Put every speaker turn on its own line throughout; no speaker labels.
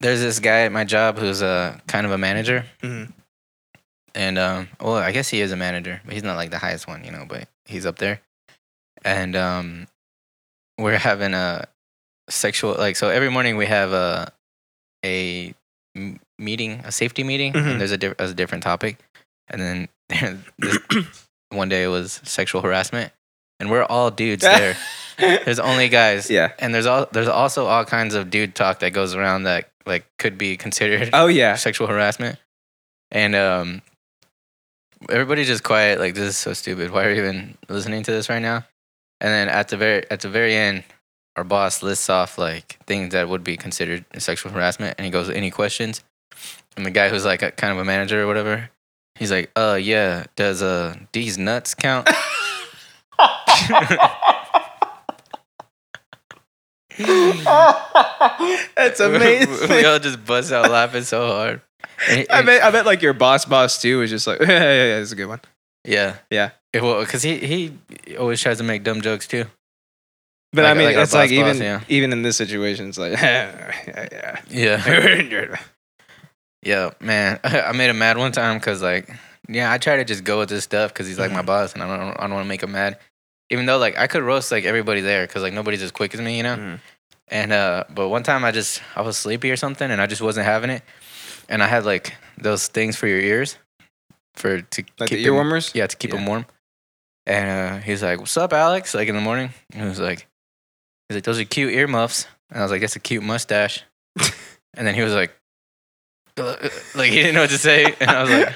this guy at my job who's uh, kind of a manager.
Mhm.
And, um, well, I guess he is a manager, but he's not like the highest one, you know, but he's up there. And um, we're having a sexual, like, so every morning we have a, a m- meeting, a safety meeting,
Mhm.
and there's a, diff- a different topic. And then this, one day was sexual harassment. And we're all dudes there. There's only guys
yeah.
and there's all there's also all kinds of dude talk that goes around that like could be considered
Oh yeah.
sexual harassment. And um everybody just quiet, like this is so stupid. Why are you even listening to this right now? And then at the very at the very end, our boss lists off like things that would be considered sexual harassment and he goes, Any questions? And the guy who's like a, kind of a manager or whatever, he's like, Uh yeah, does uh these nuts count?
That's amazing.
we all just bust out laughing so hard. And he-
I bet, I bet like your boss boss too was just like, yeah, yeah, yeah, that's a good one.
Yeah.
Yeah.
It, well, because he, he always tries to make dumb jokes too.
But I
Like-
mean,
like our
it's like
boss boss,
even
yeah.
even in this situation, it's like, yeah,
Yeah.
yeah.
yeah, man. I made him mad one time because, like, yeah, I try to just go with this stuff because he's like
Mm-hmm.
my boss and I don't, I don't want to make him mad. Even though, like, I could roast, like, everybody there because, like, nobody's as quick as me, you know?
Mhm.
And, uh, but one time I just, I was sleepy or something and I just wasn't having it. And I had, like, those things for your ears for to
like the
them-
earwormers.
Yeah, to keep
Yeah.
him warm. And uh, he's like, "What's up, Alex?" Like in the morning, and he was like, "He's like, those are cute earmuffs." And I was like, "That's a cute mustache." and then he was like, uh, like he didn't know what to say, and I was like,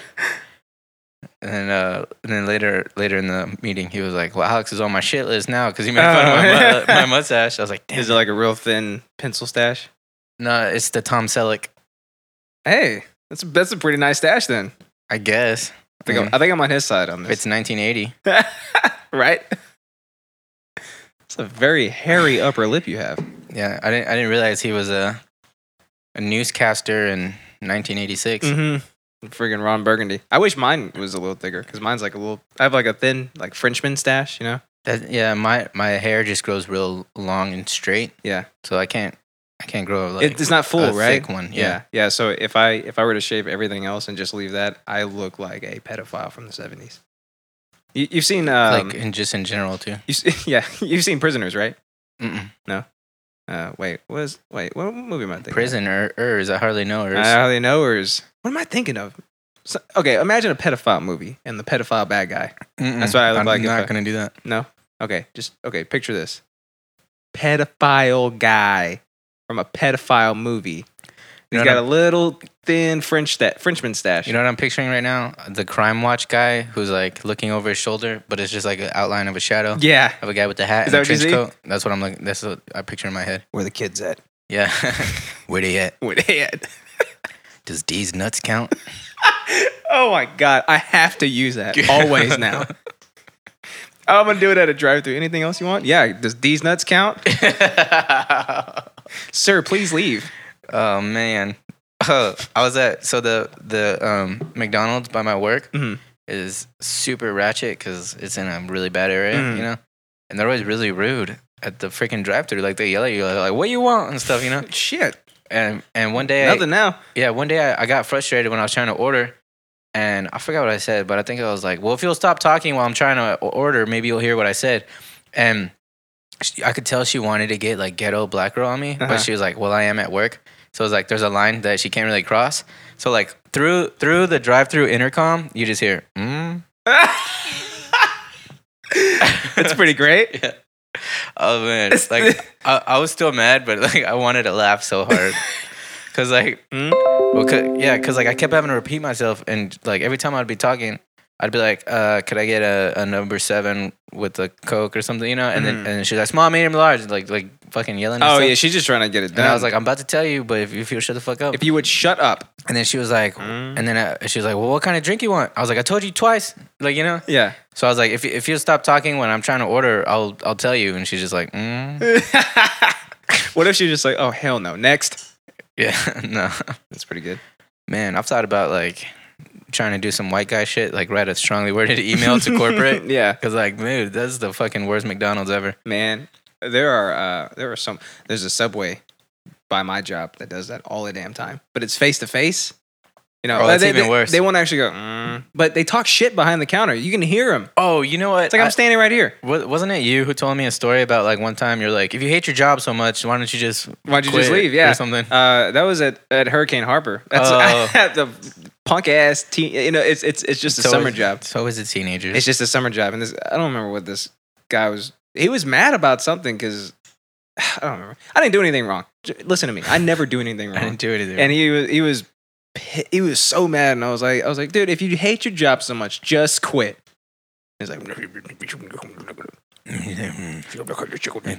and then uh, and then later later in the meeting, he was like, "Well, Alex is on my shit list now because he made fun
Oh.
of my, mu- my mustache." I was like,
Is
"Damn,
it like a real thin pencil stash?
no, it's the Tom Selleck,
Hey, that's a, that's a pretty nice stash then.
I guess."
I think, I'm, I think I'm on his side on this.
Mm. it's 1980.
right? It's a very hairy upper lip you have.
Yeah, I didn't I didn't realize he was a a newscaster in 1986.
Mm-hmm. Friggin' Ron Burgundy. I wish mine was a little thicker because mine's like a little. I have like a thin, like Frenchman stash, you know?
That, yeah, my my hair just grows real long and straight,
Yeah.
so I can't I can't grow like
It- it's not full,
a
right?
thick one.
yeah.
Yeah.
yeah, So if I if I were to shave everything else and just leave that, I look like a pedophile from the seventies. You, you've seen, um,
like and just in general too.
you, s- yeah, you've seen Prisoners, right?
Mm-mm.
Uh, wait, what is wait? What movie am I Uh, thinking? of?
Prisoner, ers, I hardly know ers.
I hardly know hers. What am I thinking of? So, okay, imagine a pedophile movie and the pedophile bad guy. that's why I look
am
like if
not
I-
gonna do that.
No. Okay, just okay. Picture this: pedophile guy from a pedophile movie.
You
He's
know
got a
what
little thin French sta- Frenchman stash.
You know what I'm picturing right now? The crime watch guy who's like looking over his shoulder, but it's just like an outline of a shadow
yeah.
of a guy with the hat
Is
and
that
the
what you
trench
see?
coat. That's what I'm looking. That's what I picture in my head.
Where the kids at?
Yeah, where they at?
Where they at?
Does these nuts count?
Oh my god, I have to use that always now. I'm gonna do it at a drive-through. Anything else you want? Yeah. Does these nuts count, sir? Please leave.
Oh man, Oh, I was at so the the um, McDonald's by my work
Mhm.
is super ratchet because it's in a really bad area,
Mhm.
you know, and they're always really rude at the freaking drive-through. Like they yell at you, like "What you want?" and stuff, you know.
Shit.
And and one day, I-
Nothing now.
yeah, one day I, I got frustrated when I was trying to order, and I forgot what I said, but I think I was like, "Well, if you'll stop talking while I'm trying to o- order, maybe you'll hear what I said." And she, I could tell she wanted to get like ghetto black girl on me,
Uh-huh.
but she was like, "Well, I am at work," so it was like, "There's a line that she can't really cross." So like through through the drive-through intercom, you just hear, mm.
That's pretty great.
"Oh man!" Like I, I was still mad, but like I wanted to laugh so hard. Cause like,
Hmm?
well, 'cause- yeah, cause like I kept having to repeat myself, and like every time I'd be talking, I'd be like, uh, "Could I get a, a number seven with a coke or something?" You know, and
Mhm.
then and she's like, "Small, medium, large," like like fucking yelling. and
Oh
stuff.
yeah, she's just trying to get it
And
done.
I was like, "I'm about to tell you, but if, if you shut the fuck up,"
if you Mm-hmm. would shut up.
and then she was like, and then I, she was like, "Well, what kind of drink you want?" I was like, "I told you twice," like you know.
Yeah.
So I was like, "If you- if you stop talking when I'm trying to order, I'll I'll tell you." And she's just like, mm.
what if she was just like, oh hell no, next?
"Yeah, no."
That's pretty good.
Man, I've thought about like trying to do some white guy shit, like write a strongly worded email to corporate.
yeah,
Cause like, dude, that's the fucking worst McDonald's ever.
man. There are uh, there are some. There's a subway by my job that does that all the damn time. But it's face to face. You know,
Oh, that's
they,
even
they,
worse.
They won't actually go, mm, but they talk shit behind the counter. You can hear them.
Oh, you know what?
It's like I, am standing right here.
Wa- Wasn't it you who told me a story about like one time you're like, if you hate your job so much, why don't you just
Why'd you just
quit
leave? Yeah,
or something?
Uh, that was at, at Hurricane Harbor. That's
Oh.
the punk ass team. You know, it's it's it's just a
So
summer
is-
job.
So is it teenagers?
It's just a summer job, and this I don't remember what this guy was. He was mad about something because I don't remember. I didn't do anything wrong. J- Listen to me. I never do anything
I
wrong.
didn't do it either.
and he was he was pi- he was so mad, and I was like I was like, dude, if you hate your job so much, just quit. He's like,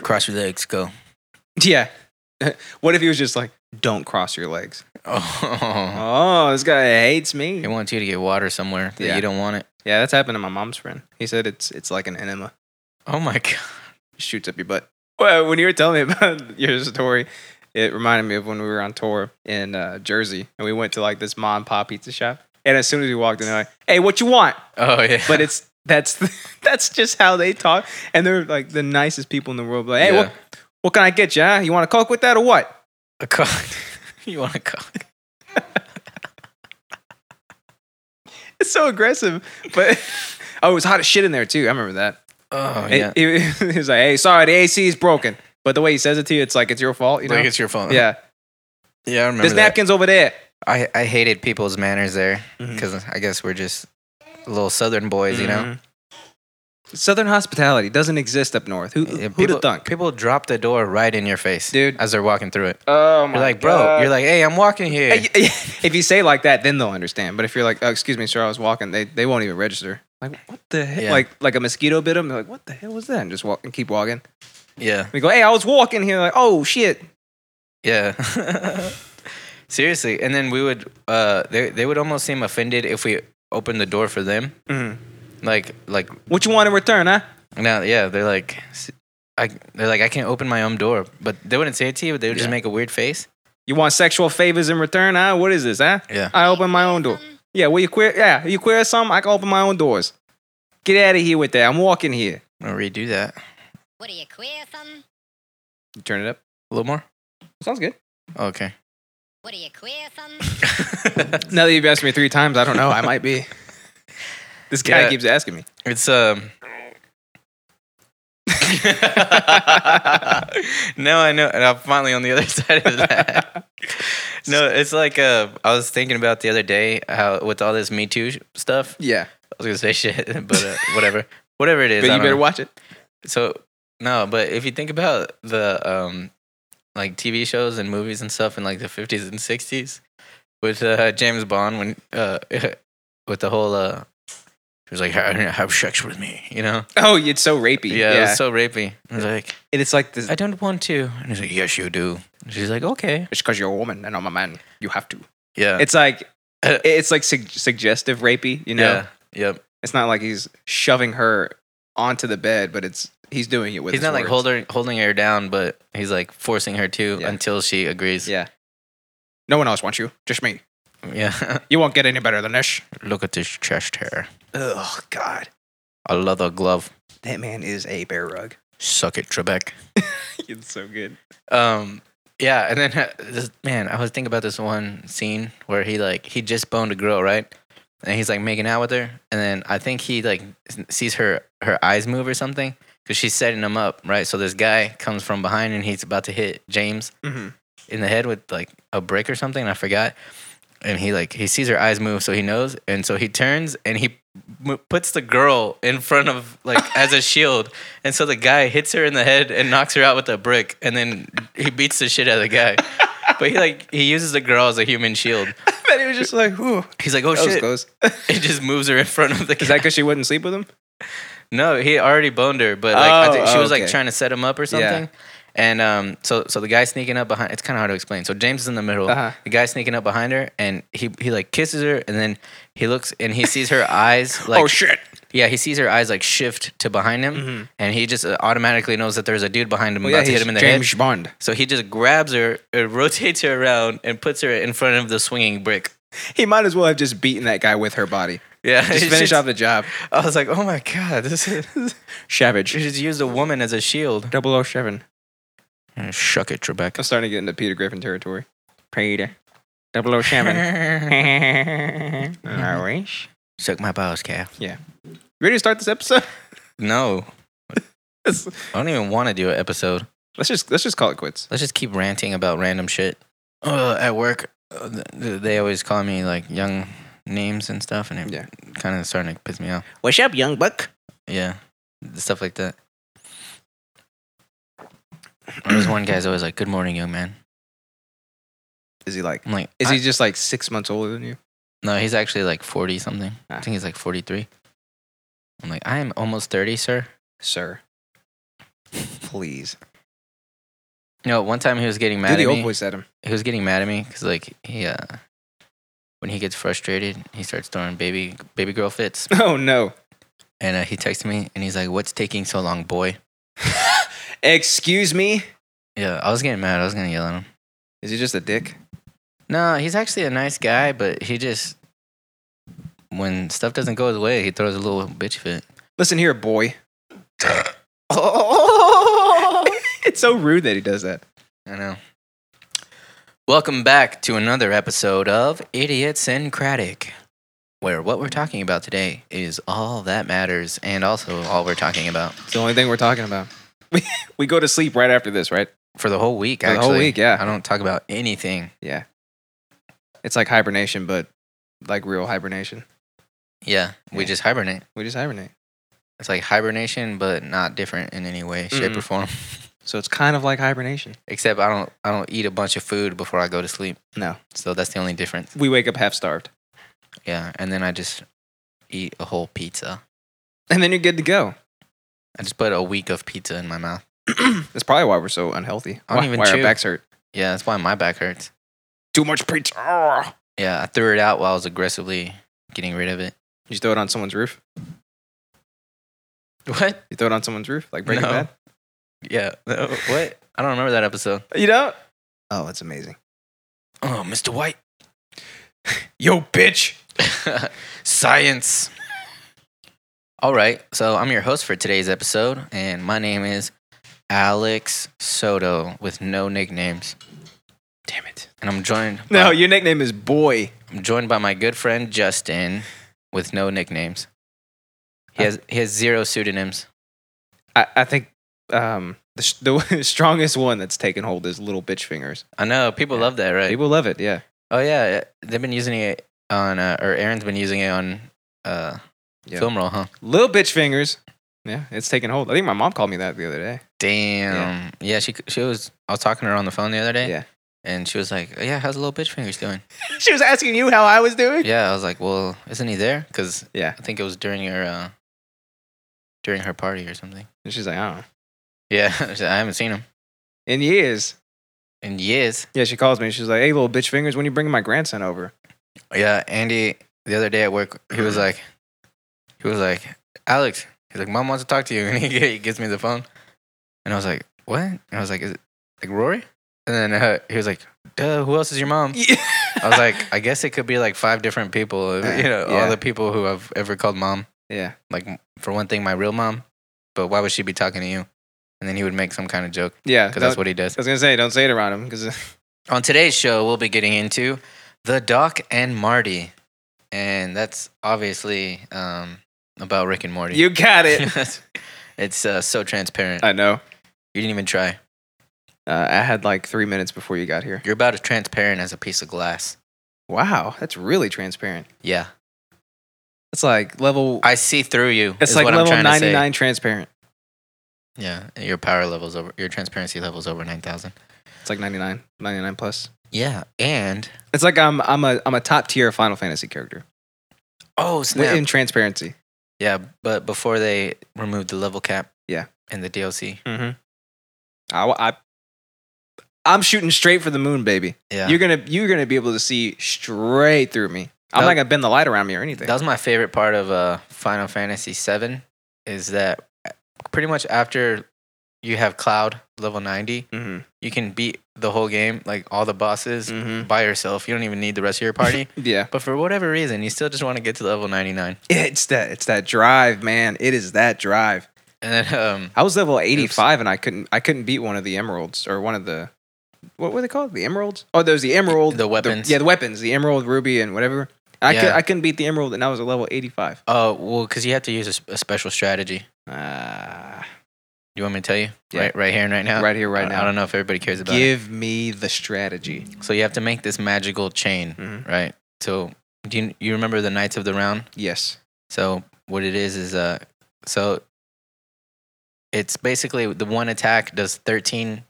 Cross your legs, go.
yeah. what if he was just like, don't cross your legs?
Oh,
Oh, this guy hates me.
he wants you to get water somewhere that
Yeah.
you don't want it.
Yeah, that's happened to my mom's friend. He said it's it's like an enema.
Oh my god!
shoots up your butt. Well, when you were telling me about your story, it reminded me of when we were on tour in uh, Jersey and we went to like this mom and pop pizza shop. And as soon as we walked in, they're like, "Hey, what you want?"
Oh yeah.
But it's that's that's just how they talk, and they're like the nicest people in the world. Like, "Hey,
Yeah.
what what can I get you? Huh? You want a coke with that or what?"
a cock. you want a cock?
It's so aggressive, but oh, it was hot as shit in there too. I remember that.
Oh
It-
yeah.
He, he was like, "Hey, sorry, the AC is broken," but the way he says it to you, it's like it's your fault. You know?
like it's your phone.
yeah.
Yeah, I remember
There's
that.
napkins over there.
I, I hated people's manners there
Mhm.
because I guess we're just little southern boys, you know.
Mm-hmm. Southern hospitality doesn't exist up north. Who,
Yeah,
who'd
people,
have Mm-hmm. thunk?
people drop the door right in your face,
Dude.
as they're walking through it.
Oh my
You're like, bro. You're like, hey, I'm walking here.
if you say like that, then they'll understand. But if you're like, oh, excuse me, sir, I was walking, they, they won't even register. Like, what the hell?
Yeah.
Like, like a mosquito bit them. They're like, what the hell was that? And just walk and keep walking.
yeah.
We go, hey, I was walking here. Like, oh shit.
Yeah. Seriously. And then we would uh they they would almost seem offended if we opened the door for them.
Mhm.
Like like
What you want in return, huh?
now yeah, they're like "S- I they're like I can't open my own door. But they wouldn't say it to you, but they would just
Yeah.
make a weird face.
You want sexual favors in return, huh? What is this, huh?
Yeah.
I open my own door. Yeah, well, you queer? Yeah, you queer or something? I can open my own doors. Get out of here with that. I'm walking here.
I'm gonna redo that.
What are you, queer or something?
You turn it up.
A little more?
Sounds good.
Okay.
What are you, queer or something?
Now that you've asked me three times, I don't know. I might be. This guy
Yeah.
keeps asking me.
It's um no, I know, and I'm finally on the other side of that. no, it's like uh, I was thinking about the other day how with all this Me Too stuff,
Yeah,
I was gonna say shit, but uh, whatever, whatever it is.
but
I
you
don't
better
know.
watch it.
So no, but if you think about the um, like TV shows and movies and stuff in like the fifties and sixties, with uh, James Bond when uh, with the whole uh, he was like have, have sex with me, you know?
Oh, it's so rapey.
Yeah,
Yeah,
it was so rapey. I was like,
and it's like this.
I don't want to, and he's like, yes, you do. And she's like, okay,
It's because you're a woman and I'm a man. You have to.
yeah,
Uh, It's like it's like sug- suggestive rapey. You know,
yeah, yep.
it's not like he's shoving her onto the bed, but it's he's doing it with.
He's
his
not like
words.
holding holding her down, but he's like forcing her to
Yeah.
until she agrees.
Yeah. No one else wants you. Just me.
yeah.
You won't get any better than this.
Look at this chest hair.
Oh God,
A leather glove.
that man is a bear rug.
Suck it, Trebek.
it's so good.
Um, yeah, and then uh, this, man, I was thinking about this one scene where he like he just boned a girl, right? And he's like making out with her, and then I think he like s- sees her her eyes move or something because she's setting him up, right? So this guy comes from behind and he's about to hit James
hmm
in the head with like a brick or something. I forgot. And he like he sees her eyes move, so he knows, and so he turns and he m- puts the girl in front of like as a shield, and so the guy hits her in the head and knocks her out with a brick, and then he beats the shit out of the guy. But he like he uses the girl as a human shield.
But he was just like, "Ooh,
He's like, oh
that was
shit!
close."
It just moves her in front of the
Is
guy.
that because she wouldn't sleep with him?
No, he already boned her, but like I
Oh,
think she was like
okay.
trying to set him up or something. And um, so so the guy sneaking up behind. It's kind of hard to explain. So James is in the middle.
Uh-huh.
The guy sneaking up behind her, and he he like kisses her, and then he looks and he sees her eyes like
oh shit!
yeah he sees her eyes like shift to behind him,
Mhm.
and he just uh, automatically knows that there's a dude behind him
Well,
about to
Oh, he's
hit him in the
James
head.
Bond.
So he just grabs her, uh, rotates her around, and puts her in front of the swinging brick.
He might as well have just beaten that guy with her body.
Yeah,
Just
it's
finish off the job.
I was like, oh my god, this is.
Savage.
She just used a woman as a shield.
007.
Shuck it,
I'm
Trebek.
starting to get into Peter Griffin territory. Peter. Double oh O Shaman. I wish.
Suck my balls, Cal.
Ready to start this episode?
No,
let's,
I don't even want to do an episode.
let's just let's just call it quits.
Let's just keep ranting about random shit. Uh, at work, uh, th- th- they always call me like young names and stuff, and it
Yeah.
kind of starting to piss me off.
What's up, young buck?
Yeah, stuff like that. There's one guy's always like, "Good morning, young man."
Is he like?
I'm like,
Is
"I-
he just like six months older than you?
No, he's actually like 40 something. I
Ah.
think he's like 43. I'm like, I am almost 30, sir.
Sir, please.
No, one time he was getting
Do
mad
the
at
old
me.
voice at him.
He was getting mad at me because, like, he, uh, when he gets frustrated, he starts throwing baby baby girl fits.
Oh no!
And uh, he texted me and he's like, What's taking so long, boy?
Excuse me.
Yeah, I was getting mad. I was going to yell at him.
Is he just a dick?
No, he's actually a nice guy, but he just, when stuff doesn't go his way, he throws a little bitch fit.
Listen here, boy. oh, it's so rude that he does that.
I know. Welcome back to another episode of Idiosyncratic, where what we're talking about today is all that matters and also all we're talking about
It's the only thing we're talking about. We we go to sleep right after this, right?
for the whole week,
For the
actually.
whole week, yeah.
I don't talk about anything.
Yeah. It's like hibernation, but like real hibernation.
Yeah, we
Yeah.
just hibernate.
We just hibernate.
It's like hibernation, but not different in any way, shape, or form.
So it's kind of like hibernation.
Except I don't, I don't eat a bunch of food before I go to sleep.
No.
So that's the only difference.
We wake up half starved.
Yeah, and then I just eat a whole pizza.
And then you're good to go.
I just put a week of pizza in my mouth.
That's probably why we're so unhealthy.
I don't
Why,
even
why our
chew.
backs hurt.
Yeah, that's why my back hurts.
Too much pizza. Arrgh.
Yeah, I threw it out while I was aggressively getting rid of it.
You throw it on someone's roof?
What?
You throw it on someone's roof? Like Breaking
No.
Bad?
Yeah. no, what? I don't remember that episode.
You don't? Oh, it's amazing.
Oh, Mr. White.
Yo, bitch.
Science. All right. So I'm your host for today's episode, and my name is Alex Soto with no nicknames.
Damn it.
And I'm joined.
No,
by,
your nickname is Boy.
I'm joined by my good friend Justin with no nicknames. He has he has zero pseudonyms.
I, I think um, the, sh- the strongest one that's taken hold is Little Bitch Fingers.
I know people love that, right?
People love it, yeah.
Oh yeah, they've been using it on, uh, or Aaron's been using it on uh,
Yeah.
film roll, huh?
Little bitch fingers. Yeah, it's taking hold. I think my mom called me that the other day.
Damn. Yeah. she she was. I was talking to her on the phone the other day.
Yeah.
And she was like, "Yeah, how's little bitch fingers doing?"
she was asking you how I was doing.
yeah, I was like, "Well, isn't he there?" Because
Yeah.
I think it was during your uh, during her party or something.
And she's like, I don't know.
Yeah, I said, I haven't seen him
In years.
in years.
Yeah, she calls me. She's like, hey, little bitch fingers, when you bringing my grandson over?
Yeah, Andy the other day at work, he was like, he was like, Alex, he's like, Mom wants to talk to you, and he, g- he gives me the phone, and I was like, what? And I was like, is it like Rory? And then uh, he was like, Duh, who else is your mom? I was like, I guess it could be like five different people,
Uh,
you know,
yeah.
all the people who I've ever called mom.
yeah.
Like m- for one thing, my real mom, but why would she be talking to you? And then he would make some kind of joke
Yeah.
because that's
don't-
what he does.
I was going to say, don't say it around him because
On today's show, we'll be getting into the Doc and Marty, and that's obviously um, about Rick and Morty.
you got it.
it's uh, so transparent.
I know.
you didn't even try.
Uh, I had like three minutes before you got here.
You're about as transparent as a piece of glass.
Wow, that's really transparent.
Yeah,
It's like level.
I see through you.
it's
is
like
what
level
I'm trying to say.
99 transparent.
Yeah, your power levels over your transparency levels over nine thousand.
It's like 99, 99 plus.
Yeah, and
It's like I'm I'm a I'm a top tier Final Fantasy character
oh snap!
in transparency.
yeah, but before they removed the level cap,
Yeah.
and the DLC,
Mm-hmm. I, I, am shooting straight for the moon, baby.
yeah,
You're gonna you're gonna be able to see straight through me. I'm
That-
not gonna bend the light around me or anything.
that was my favorite part of uh, Final Fantasy VII is that pretty much after you have Cloud level ninety,
mm-hmm.
you can beat the whole game, like all the bosses,
Mm-hmm.
by yourself. You don't even need the rest of your party.
Yeah,
but for whatever reason, you still just want to get to level ninety nine.
it's that it's that drive, man. It is that drive.
And then um,
I was level 85 and I couldn't I couldn't beat one of the emeralds or one of the what were they called? The emeralds? Oh, there's the emerald,
The weapons.
yeah, the weapons, the emerald, ruby, and whatever. I could
Yeah.
I couldn't beat the emerald, and I was a level 85.
oh well, because you have to use a, sp- a special strategy.
Ah,
You want me to tell you
Yeah.
right right here and right now?
right here, right
I-
now.
I don't know if everybody cares about
Give me the strategy.
it. So you have to make this magical chain,
Mhm.
right? So do you, you remember the Knights of the Round?
Yes.
So what it is is uh so it's basically the one attack does 13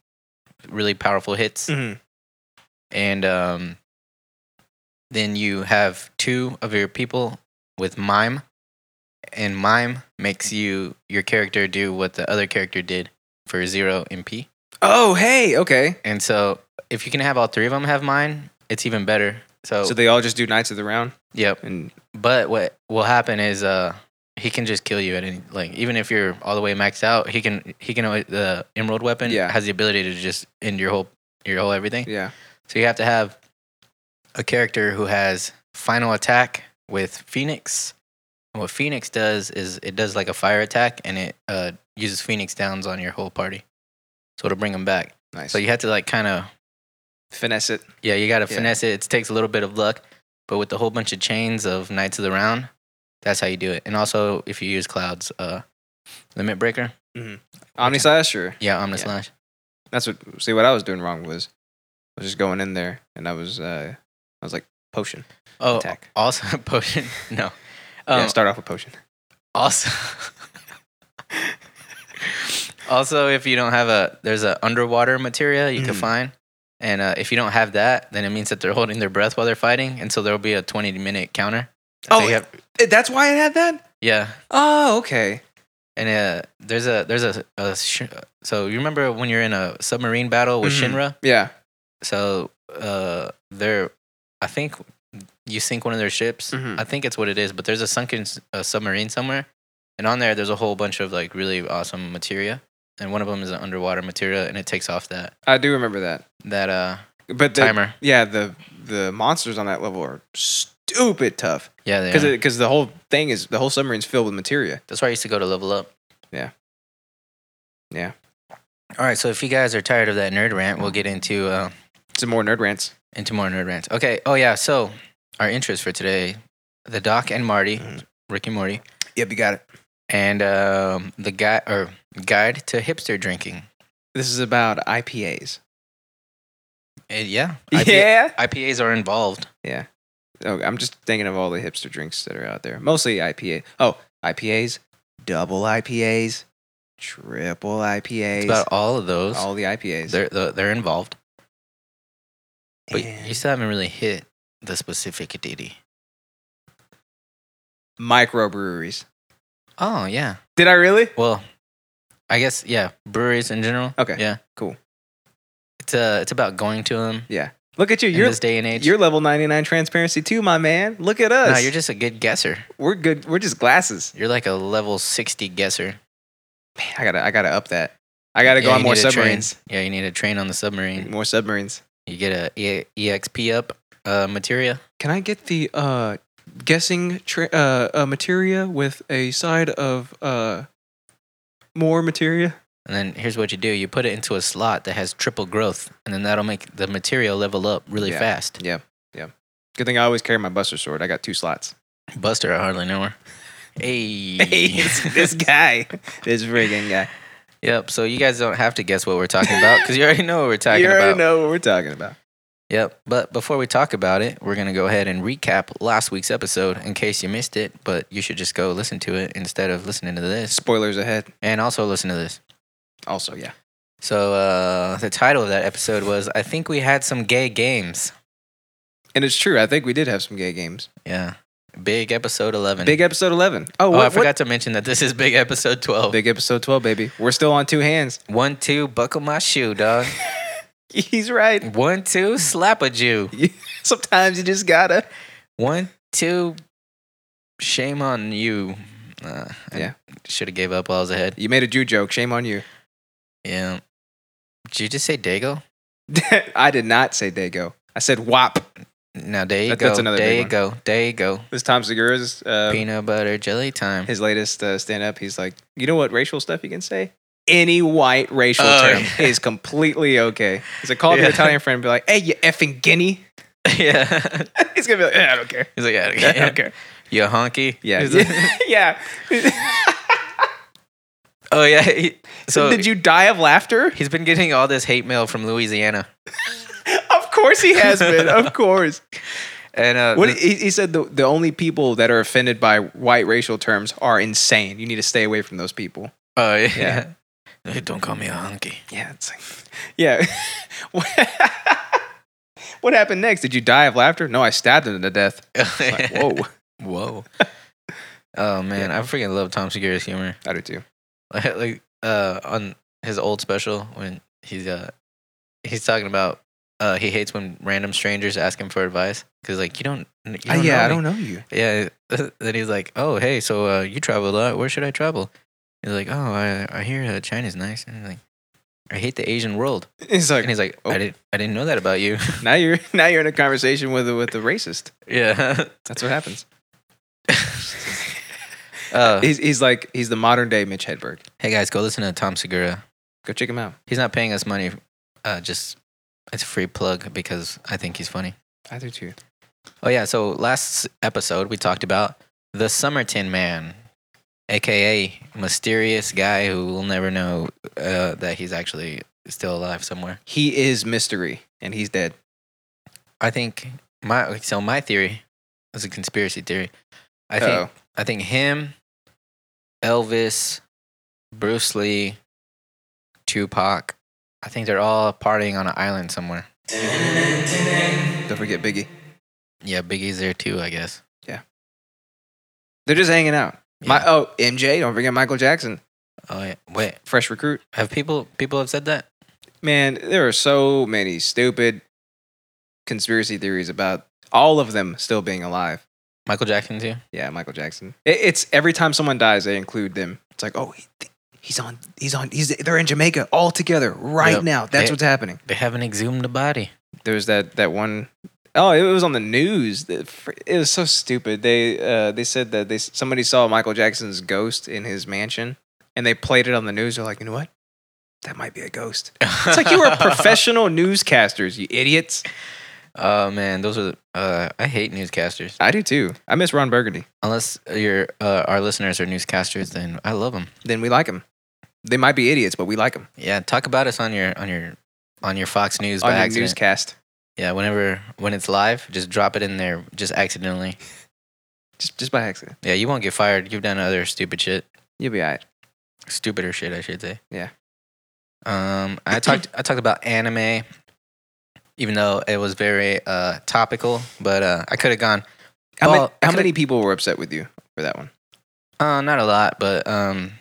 really powerful hits
Mm-hmm.
and um then you have two of your people with mime and mime makes you your character do what the other character did for 0 MP.
Oh, hey, okay.
And so if you can have all three of them have mine, it's even better. So,
So they all just do Knights of the Round,
yep.
and
But what will happen is uh he can just kill you at any like even if you're all the way maxed out, he can he can always the emerald weapon
Yeah.
has the ability to just end your whole your whole everything.
yeah,
So you have to have a character who has final attack with Phoenix. And what Phoenix does is it does like a fire attack and it uh, uses Phoenix downs on your whole party. So it'll bring them back.
nice.
So you have to like kind of
finesse it.
yeah, you got to
Yeah.
finesse it. It takes a little bit of luck, but with the whole bunch of chains of Knights of the Round, that's how you do it. And also, if you use Cloud's uh, Limit Breaker,
Omni Slash, or
yeah, Omnislash.
Yeah.
Slash.
that's what. See, what I was doing wrong was I was just going in there, and I was uh, I was like potion
Oh,
attack.
also potion. No, um,
yeah, start off with potion.
also, also if you don't have a, there's a underwater material you can
Mhm.
find, and uh, if you don't have that, then it means that they're holding their breath while they're fighting, and so there'll be a 20 minute counter. So
Oh,
you have-
Eh, That's why it had that.
yeah.
Oh, okay.
And uh, there's a there's a, a sh- so you remember when you're in a submarine battle with
Mhm.
Shinra?
Yeah.
So uh, they're I think you sink one of their ships.
Mhm.
I think it's what it is. But there's a sunken s- uh submarine somewhere, and on there there's a whole bunch of like really awesome materia, and one of them is an underwater materia, and it takes off that
I do remember that.
that uh
But the,
timer.
yeah, the the monsters on that level are stupid tough
Yeah, they
because
are.
because the whole thing is the whole submarine's filled with materia.
That's where I used to go to level up.
Yeah. Yeah.
All right, so if you guys are tired of that nerd rant, we'll get into uh,
Some more nerd rants.
Into more nerd rants. Okay. Oh yeah. So our interest for today, the Doc and Marty,
Mhm.
Rick and Morty,
Yep, you got it.
and um, the guy or guide to hipster drinking.
This is about IPAs.
Uh, yeah. IPA
Yeah.
IPAs are involved.
Oh, I'm just thinking of all the hipster drinks that are out there. Mostly IPA. Oh, IPAs, double IPAs, triple
It's
IPAs,
about all of those.
all the IPAs.
they're they're they're involved. But
And
you still haven't really hit the specific deity.
microbreweries.
Oh yeah.
Did I really?
Well, I guess yeah. Breweries in general.
Okay,
Yeah.
cool.
It's uh it's about going to them
Look at you.
in
You're
this day and age.
You're level 99 transparency too, my man. Look at us.
no, you're just a good guesser.
We're good. We're just glasses.
You're like a level 60 guesser.
Man, I gotta, I gotta up that. I gotta go
Yeah,
on
you
more
need a train.
submarines.
Yeah, you need a train on the submarine.
More submarines.
You get a E- EXP up uh, materia.
Can I get the uh, guessing tra- uh, uh, materia with a side of uh, more materia?
And then here's what you do you put it into a slot that has triple growth, and then that'll make the material level up really
Yeah.
fast.
Good thing I always carry my Buster sword. I got two slots.
Buster, I hardly know her. Hey.
guy, this friggin' guy.
yep. So you guys don't have to guess what we're talking about because you already know what we're talking
you already
about.
know what we're talking about.
Yep. But before we talk about it, we're going to go ahead and recap last week's episode in case you missed it, but you should just go listen to it instead of listening to this.
Spoilers ahead.
And also listen to this.
Also, yeah.
So uh, the title of that episode was "I think we had some gay games."
And it's true. I think we did have some gay games.
Yeah, big episode eleven.
Big episode 11. Oh,
Mm-hmm. oh,
what,
I
what-
forgot to mention that this is big episode twelve.
Big episode 12, baby. We're still on two hands.
One two, buckle my shoe, dog.
He's right.
One two, slap a Jew.
Sometimes you just gotta.
One two, shame on you. Uh,
Yeah.
should have gave up while I was ahead.
You made a Jew joke. Shame on you.
Yeah. Did you just say Dago?
I did not say Dago. I said WAP.
Now there you
That-
go.
that's another
there
big
you
one.
go. There you go.
This Tom Segura's uh,
Peanut butter jelly time.
his latest uh, stand up. He's like, you know what racial stuff you can say? Any white racial
Oh,
term
yeah.
is completely okay. He's like, call up your
Yeah.
Italian friend and be like, hey, you effing guinea.
yeah.
He's gonna be like, "Eh, I don't care.
He's like, yeah,
I don't
yeah.
care.
you honky.
Yeah,
He's like-
yeah.
oh yeah. He- so
So did you die of laughter?
he's been getting all this hate mail from Louisiana,
Of course he has been. Of course.
and uh,
What
this-
he, he said the, the only people that are offended by white racial terms are insane. You need to stay away from those people.
oh yeah.
Yeah.
Hey, Don't call me a honky.
Yeah, it's like Yeah. what what happened next? Did you die of laughter? No, I stabbed him to death. Like, whoa.
Whoa. Oh man, I freaking love Tom Segura's humor.
I do too.
Like, like uh, on his old special when he's uh, he's talking about uh, he hates when random strangers ask him for advice because like you don't, you
Uh,
don't know
yeah, I
me.
don't know you.
Yeah. then he's like, "Oh, hey, so uh, you travel a lot. Where should I travel?" He's like, "Oh, I, I hear uh, China's nice." And he's like, "I hate the Asian world."
It's like
And he's like,
Oh.
"I didn't, I didn't know that about you."
now you're now you're in a conversation with a, with a racist.
yeah.
That's what happens.
uh,
He's, he's like he's the modern day Mitch Hedberg.
hey guys, go listen to Tom Segura.
Go check him out.
He's not paying us money. Uh, just it's a free plug because I think he's funny.
I do too.
Oh yeah. So last episode we talked about the Summerton Man, aka mysterious guy who will never know uh, that he's actually still alive somewhere.
He is mystery and he's dead.
I think my so my theory is a conspiracy theory. I think
Uh-oh.
I think him, Elvis, Bruce Lee, Tupac. I think they're all partying on an island somewhere.
Don't forget Biggie.
Yeah, Biggie's there too, I guess.
They're just hanging out. My
Yeah.
oh MJ, don't forget Michael Jackson,
oh yeah. Wait,
fresh recruit.
have people people have said that?
Man, there are so many stupid conspiracy theories about all of them still being alive.
Michael Jackson too.
Yeah, Michael Jackson. It, it's every time someone dies, they include them. It's like, oh, he, he's on, he's on, he's they're in Jamaica all together right
Yep.
now. That's
They-
what's happening.
They haven't exhumed the body.
There was that that one oh it was on the news. The fr- It was so stupid. They uh, they said that they somebody saw Michael Jackson's ghost in his mansion, and they played it on the news. They're like, you know what? That might be a ghost. It's like you were professional newscasters, you idiots.
Oh man, those are. Uh, I hate newscasters.
I do too. I miss Ron Burgundy.
Unless your uh, our listeners are newscasters, then I love them.
Then we like him. They might be idiots, but we like him.
Yeah, talk about us on your on your on your Fox News
On
by
your
accident.
newscast,
Yeah, whenever when it's live, just drop it in there, just accidentally.
just just by accident,
Yeah, you won't get fired. You've done other stupid shit,
you'll be alright.
stupider shit, I should say.
Yeah.
Um, I talked I talked about anime, even though it was very uh topical, but uh, I could have gone.
How,
Well,
many, how
could've-
many people were upset with you for that one?
Uh, not a lot, but um,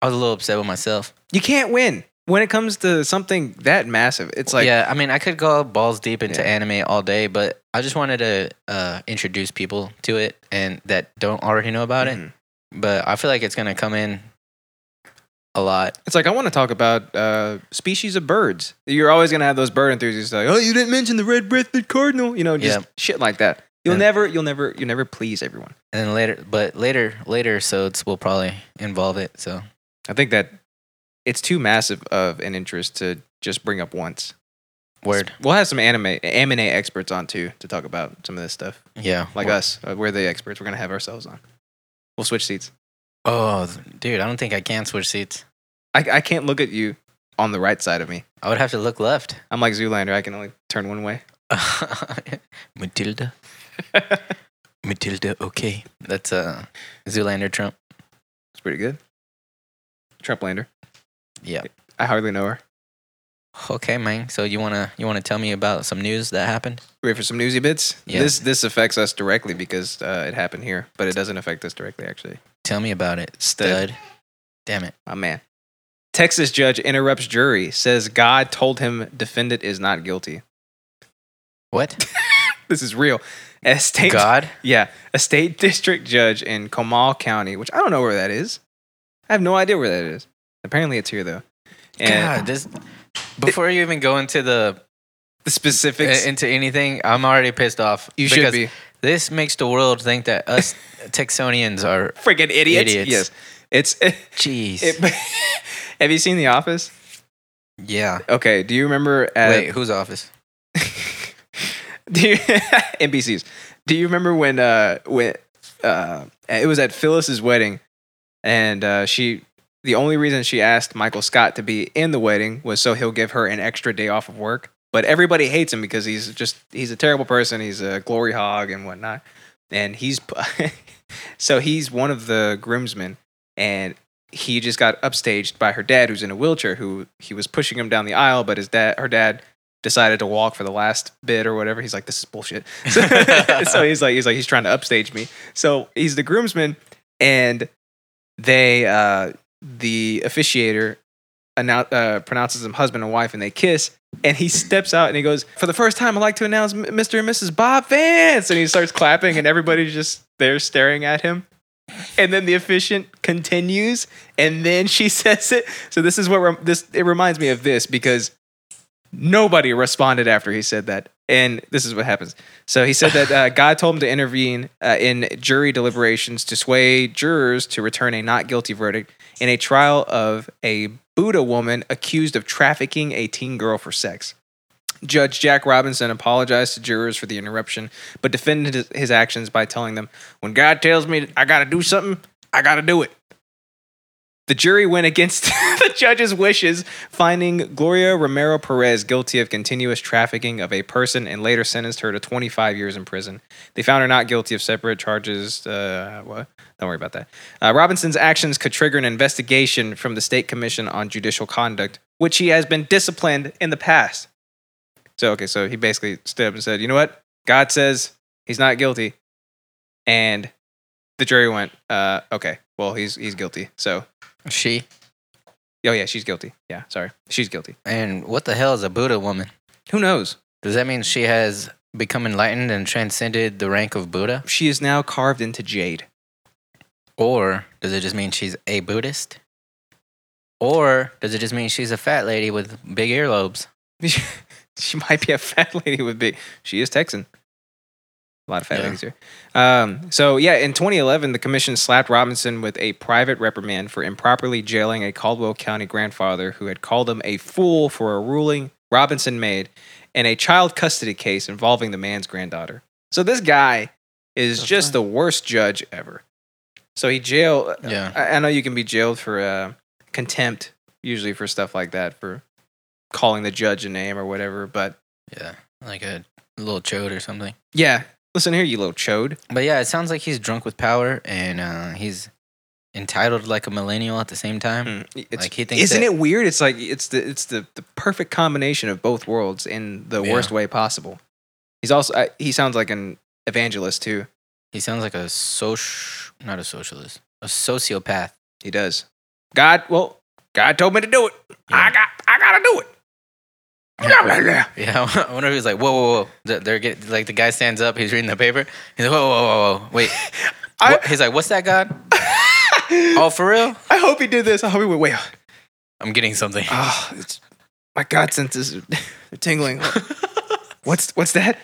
I was a little upset with myself.
You can't win when it comes to something that massive. It's like
yeah, I mean, I could go balls deep into
Yeah.
anime all day, but I just wanted to uh, introduce people to it and that don't already know about it.
Mhm.
But I feel like it's gonna come in a lot.
It's like I want to talk about uh, species of birds. You're always gonna have those bird enthusiasts like, oh, you didn't mention the red-breasted cardinal. You know, just
Yeah.
shit like that. You'll
And-
never, you'll never, you'll never please everyone.
And then later, but later, later, so it's will probably involve it. So
I think that it's too massive of an interest to just bring up once.
word,
We'll have some anime anime experts on too to talk about some of this stuff.
yeah,
Like
Wor-
us, uh, we're the experts. We're gonna have ourselves on. We'll switch seats.
Oh, th- dude, I don't think I can switch seats.
I, I can't look at you on the right side of me.
I would have to look left.
I'm like Zoolander. I can only turn one way.
Matilda, Matilda, okay, that's uh, Zoolander Trump.
It's pretty good. Trumplander.
Yeah.
I hardly know her.
Okay, man. So you wanna you wanna tell me about some news that happened?
Ready for some newsy bits?
Yeah.
This this affects us directly because uh, it happened here, but it doesn't affect us directly actually.
Tell me about it,
Stud.
stud. Damn it.
My man. Texas judge interrupts jury, says God told him defendant is not guilty.
What?
This is real. A state,
God?
Yeah. A state district judge in Comal County, which I don't know where that is. I have no idea where that is. Apparently it's here though. And
God, this. Before you even go into the
the specifics.
i- into anything, I'm already pissed off.
you
because
should be
This makes the world think that us Texonians are
freaking idiots.
Idiots.
Yes, it's. It,
jeez.
have you seen The Office?
yeah.
Okay. Do you remember at
Wait, whose office?
do you, NBC's? Do you remember when uh when uh it was at Phyllis's wedding, and uh, she the only reason she asked Michael Scott to be in the wedding was so he'll give her an extra day off of work. But everybody hates him because he's just he's a terrible person. He's a glory hog and whatnot, and he's p- so he's one of the groomsmen, and he just got upstaged by her dad, who's in a wheelchair. Who he was pushing him down the aisle, but his dad, her dad, decided to walk for the last bit or whatever. He's like, this is bullshit. So, so he's like, he's like, he's trying to upstage me. So he's the groomsman, and they, uh, the officiator, annou- uh, pronounces them husband and wife, and they kiss. And he steps out and he goes, for the first time, I'd like to announce M- Mr. and Mrs. Bob Vance. And he starts clapping, and everybody's just there staring at him. And then the efficient continues, and then she says it. So this is what rem- this it reminds me of this because Nobody responded after he said that. And this is what happens. So he said that uh, God told him to intervene uh, in jury deliberations to sway jurors to return a not guilty verdict in a trial of a Buddha woman accused of trafficking a teen girl for sex. Judge Jack Robinson apologized to jurors for the interruption, but defended his, his actions by telling them, When God tells me I got to do something, I got to do it. The jury went against the judge's wishes, finding Gloria Romero Perez guilty of continuous trafficking of a person and later sentenced her to 25 years in prison. They found her not guilty of separate charges. Uh, what? Don't worry about that. Uh, Robinson's actions could trigger an investigation from the State Commission on Judicial Conduct, which he has been disciplined in the past. So, okay, so he basically stood up and said, you know what? God says he's not guilty. And the jury went, uh, okay, well, he's, he's guilty. So
She.
Oh yeah, she's guilty. Yeah, sorry, she's guilty.
And what the hell is a Buddha woman?
Who knows?
Does that mean she has become enlightened and transcended the rank of Buddha?
She is now carved into jade.
Or does it just mean she's a Buddhist? Or does it just mean she's a fat lady with big earlobes?
she might be a fat lady with big. She is Texan. A lot of fat
Yeah.
ladies here. Um, so yeah, in 2011, the commission slapped Robinson with a private reprimand for improperly jailing a Caldwell County grandfather who had called him a fool for a ruling Robinson made in a child custody case involving the man's granddaughter. So this guy is
That's
just
fine.
the worst judge ever. So he jailed.
Yeah.
I, I know you can be jailed for uh, contempt usually for stuff like that for calling the judge a name or whatever. But
Yeah. Like a little chode or something.
yeah, listen here, you little chode.
But yeah, it sounds like he's drunk with power and uh, he's entitled like a millennial at the same time.
Mm, It's,
Like, he thinks
isn't
that-
it weird? It's like it's the it's the, the perfect combination of both worlds in the
Yeah.
worst way possible. He's also I, he sounds like an evangelist too.
He sounds like a soci not a socialist, a sociopath.
He does. God, well, God told me to do it. I
Yeah.
got I gotta do it. Blah, blah, blah.
Yeah, I wonder if he's like, whoa, whoa, whoa. Th- They're get, like the guy stands up, he's reading the paper. He's like, whoa, whoa, whoa, whoa. Wait,
I-
What- he's like, what's that, God? oh, for real?
I hope he did this. I hope he went. Wait,
I'm getting something.
Oh, it's, my God senses are they're tingling. What's what's that?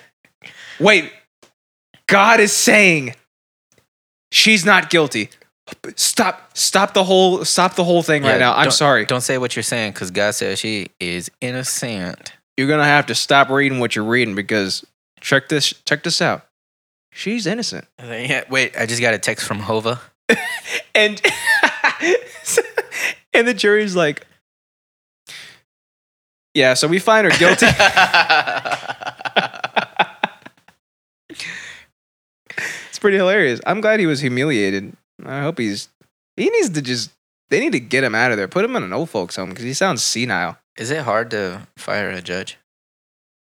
Wait, God is saying she's not guilty. Stop! Stop the whole! Stop the whole thing
Yeah,
right now. I'm
don't-
sorry.
Don't say what you're saying because God says she is innocent.
You're gonna have to stop reading what you're reading because check this. Check this out. She's innocent.
I was like, Yeah, wait, I just got a text from Hova.
and and the jury's like, yeah. So we find her guilty. It's pretty hilarious. I'm glad he was humiliated. I hope he's. He needs to just. They need to get him out of there. Put him in an old folks home because he sounds senile.
is it hard to fire a judge?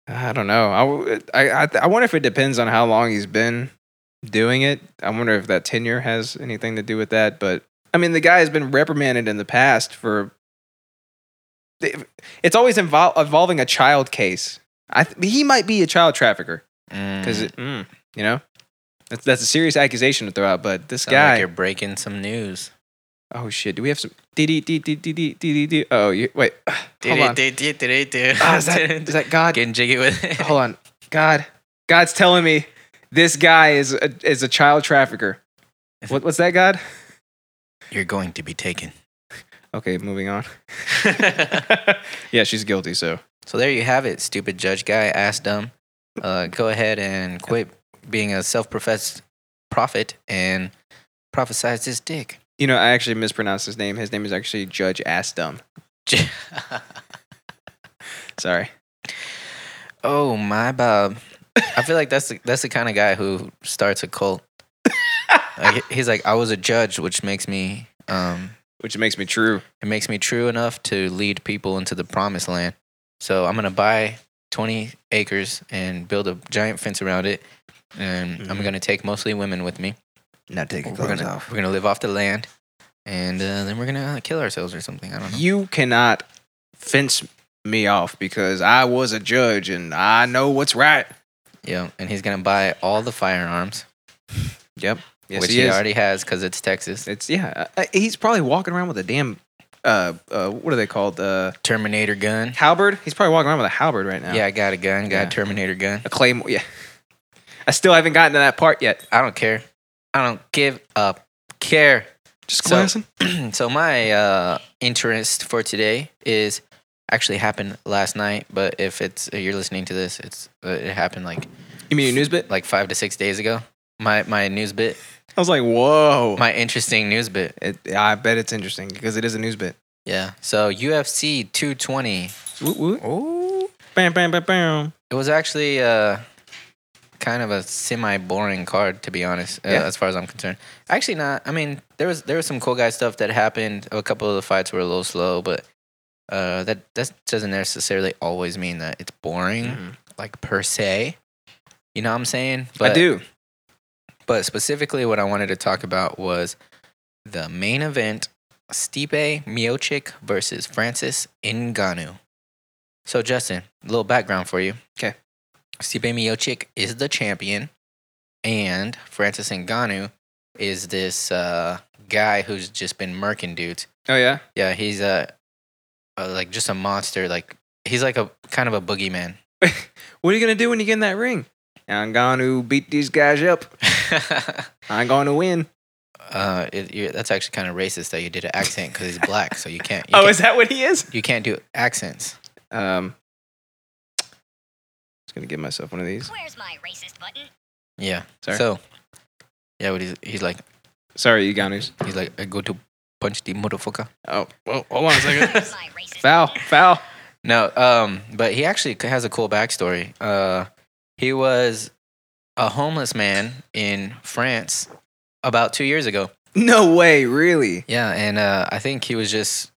I don't know. I w- I, I I wonder if it depends on how long he's been doing it. I wonder if that tenure has anything to do with that. But I mean, the guy has been reprimanded in the past for. It's always invol- involving a child case. I th- he might be a child trafficker
Mm,
because you know that's that's a serious accusation to throw out. But this
Sound like
guy,
you're breaking some news.
Oh shit! Do we have some? Dee dee dee dee dee dee dee dee. Oh, you, wait. Hold on. Ah, is that is that God?
Getting jiggy with it.
Hold on. God, God's telling me this guy is a, is a child trafficker. What, what's that, God?
You're going to be taken.
Okay, moving on.
so
yeah, she's guilty. So
there you have it, stupid judge guy, ass dumb. Uh, go ahead and quit being a self-professed prophet and prophesize his dick.
you know, I actually mispronounced his name. His name is actually Judge Ass Dumb. Sorry.
oh my Bob! I feel like that's the, that's the kind of guy who starts a cult. Like, he's like, I was a judge, which makes me um,
Which makes me true.
it makes me true enough to lead people into the promised land. So I'm gonna buy 20 acres and build a giant fence around it, and I'm
Mhm.
gonna take mostly women with me.
Not taking
we're
clothes
gonna
off.
we're gonna live off the land, and uh, then we're gonna kill ourselves or something. I don't know.
You cannot fence me off because I was a judge and I know what's right.
Yeah, and he's gonna buy all the firearms,
Yes,
which
he,
he,
is.
already has because it's Texas.
It's yeah. uh, He's probably walking around with a damn. Uh, uh, what are they called? Uh,
Terminator gun.
halberd. He's probably walking around with a halberd right now.
Yeah, I got a gun. Got
Yeah.
a Terminator gun.
a claymore. Yeah, I still haven't gotten to that part yet.
I don't care. I don't give up. Care.
Just
So-
glancing.
so my uh, interest for today is actually happened last night, but if it's uh, you're listening to this, it's uh, it happened like
you mean your news bit?
like five to six days ago. My my news bit,
I was like, whoa.
my interesting news bit.
It- I bet it's interesting because it is a news bit.
Yeah. So UFC 220.
Woo, woo. Ooh. Bam, bam, bam, bam.
It was actually uh, kind of a semi-boring card, to be honest, uh,
Yeah.
as far as I'm concerned. Actually, not. I mean, there was there was some cool guy stuff that happened. A couple of the fights were a little slow, but uh, that that doesn't necessarily always mean that it's boring,
Mm-hmm.
like per se. You know what I'm saying?
I do.
But specifically, what I wanted to talk about was the main event: Stipe Miocic versus Francis Ngannou. So, Justin, a little background for you.
'Kay.
Stipe Miocic is the champion, and Francis Ngannou is this uh, guy who's just been murking dudes.
Oh yeah.
Yeah, he's a, a like just a monster. Like he's like a kind of a boogeyman.
What are you gonna do when you get in that ring? I'm gonna beat these guys up. I'm gonna win.
Uh, it, you that's actually kind of racist that you did an accent because he's black, so you can't. You
oh,
can't,
is that what he is?
you can't do accents.
Um, just gonna give myself one of these.
Where's my racist button?
Yeah.
Sorry.
So, yeah, but he's he's like
Sorry, you Ganus.
he's like I go to punch the motherfucker.
Oh, well, hold on a second.
Where's my racist
foul,
button?
foul.
No, um, but he actually has a cool backstory. Uh, he was a homeless man in France about two years ago.
No way, really.
Yeah, and uh, I think he was just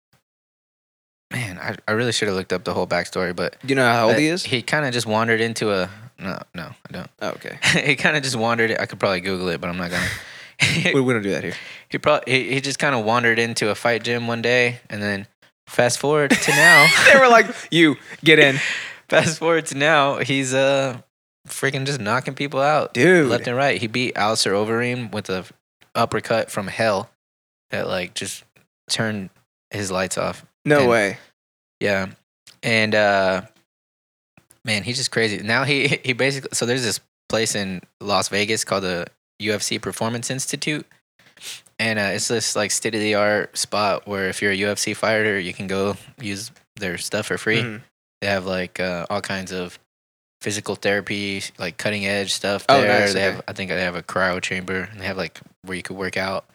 man. I I really should have looked up the whole backstory, but
Do you know how old he is?
He kind of just wandered into a no, no, I don't.
Oh, okay.
he kind of just wandered. I could probably Google it, but I'm not
We,
gonna.
we don't do that here.
he probably he, he just kind of wandered into a fight gym one day, and then fast forward to now.
they were like, you get in,
fast forward to now, he's uh freaking just knocking people out
dude.
left and right. He beat Alistair Overeem with a uppercut from hell that like just turned his lights off.
no
and-
way.
Yeah. And uh man, he's just crazy. Now he he basically so there's this place in Las Vegas called the UFC Performance Institute. And uh, it's this like state of the art spot where if you're a UFC fighter, you can go use their stuff for free.
Mhm.
They have like uh, all kinds of physical therapy, like cutting edge stuff
Oh,
there.
nice,
They
okay.
have, I think they have a cryo chamber, and they have like where you could work out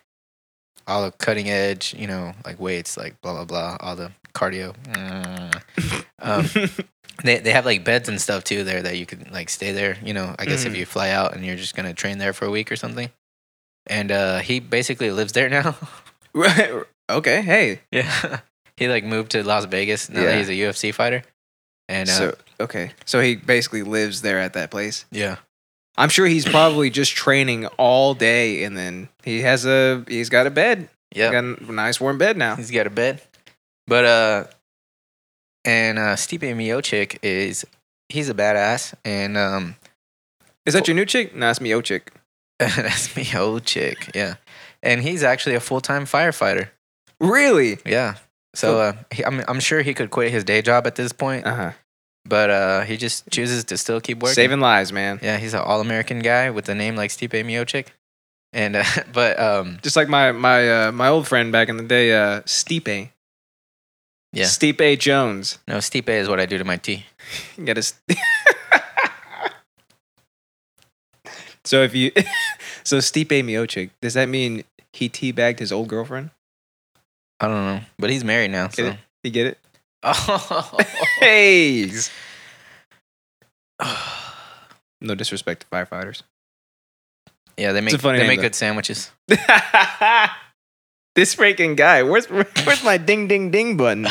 all the cutting edge, you know, like weights, like blah blah blah, all the cardio. um,
Mm-hmm.
they they have like beds and stuff too there that you could like stay there. You know, I guess if
Mhm.
you fly out and you're just gonna train there for a week or something. And uh, he basically lives there now. Um.
Right. okay, hey.
yeah, he like moved to Las Vegas now
Yeah.
that he's a UFC fighter. And uh,
So okay, so he basically lives there at that place.
yeah,
I'm sure he's probably just training all day, and then he has a he's got a bed.
yeah.
He got a nice warm bed now.
He's got a bed. But uh and uh Stipe Miocic is he's a badass and um
Is that your new chick? No, it's Mio chick.
that's Miocic, yeah. And he's actually a full-time firefighter.
Really?
Yeah. So uh, he, I'm I'm sure he could quit his day job at this point,
Uh huh.
but uh, he just chooses to still keep working.
Saving lives, man.
Yeah, he's an all-American guy with a name like Stipe Miocic, and uh, but um
Just like my my uh, my old friend back in the day, uh, Stipe.
Yeah.
Stipe Jones.
no Stipe is what I do to my tea.
You gotta st- so if you, so Stipe Miocic, does that mean he teabagged his old girlfriend?
I don't know, but he's married now.
Get
So.
it? You get it?
Oh.
Hey. No disrespect to firefighters.
yeah, they make
a funny
they
name,
make
though.
good sandwiches.
this freaking guy. Where's where's my ding ding ding button?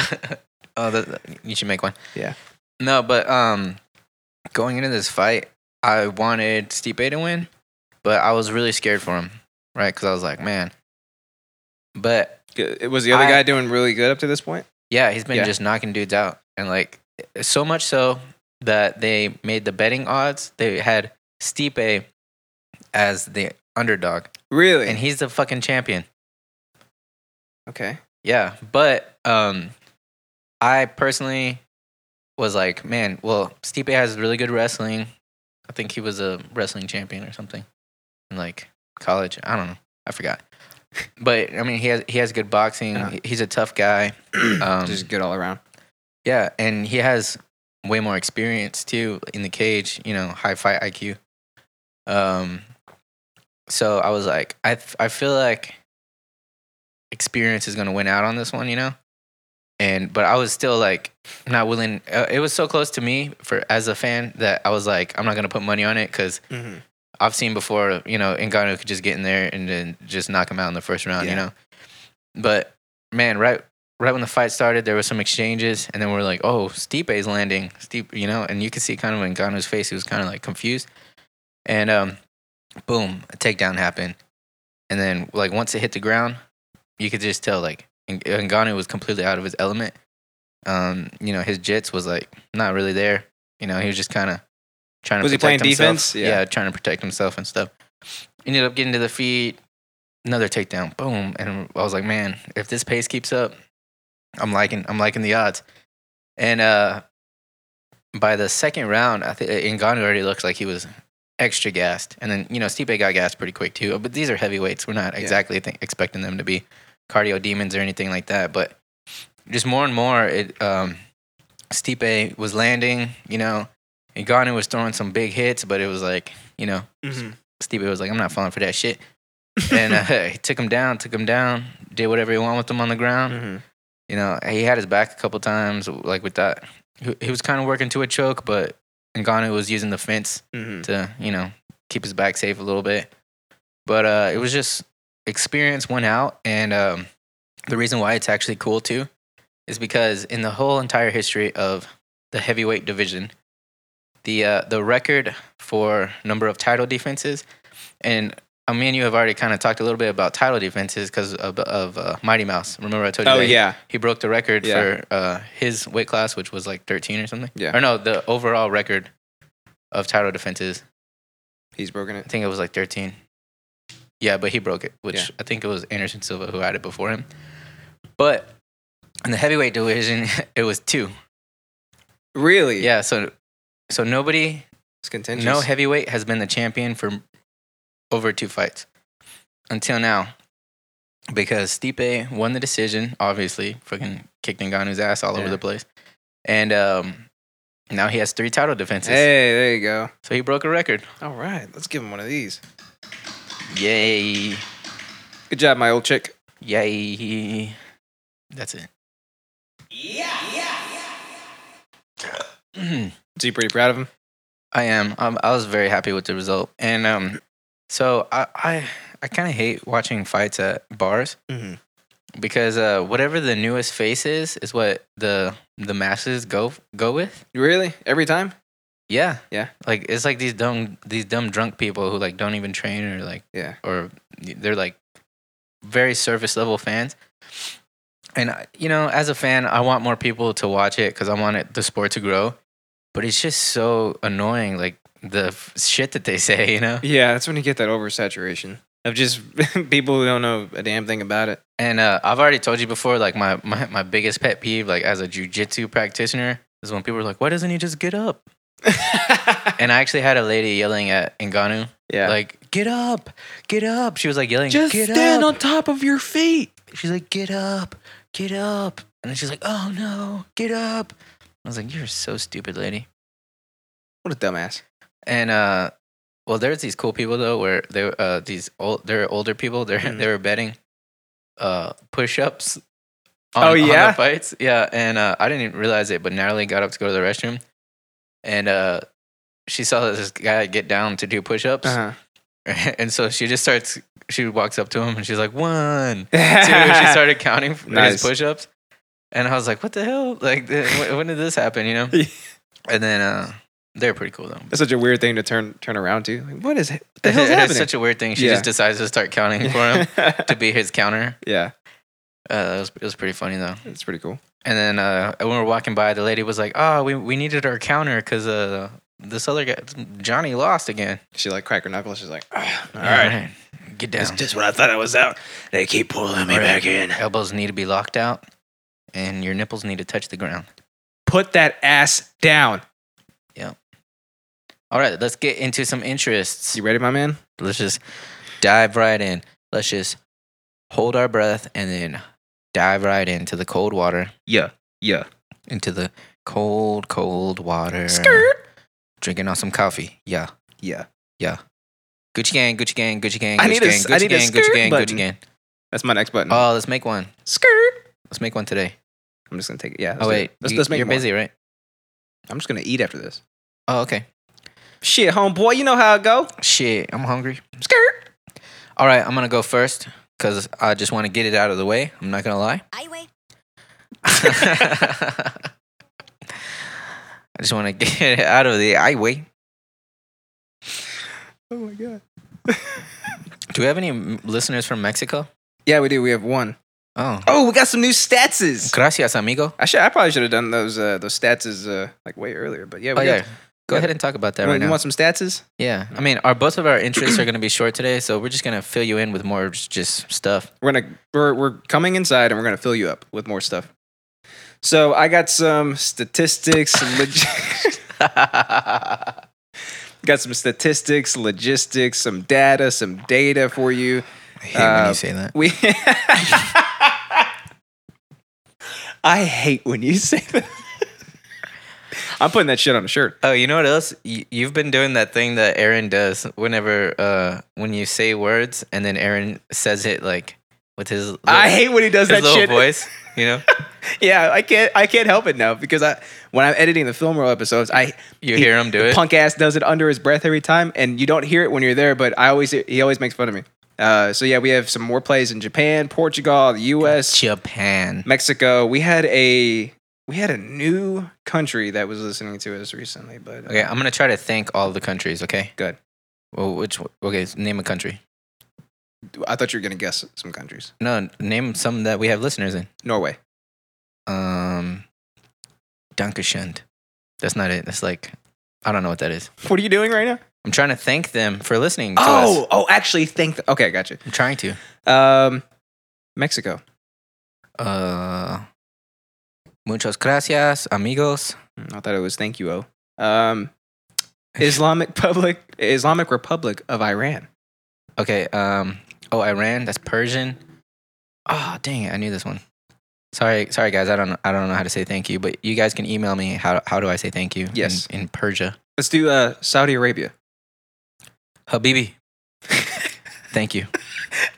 Oh, that, that- you should make one.
Yeah.
No, but um, going into this fight, I wanted Stipe to win, but I was really scared for him, right? Because I was like, man. But
It was the other
I-
guy doing really good up to this point.
yeah, he's been
Yeah.
just knocking dudes out, and like so much so that they made the betting odds. They had Stipe as the underdog,
Really?
and he's the fucking champion.
okay.
Yeah, but um, I personally was like, man, well, Stipe has really good wrestling. I think he was a wrestling champion or something in like college. I don't know. I forgot. But I mean, he has he has good boxing.
Yeah.
He- He's a tough guy. Um,
Just good all around.
yeah, and he has way more experience too in the cage. You know, high fight IQ. Um, so I was like, I f- I feel like experience is gonna win out on this one, you know. And but I was still like not willing. Uh, it was so close to me for as a fan that I was like, I'm not gonna put money on it because
Mm-hmm.
I've seen before, you know, Ngannou could just get in there and then just knock him out in the first round, you
Yeah.
know. But man, right right when the fight started, there were some exchanges, and then we are like, oh, Stipe's landing, Stipe, you know, and you could see kind of Ngannou's face; he was kind of like confused, and um, boom, a takedown happened, and then like once it hit the ground, you could just tell like Ng- Ngannou was completely out of his element. Um, you know, his jits was like not really there. You know, he was just kind of trying to
Was he
protect
playing
himself.
defense?
Yeah.
Yeah.
trying to protect himself and stuff. Ended up getting to the feet, another takedown, boom, and I was like, man, if this pace keeps up, I'm liking I'm liking the odds. And uh, by the second round, I think Ngannou already looked like he was extra gassed, and then you know Stipe got gassed pretty quick too. But these are heavyweights; we're not
Yeah.
exactly th- expecting them to be cardio demons or anything like that. But just more and more, it um, Stipe was landing. You know, Ngannou was throwing some big hits, but it was like you know
Mm-hmm.
Stipe was like, "I'm not falling for that shit," and uh, he took him down, took him down, did whatever he wanted with him on the ground.
Mm. Mm-hmm.
You know, he had his back a couple times, like with that. He, he was kind of working to a choke, but Ngannou was using the fence
Mm-hmm.
to, you know, keep his back safe a little bit. But uh, it was just experience went out. And um, the reason why it's actually cool too is because in the whole entire history of the heavyweight division, the, uh, the record for number of title defenses, and uh, me and you have already kind of talked a little bit about title defenses because of, of uh, Mighty Mouse. Remember I told you
Oh
that he-
yeah.
he broke the record
Yeah.
for uh, his weight class, which was like 13 or something.
Yeah.
Or no, the overall record of title defenses.
He's broken
I
it.
think it was like 13. Yeah, but he broke it, which
Yeah.
I think it was Anderson Silva who had it before him. But in the heavyweight division, it was two.
Really?
Yeah. So, so nobody,
It's contentious.
no heavyweight has been the champion for over two fights until now. Because Stipe won the decision, obviously, fucking kicked Ngannou's ass all over
Yeah.
the place. And um, now he has three title defenses.
Hey, there you go.
So he broke a record.
All right, let's give him one of these.
Yay.
Good job, my old chick.
Yay. E That's it. Yeah, yeah, yeah.
So you pretty proud of him?
I am. Um, I was very happy with the result, and um, so I I, I kind of hate watching fights at bars
Mhm.
because uh, whatever the newest face is is what the the masses go go with.
Really? Every time?
Yeah,
Yeah.
Like it's like these dumb these dumb drunk people who like don't even train or like
Yeah.
or they're like very surface level fans. And I- you know, as a fan, I want more people to watch it because I want it, the sport to grow. But it's just so annoying, like the f- shit that they say. You know?
Yeah, that's when you get that oversaturation. of just people who don't know a damn thing about it.
And uh, I've already told you before, like my, my, my biggest pet peeve, like as a jujitsu practitioner, is when people are like, "Why doesn't he just get up?" And I actually had a lady yelling at Nganu,
yeah.
like, "Get up, get up!" She was like yelling, "Get up!"
on top of your feet.
she's like, "Get up, get up!" And then she's like, "Oh no, get up!" I was like, "You're so stupid, lady."
What a dumbass.
And uh, well, there's these cool people though, where they uh these old they're older people. They are
Mhm.
they were betting, uh, push ups.
Oh, yeah?
fights. Yeah, and uh, I didn't even realize it, but Natalie got up to go to the restroom, and uh, she saw this guy get down to do push ups,
Uh-huh.
and so she just starts. She walks up to him and she's like one,
Dude,
two. she started counting for
Nice.
his push ups, and I was like, what the hell? Like, the, when, when did this happen? You know.
Yeah.
And then uh, they're pretty cool though.
That's such a weird thing to turn turn around to. Like, what is what the
It's
hell's happening?
such a weird thing. She
Yeah.
just decides to start counting for him to be his counter.
yeah,
Uh, it, was, it was pretty funny though.
it's pretty cool.
And then uh, when we were walking by, the lady was like, "Oh, we, we needed our counter because uh, this other guy Johnny lost again."
She like cracked her knuckles. She's like, "Ah, all
All
right,
right, get down.
just when I thought I was out, they keep pulling me
All right.
back in.
Elbows need to be locked out, and your nipples need to touch the ground.
Put that ass down.
All right, let's get into some interests.
You ready, my man?
Let's just dive right in. Let's just hold our breath and then dive right into the cold water.
Yeah, yeah.
into the cold, cold water.
Skirt.
Drinking on some coffee. Yeah.
Yeah.
Gucci gang, Gucci gang, Gucci gang, Gucci
I need a
gang,
s-
Gucci
I need a
gang, Gucci
skirt
gang,
button.
Gucci gang.
That's my next button.
Oh, let's make one.
Skirt.
Let's make one today.
I'm just gonna take it. Yeah. let's
oh
do it.
wait,
Let's,
you,
let's make
you're
more.
busy, right?
I'm just gonna eat after this.
Oh, okay.
Shit, homeboy, you know how it go.
Shit, I'm hungry.
Skirt.
All right, I'm gonna go first because I just want to get it out of the way. I'm not gonna lie.
I wait.
I just want to get it out of the highway.
Oh my god.
Do we have any m- listeners from Mexico?
Yeah, we do. We have one.
Oh,
Oh, we got some new statses.
gracias, amigo.
I should. I probably should have done those uh, those statses uh, like way earlier. But yeah, we
Oh
got-
yeah, go
yeah.
ahead and talk about that
you,
right now.
want some statses?
Yeah, I mean, our both of our interests are going to be short today, so we're just going to fill you in with more s- just stuff.
We're gonna we're we're coming inside and we're gonna fill you up with more stuff. So I got some statistics. some log- got some statistics, logistics, some data, some data for you.
I
hate when you
say that.
We. I hate when you say that. I'm putting that shit on a shirt.
Oh, you know what else? You, you've been doing that thing that Aaron does whenever uh when you say words and then Aaron says it like with his little,
I hate when he does
his
that
little
shit.
voice. You know,
Yeah, I can't. I can't help it now because I when I'm editing the film roll episodes, I
you hear him do it.
punk ass does it under his breath every time, and you don't hear it when you're there. But I always he always makes fun of me. Uh, so yeah, we have some more plays in Japan, Portugal, the U.S.,
Japan.
Mexico. We had a we had a new country that was listening to us recently, but uh,
Okay, I'm gonna try to thank all the countries. Okay,
Good.
Well, which one- okay? s- Name a country.
I thought you were gonna guess some countries.
No, n- name some that we have listeners in.
Norway.
um Dankeschön. That's not it. That's like I don't know what that is.
What are you doing right now?
I'm trying to thank them for listening to
Oh,
us.
oh, actually, thank. The, okay, gotcha.
I'm trying to.
Um, Mexico.
Uh Muchas gracias, amigos.
Mm, I thought it was thank you. Oh, um, Islamic public Islamic Republic of Iran.
Okay, um oh Iran, that's Persian. Oh, dang it. I knew this one. Sorry, sorry guys. I don't I don't know how to say thank you, but you guys can email me how how do I say thank you
Yes.
in, in Persia.
Let's do uh, Saudi Arabia.
Habibi. thank you.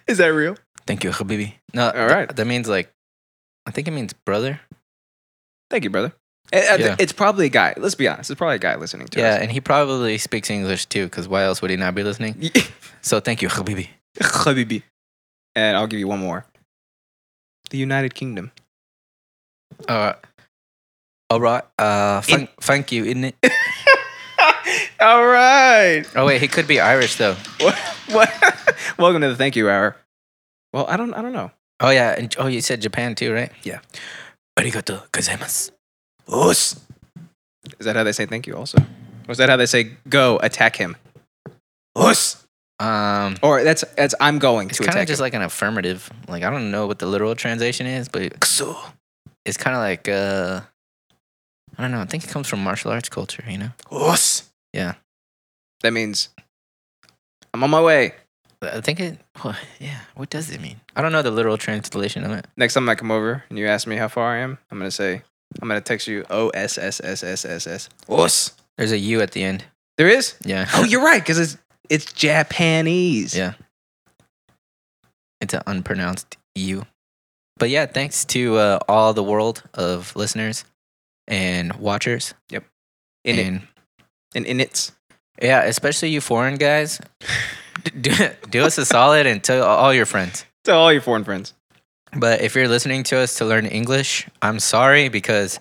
Is that real?
Thank you, Habibi. No, All right.
right.
that means like I think it means brother.
Thank you, brother. I- I thi-
Yeah.
It's probably a guy. Let's be honest. It's probably a guy listening to
Yeah, and he probably speaks English too, because why else would he not be listening?
us. Yeah.
So thank you, Habibi.
Habibi. And I'll give you one more. The United Kingdom.
Uh, all right. Uh, fun-
In-
thank you, isn't it?
All right.
Oh wait, he could be Irish though.
What, what? Welcome to the thank you hour. Well, I don't. I don't know.
Oh yeah, and oh you said Japan too, right?
Yeah.
Arigato gozaimasu.
Us. Is that how they say thank you? Also, or is that how they say go attack him? Us.
Um,
Or that's that's I'm going
it's
to
kind of
attack.
just
him.
like an affirmative. Like I don't know what the literal translation is, but "Ksu." it's kind of like uh, I don't know. I think it comes from martial arts culture. You know,
Wuss.
Yeah.
That means I'm on my way.
But I think it. Well, yeah, what does it mean? I don't know the literal translation of it.
Next time I come over and you ask me how far I am, I'm gonna say I'm gonna text you O S S S S S S. Wuss.
There's a U at the end.
There is.
Yeah,
Oh, you're right, because it's it's Japanese.
Yeah. it's an unpronounced U. But yeah, thanks to uh, all the world of listeners and watchers.
In it,
and
in, in its.
yeah, especially you foreign guys. do, do us a solid and tell all your friends.
To all your foreign friends.
But if you're listening to us to learn English, I'm sorry because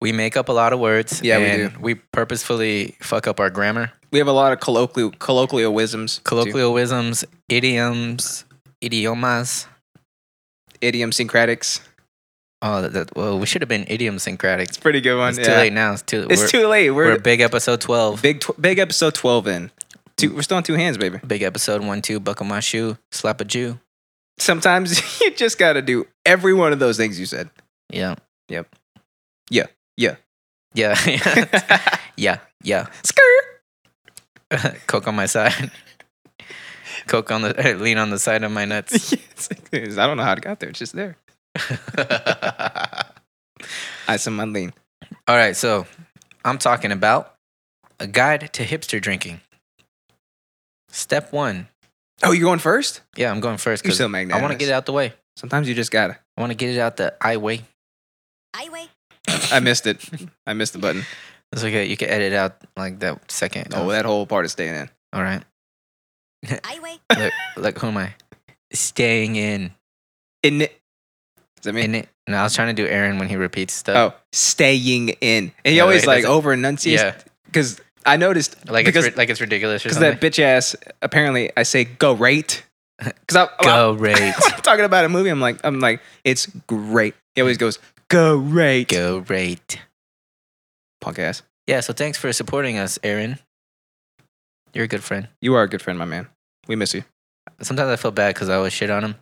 we make up a lot of words.
Yeah, we
and we purposefully fuck up our grammar,
We have a lot of colloquial colloquialisms, too.
colloquialisms, idioms, idiomas.
idiosyncratics.
Oh, that, that, well, we should have been idiosyncratic.
It's a pretty good one.
It's
yeah.
too late now. It's too.
It's
we're,
too late. We're,
we're big episode twelve. Big,
big tw- big episode twelve in. Two, we're still on two hands, baby.
episode one two. Buckle my shoe. Slap a Jew.
Sometimes you just gotta do every one of those things you said.
Yeah.
Yep. Yeah, yeah.
Yeah. Yeah. yeah. Yeah.
Skirt.
Coke on my side. Coke on the lean on the side of my nuts.
Yes. I don't know how it got there. It's just there. I some lean.
All right, so I'm talking about a guide to hipster drinking. Step one.
Oh, you're going first?
Yeah, I'm going first
You're
because
so
I
magnanimous.
want to get it out the way.
Sometimes you just gotta.
I want to get it out the I way.
Highway?
I missed it. I missed the button.
It's okay. You can edit out like that second.
Oh,
of-
that whole part is staying in.
All right.
Highway?
Look, look, who am I? Staying in.
In it. Does that mean?
In it. No, I was trying to do Aaron when he repeats stuff.
Oh, staying in. And he
Yeah,
always
right,
like
that's it.
over enunciates.
yeah.
Because I noticed.
Like,
because
it's, ri- like it's ridiculous or
Because
something.
that bitch ass, apparently, I say go rate. Because I, I,
Go rate.
when I'm talking about a movie, I'm like, I'm like, it's great. He always goes, go rate.
Go rate.
Punk ass.
Yeah, so thanks for supporting us, Aaron. You're a good friend.
You are a good friend, my man. We miss you.
Sometimes I feel bad because I always shit on him.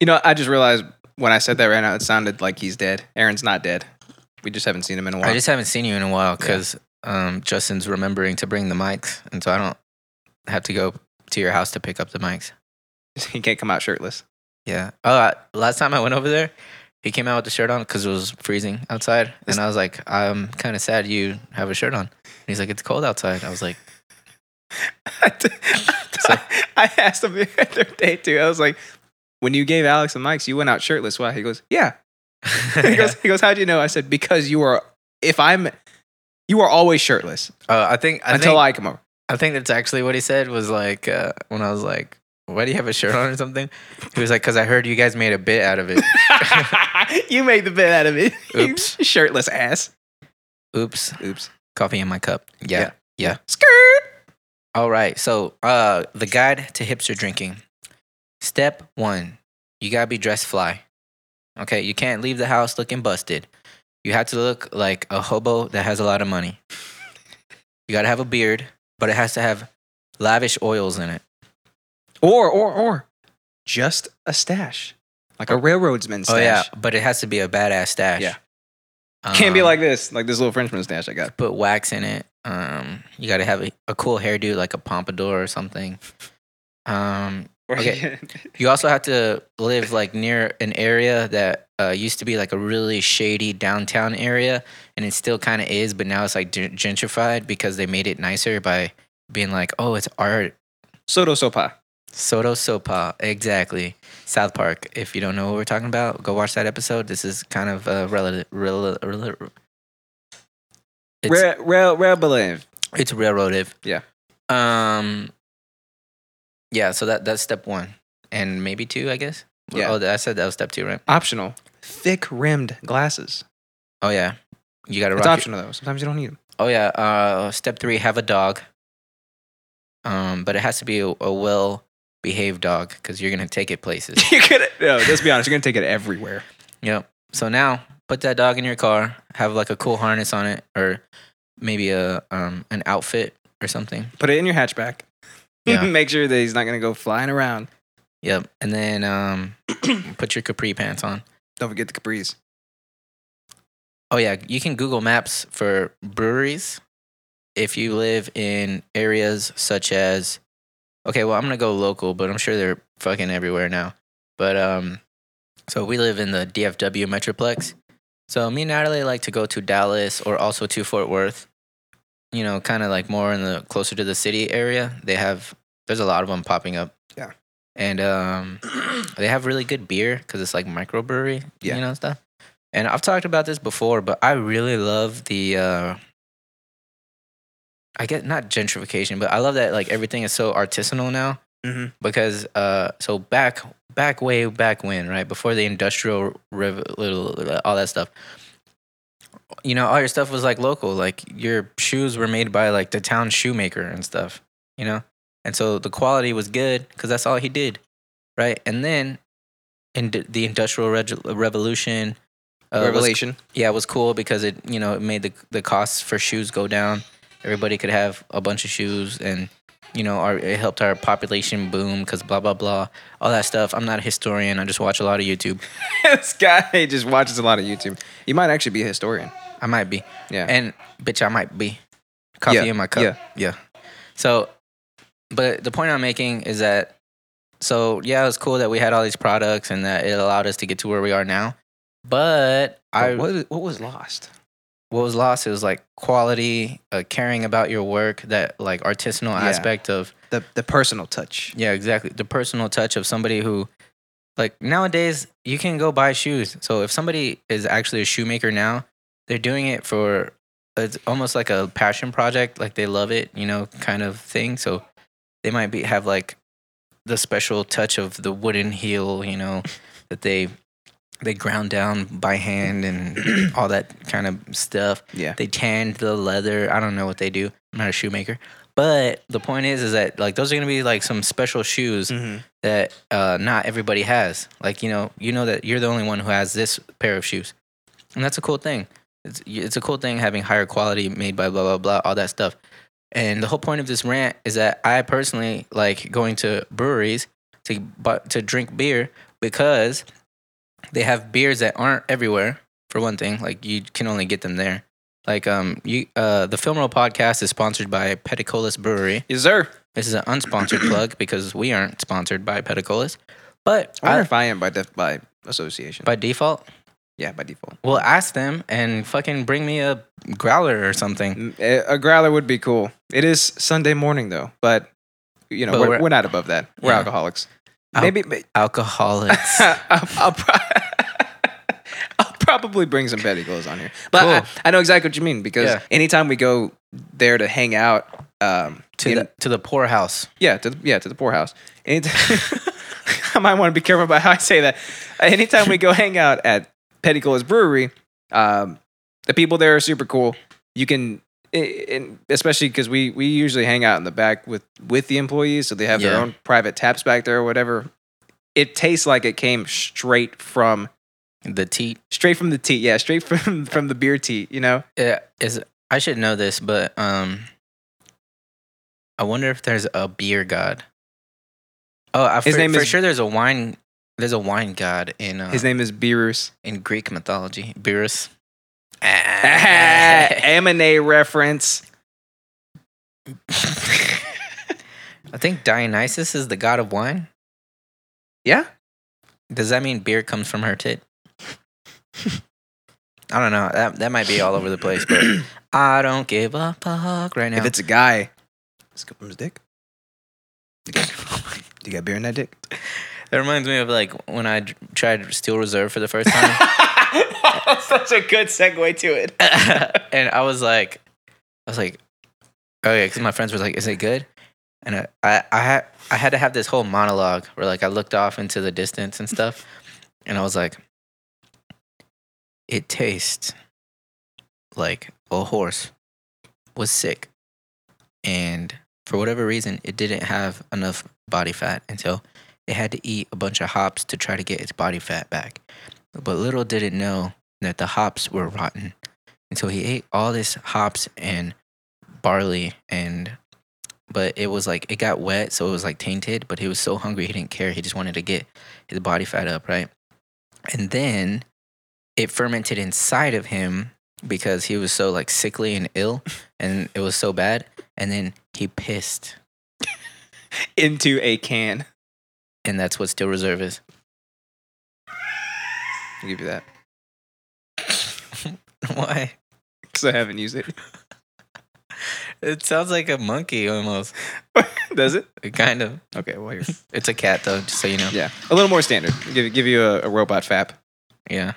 You know, I just realized when I said that right now, it sounded like he's dead. Aaron's not dead. We just haven't seen him in a while.
I just haven't seen you in a while
Yeah.
because um, Justin's remembering to bring the mics, and so I don't have to go to your house to pick up the mics.
he can't come out shirtless.
Yeah. Oh, I, last time I went over there, he came out with the shirt on because it was freezing outside, and I was like, "I'm kind of sad you have a shirt on." And he's like, "It's cold outside." I was like,
I asked him the other day too. I was like, when you gave Alex and Mike's, you went out shirtless. Why? He goes, yeah. He goes, he goes, how'd you know? I said, because you are, if I'm, you are always shirtless
Uh, "I think I
until
think,
I come over.
I think that's actually what he said was like uh, when I was like, "Why do you have a shirt on or something?" He was like, "Cause I heard you guys made a bit out of it."
you made the bit out of it. you
Oops.
shirtless ass.
Oops.
Oops.
Coffee in my cup.
Yeah.
yeah.
Skirt.
All right. So, uh, the guide to hipster drinking. Step one, you gotta be dressed fly. Okay, you can't leave the house looking busted. You have to look like a hobo that has a lot of money. You gotta have a beard, but it has to have lavish oils in it.
Or, or, or just a stash, like a railroadsman
Oh
stash.
yeah, but it has to be a badass stash.
Yeah. Can't be
Um,
like this, like this little Frenchman stash I got.
put wax in it. Um, you gotta have a, a cool hairdo, like a pompadour or something. Um, Okay. You also have to live like near an area that uh, used to be like a really shady downtown area, and it still kind of is, but now it's like gen- gentrified because they made it nicer by being like, oh, it's art.
Soto sopa.
Soto Sopa, exactly. South Park. If you don't know what we're talking about, go watch that episode. This is kind of uh, relative. Rel- rel- it's,
Rail, rail, rail balloon.
it's railroaded.
Yeah.
Um. Yeah. So that that's step one, and maybe two, I guess.
Yeah.
Oh, I said that was step two, right?
Optional. Thick rimmed glasses.
Oh yeah, you got to rock.
It's
your-
optional though. Sometimes you don't need them.
oh yeah. Uh, step three: have a dog. Um, but it has to be a, a well-behaved dog because you're gonna take it places.
you're gonna no. Let's be honest. You're gonna take it everywhere.
yep. So now put that dog in your car. Have like a cool harness on it, or maybe a um an outfit or something.
Put it in your hatchback.
Yeah.
Make sure that he's not gonna go flying around.
Yep. And then um, put your capri pants on.
Don't forget the capris.
Oh yeah, you can Google Maps for breweries if you live in areas such as Okay, well I'm going to go local, but I'm sure they're fucking everywhere now. But um so we live in the DFW Metroplex. So me and Natalie like to go to Dallas or also to Fort Worth. You know, kind of like more in the closer to the city area. They have there's a lot of them popping up.
Yeah.
And um they have really good beer cuz it's like microbrewery,
Yeah.
you know stuff. And I've talked about this before, but I really love the uh I get not gentrification, but I love that like everything is so artisanal now
Mhm.
because uh so back back way back when, right? Before the industrial rev- little all that stuff. You know, all your stuff was like local. Like your shoes were made by like the town shoemaker and stuff, you know? And so the quality was good cuz that's all he did, right? And then in d- the industrial reg- revolution uh, was-
Revelation.
yeah, it was cool because it you know it made the the costs for shoes go down. Everybody could have a bunch of shoes, and you know our, it helped our population boom because blah blah blah, all that stuff. I'm not a historian. I just watch a lot of YouTube.
this guy just watches a lot of YouTube. You might actually be a historian.
I might be,
Yeah.
and bitch, I might be. Coffee
Yeah,
in my cup.
yeah.
yeah. So, but the point I'm making is that so yeah, it was cool that we had all these products and that it allowed us to get to where we are now. But I
But what, what was lost?
what was lost is like quality, uh, caring about your work, that like artisanal
Yeah.
aspect of
The the personal touch.
yeah, exactly the personal touch of somebody who like nowadays you can go buy shoes. So if somebody is actually a shoemaker now, they're doing it for it's almost like a passion project, like they love it, you know, kind of thing. So they might be have like the special touch of the wooden heel, you know, that they they ground down by hand and all that kind of stuff
Yeah.
they tanned the leather. I don't know what they do. I'm not a shoemaker. But the point is, is that like those are gonna be like some special shoes
Mm-hmm.
that uh, not everybody has. Like you know, you know that you're the only one who has this pair of shoes, and that's a cool thing. It's it's a cool thing having higher quality made by blah blah blah all that stuff. And the whole point of this rant is that I personally like going to breweries to but to drink beer because they have beers that aren't everywhere. For one thing, like you can only get them there. Like um, you uh, the Film Roll podcast is sponsored by Peticolis Brewery.
Yes, sir.
This is an unsponsored plug because we aren't sponsored by Pedicolis. But
I wonder
I,
if I am by def- by association.
by default,
yeah, by default.
we'll ask them and fucking bring me a growler or something.
Mm, A a growler would be cool. It is Sunday morning though, but you know
But
we're, we're,
we're-
not above that. We're
Yeah.
alcoholics.
Al-
Maybe. may-
Alcoholics.
I'll, I'll, pro- I'll probably bring some petticoats on here, but
Cool.
I, I know exactly what you mean because
Yeah.
anytime we go there to hang out, um,
to
in-
the to the poorhouse.
yeah, to the, yeah, to the poorhouse. Anytime, I might want to be careful about how I say that. Anytime we go hang out at Petticoat's Brewery, um, the people there are super cool. You can, i- in, especially because we we usually hang out in the back with with the employees, so they have their
Yeah.
own private taps back there or whatever. It tastes like it came straight from
The teat.
straight from the tea, yeah, straight from from the beer tea. You know,
Yeah, uh, is I should know this, but um, I wonder if there's a beer god. Oh, I,
His
for,
name
for
is-
sure there's a wine. There's a wine god in uh,
his name is Beerus.
in Greek mythology. Beerus.
M&A reference.
I think Dionysus is the god of wine.
Yeah.
Does that mean beer comes from her tit? I don't know. That that might be all over the place, but I don't give a fuck right now.
If it's a guy, scoop him his dick. You got, you got beer in that dick?
That reminds me of like when I d- tried Steel Reserve for the first time,
That's such a good segue to it.
and I was like, I was like, oh yeah, because my friends were like, "Is it good?" And I I I had I had to have this whole monologue where like I looked off into the distance and stuff, and I was like, it tastes like a horse was sick, and for whatever reason, it didn't have enough body fat, and so it had to eat a bunch of hops to try to get its body fat back. But little did it know that the hops were rotten. And so he ate all this hops and barley and but it was like it got wet, so it was like tainted. But he was so hungry, he didn't care. He just wanted to get his body fat up, right? And then it fermented inside of him because he was so like sickly and ill, and it was so bad. And then he pissed,
into a can.
and that's what Steel Reserve is.
I'll give you that
Why?
because I haven't used it.
It sounds like a monkey almost.
Does it?
Kind of.
Okay, well here.
It's a cat though, just so you know.
Yeah, a little more standard. Give give you a, a robot fap.
Yeah.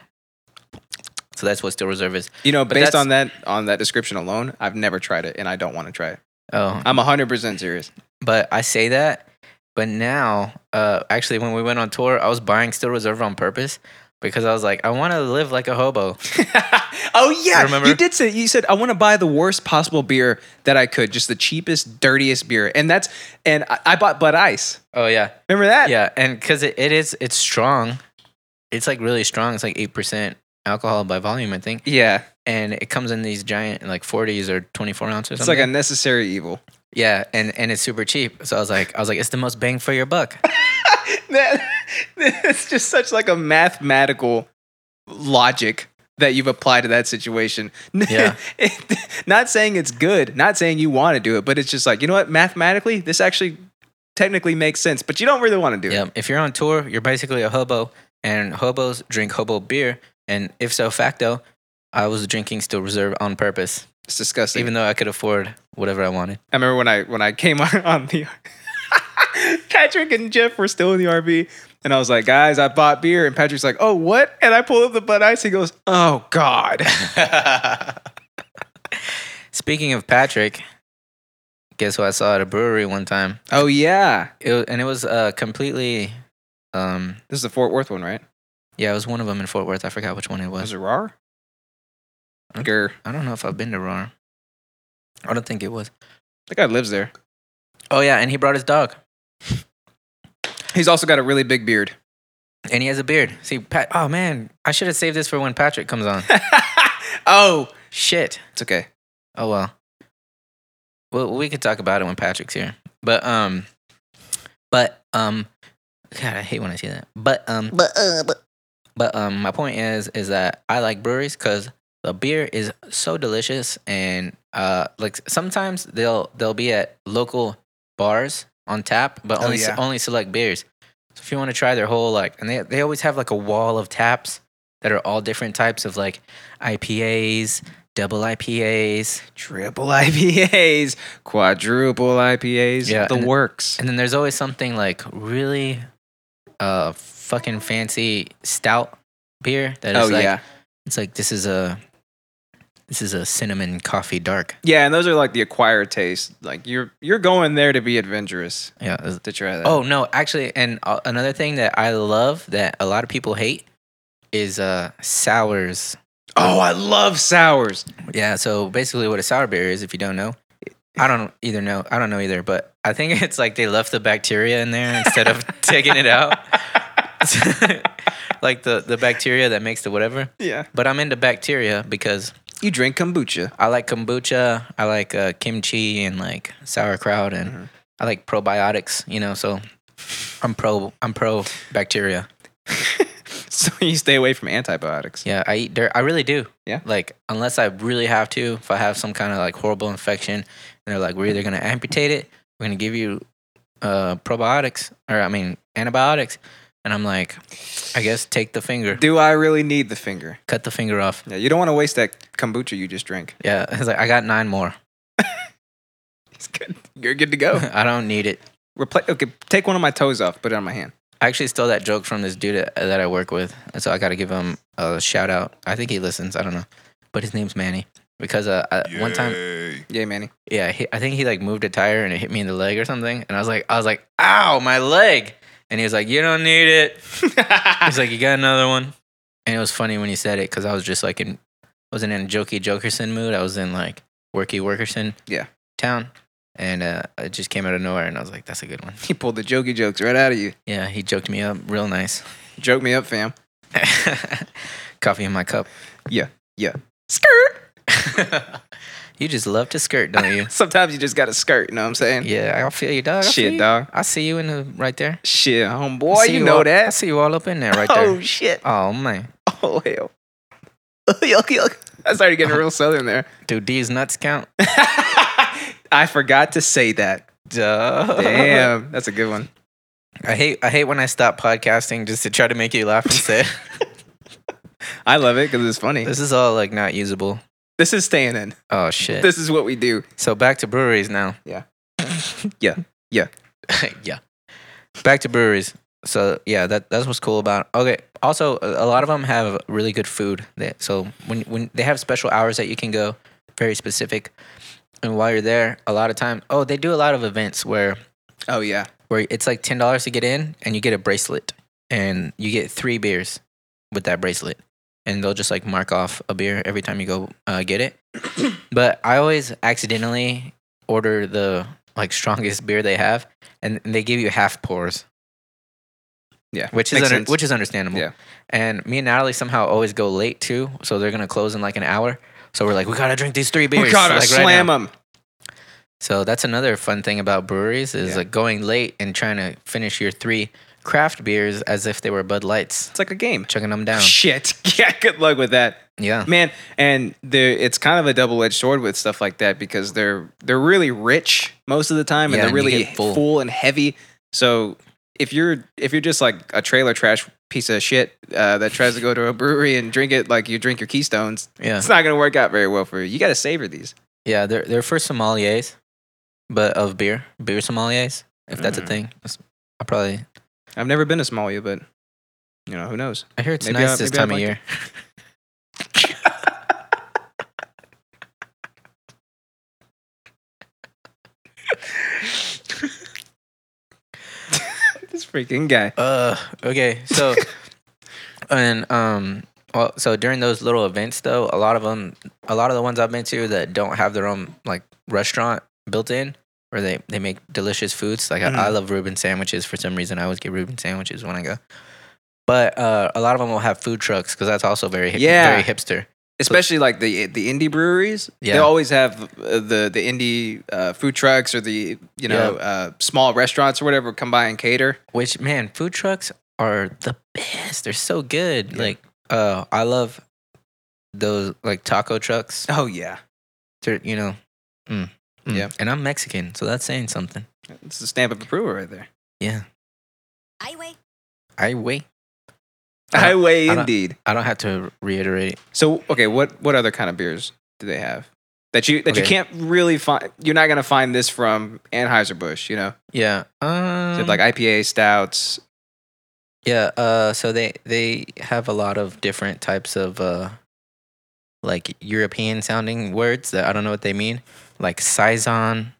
So that's what Steel Reserve is.
You know,
But
based
that's-
on that on that description alone, I've never tried it, and I don't want to try it.
Oh,
I'm 100 percent serious.
but I say that, but now, uh, actually, when we went on tour, I was buying Steel Reserve on purpose because I was like, I want to live like a hobo.
oh yeah,
Remember?
you did say you said I want to buy the worst possible beer that I could, just the cheapest, dirtiest beer, and that's and I, I bought Bud Ice.
Oh yeah,
Remember that?
yeah, and because it, it is, it's strong. It's like really strong. It's like eight percent alcohol by volume, I think,
yeah.
and it comes in these giant like forties or twenty four ounces.
It's like a necessary evil.
yeah, and and it's super cheap. So I was like, I was like, it's the most bang for your buck.
that it's just such like a mathematical logic that you've applied to that situation.
Yeah.
not saying it's good, not saying you want to do it, but it's just like, you know what, mathematically, this actually technically makes sense, but you don't really want to do it.
Yeah, if you're on tour, you're basically a hobo, and hobos drink hobo beer. And if so facto, I was drinking Steel Reserve on purpose,
It's disgusting.
even though I could afford whatever I wanted.
I remember when I when I came on, on the Patrick and Jeff were still in the RV, and I was like, guys, I bought beer, and Patrick's like, oh what? And I pull up the Bud Ice, he goes, oh god.
Speaking of Patrick, guess who I saw at a brewery one time?
oh yeah,
It was, and it was uh, completely, um,
this is the Fort Worth one, right?
yeah, it was one of them in Fort Worth. I forgot which one it was.
Was it RAR?
Huh?
Grr.
I don't know if I've been to Roar. I don't think it was.
That guy lives there.
Oh yeah, and he brought his dog,
He's also got a really big beard.
and he has a beard. See, Pat. Oh man, I should have saved this for when Patrick comes on.
oh,
Shit.
it's okay.
Oh well. Well, we could talk about it when Patrick's here. But um, but um, God, I hate when I see that. But um, but uh, but, but um, my point is is that I like breweries because the beer is so delicious and uh, like sometimes they'll they'll be at local bars on tap, but
Oh,
only se-
yeah.
only select beers. So if you want to try their whole like, and they they always have like a wall of taps that are all different types of like IPAs, double IPAs,
Triple IPAs, quadruple IPAs,
Yeah,
the
and-
works.
And then there's always something like really uh fucking fancy stout beer that is
Oh
like
yeah,
it's like this is a this is a cinnamon coffee dark.
yeah. And those are like the acquired taste. Like you're you're going there to be adventurous
Yeah. it's-
to try that.
Oh no, actually and uh, another thing that I love that a lot of people hate is uh sours.
oh, I love sours.
Yeah, so basically what a sour beer is if you don't know I don't either know. I don't know either, but I think it's like they left the bacteria in there instead of taking it out. like the the bacteria that makes the whatever.
yeah,
But I'm into bacteria because
you drink kombucha.
I like kombucha, I like uh, kimchi and like sauerkraut, and
Mhm.
I like probiotics. You know, so I'm pro. I'm pro bacteria.
So you stay away from antibiotics.
Yeah, I eat dirt. I really do.
Yeah.
Like unless I really have to, if I have some kind of like horrible infection, and they're like, we're either gonna amputate it, we're gonna give you uh, probiotics, or I mean antibiotics, and I'm like, I guess take the finger,
Do I really need the finger?
cut the finger off.
Yeah, you don't want to waste that kombucha you just drank.
Yeah, it's like I got nine more.
It's good. You're good to go.
I don't need it.
Repla- okay, take one of my toes off, put it on my hand.
I actually stole that joke from this dude that- that I work with, and so I got to give him a shout out. I think he listens. I don't know, but his name's Manny because uh, I, one time,
Yay, Manny.
yeah, he, I think he like moved a tire and it hit me in the leg or something, and I was like, I was like, ow, my leg, and he was like, you don't need it. He's like, you got another one, and it was funny when he said it because I was just like in, I wasn't in a jokey Jokerson mood. I was in like worky Workerson,
Yeah.
town, and uh, it just came out of nowhere, and I was like, that's a good one.
he pulled the jokey jokes right out of you.
Yeah, he joked me up real nice.
Joke me up, fam.
Coffee in my cup.
Skirt.
no, You just love to skirt, don't you?
Sometimes you just got to skirt, you know what I'm saying?
yeah, I feel you, dog. I feel
Shit,
you.
dog.
I see you in the right there.
Shit,
I
homeboy,
see
you know
all- I
that.
see you all up in there right there.
Oh, shit.
Oh man,
Oh, hell. yuck, yuck. I started getting real southern there.
do these nuts count?
I forgot to say that.
Duh.
Damn, that's a good one.
I hate I hate when I stop podcasting just to try to make you laugh and say
I love it because it's funny.
this is all like not usable.
This is staying in.
Oh shit.
This is what we do.
so back to breweries now.
Yeah. Yeah. Yeah.
yeah. Back to breweries. So yeah, that that's what's cool about. Okay. Also, a a lot of them have really good food. That so when when they have special hours that you can go, very specific. And while you're there, a lot of time. Oh, they do a lot of events where
Oh yeah.
where it's like ten dollars to get in, and you get a bracelet, and you get three beers with that bracelet, and they'll just like mark off a beer every time you go uh, get it. but I always accidentally order the like strongest beer they have, and and they give you half pours,
Yeah.
which is
Makes
under,
sense.
which is understandable.
Yeah.
And me and Natalie somehow always go late too, so they're gonna close in like an hour. So we're like, we gotta drink these three beers.
we gotta
like, right now."
Oh, slam them.
So that's another fun thing about breweries is
Yeah.
like going late and trying to finish your three craft beers as if they were Bud Lights,
It's like a game.
chugging them down.
Shit. Yeah. Good luck with that,
Yeah,
man. And there, it's kind of a double edged sword with stuff like that because they're they're really rich most of the time,
Yeah,
and they're
and you
really
get full.
full. and heavy. So if you're if you're just like a trailer trash piece of shit uh, that tries to go to a brewery and drink it like you drink your Keystones,
yeah,
it's not gonna work out very well for you. You gotta savor these.
yeah. They're they're for sommeliers, but of beer, beer sommeliers, if that's a
Mm.
thing. That's- I probably
I've never been to Somalia, but you know who knows.
I hear it's
Maybe
nice
I-
this
maybe I'd
time of
like
year.
This freaking guy.
Uh, okay. So, and um, well, so during those little events, though, a lot of them, a lot of the ones I've been to that don't have their own like restaurant built in, where they they make delicious foods. Like I, I love Reuben sandwiches for some reason. I always get Reuben sandwiches when I go. But uh, a lot of them will have food trucks because that's also very hip-
Yeah.
very hipster.
especially like the the indie breweries. They
Yeah.
always have uh, the the indie uh, food trucks or the you know uh, small restaurants or whatever come by and cater.
Which man, food trucks are the best. They're so good. Like uh, I love those like taco trucks.
Oh yeah,
they're, you know, mm, mm.
Yeah.
And I'm Mexican, so that's saying something.
it's the stamp of approval right there.
Yeah,
I wait.
I wait. I don't-
Highway
I don't-
indeed.
I don't have to reiterate.
So okay, what what other kind of beers do they have that you that you
Okay.
can't really find? You're not gonna find this from Anheuser Busch. You know,
Yeah.
They
Um,
have like IPA stouts.
yeah. Uh, so they they have a lot of different types of uh, like European sounding words that I don't know what they mean, like saison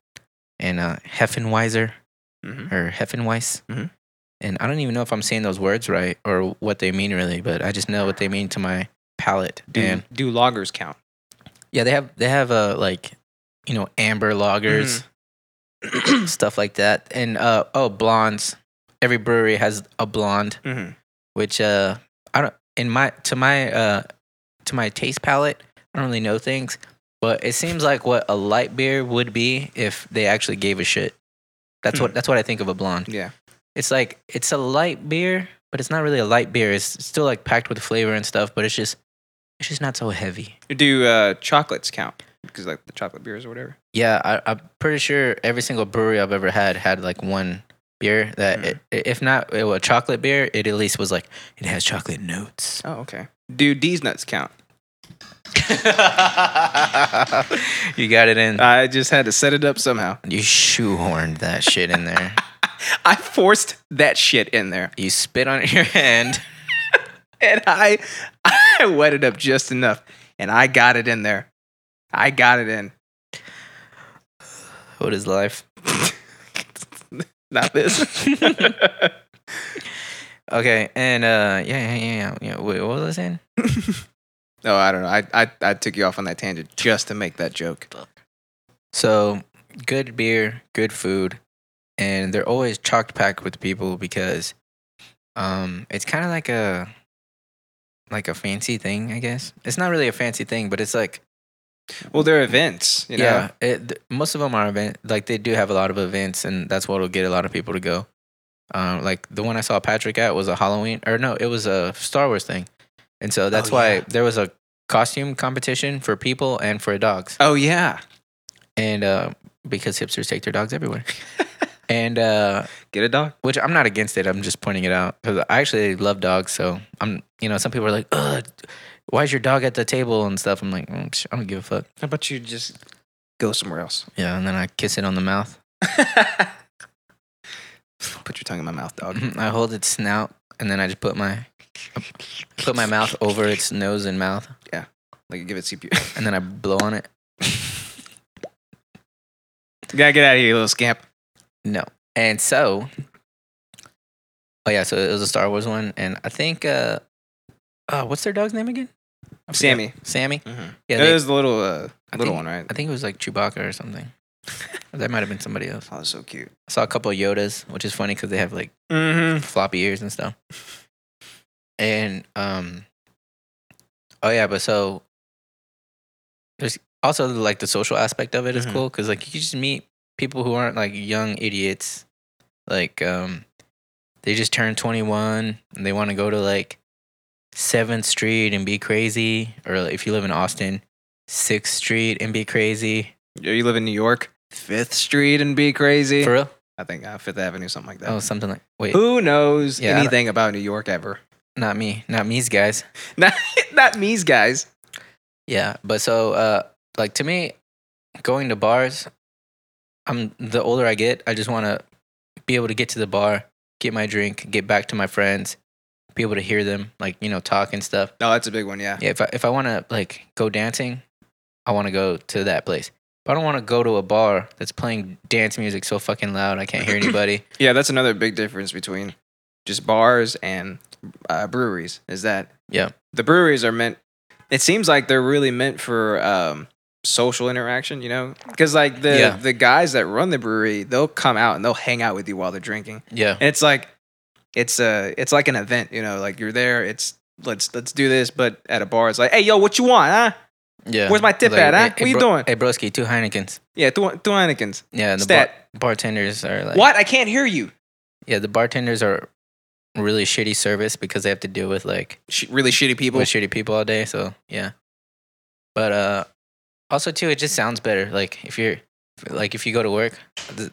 and uh, Heffenweiser
Mhm.
or Heffenweiss.
Mhm.
And I don't even know if I'm saying those words right or what they mean really, but I just know what they mean to my palate.
Do
and
do loggers count?
Yeah, they have they have uh, like you know amber loggers, stuff like that, and uh, oh blondes. Every brewery has a blonde,
Mm-hmm.
which uh, I don't in my to my uh, to my taste palette, I don't really know things, but it seems like what a light beer would be if they actually gave a shit. That's what that's what I think of a blonde.
Yeah.
It's like it's a light beer, but it's not really a light beer. It's still like packed with flavor and stuff, but it's just it's just not so heavy.
Do uh, chocolates count? Because like the chocolate beers or whatever.
Yeah, I, I'm pretty sure every single brewery I've ever had had like one beer that,
Mhm.
i- if not it, was a chocolate beer, it at least was like it has chocolate notes.
Oh okay. Do these nuts count?
you got it in.
I just had to set it up somehow.
You shoehorned that shit in there.
I forced that shit in there,
You spit on your hand.
and I I wet it up just enough, and I got it in there. I got it in.
What is life?
Not this.
Okay, and uh, yeah, yeah, yeah, yeah. yeah. Wait, what was I saying?
no, I don't know. I, I I took you off on that tangent just to make that joke.
So good beer, good food, and they're always chocked packed with people because um, it's kind of like a like a fancy thing, I guess. It's not really a fancy thing, but it's like
Well, they're events, you know.
Yeah, it, th- most of them are event. Like they do have a lot of events, and that's what'll get a lot of people to go. Um, like the one I saw Patrick at was a Halloween, or no, it was a Star Wars thing, and so that's
Oh,
why
yeah.
there was a costume competition for people and for dogs,
Oh yeah,
and uh, because hipsters take their dogs everywhere, and uh,
get a dog.
which I'm not against it. I'm just pointing it out because I actually love dogs. So I'm, you know, some people are like, "Ugh, why's your dog at the table and stuff?" I'm like, "Mm, psh, I don't give a fuck.
How about you just go somewhere else?
Yeah, and then I kiss it on the mouth.
Put your tongue in my mouth, dog.
I hold its snout and then I just put my put my mouth over its nose and mouth
Like give it CPU.
and then I blow on it.
you gotta get out of here, you little scamp.
No. And so Oh yeah, so it was a Star Wars one and I think uh uh what's their dog's name again? I forget.
Sammy.
Sammy?
Mm-hmm.
Yeah,
that
they-
is the little uh,
I
little
think-
one, right?
I think it was like Chewbacca or something. that might have been somebody else.
Oh, so cute.
I saw a couple of Yodas, which is funny because they have like
Mm-hmm.
floppy ears and stuff. And um oh yeah, but so there's also like the social aspect of it is
Mhm.
cool cuz like you just meet people who aren't like young idiots. Like um they just turned 21 and they want to go to like 7th Street and be crazy or if you live in Austin, 6th Street and be crazy.
You live in New York, Fifth Street, and be crazy.
For real?
I think uh, Fifth Avenue, something like that.
Oh, something like wait,
Who knows
Yeah, I don't-
anything about New York ever?
not me. Not me's guys.
Not, not me's guys.
Yeah, but so uh like to me going to bars I'm the older I get, I just want to be able to get to the bar, get my drink, get back to my friends, be able to hear them like, you know, talk and stuff.
No, Oh, that's a big one. Yeah.
Yeah, if I, if I want to like go dancing, I want to go to that place. But I don't want to go to a bar that's playing dance music so fucking loud I can't hear anybody.
Yeah, that's another big difference between just bars and uh, breweries is that
Yeah.
the breweries are meant. It seems like they're really meant for um, social interaction, you know, because like the
Yeah.
the guys that run the brewery, they'll come out and they'll hang out with you while they're drinking.
Yeah.
And it's like it's a it's like an event, you know, like you're there. It's let's let's do this, but at a bar, it's like, hey, yo, what you want, huh?
Yeah.
Where's my tip at, huh? What you doing?"
Hey, broski, two Heinekens.
Yeah, two, two Heinekens.
Yeah, the bar-
Stat.
bartenders are like
what? I can't hear you.
Yeah, the bartenders are really shitty service because they have to deal with like
Sh- really shitty people.
with shitty people all day. So yeah, but uh, also too, it just sounds better. Like if you're like if you go to work, th-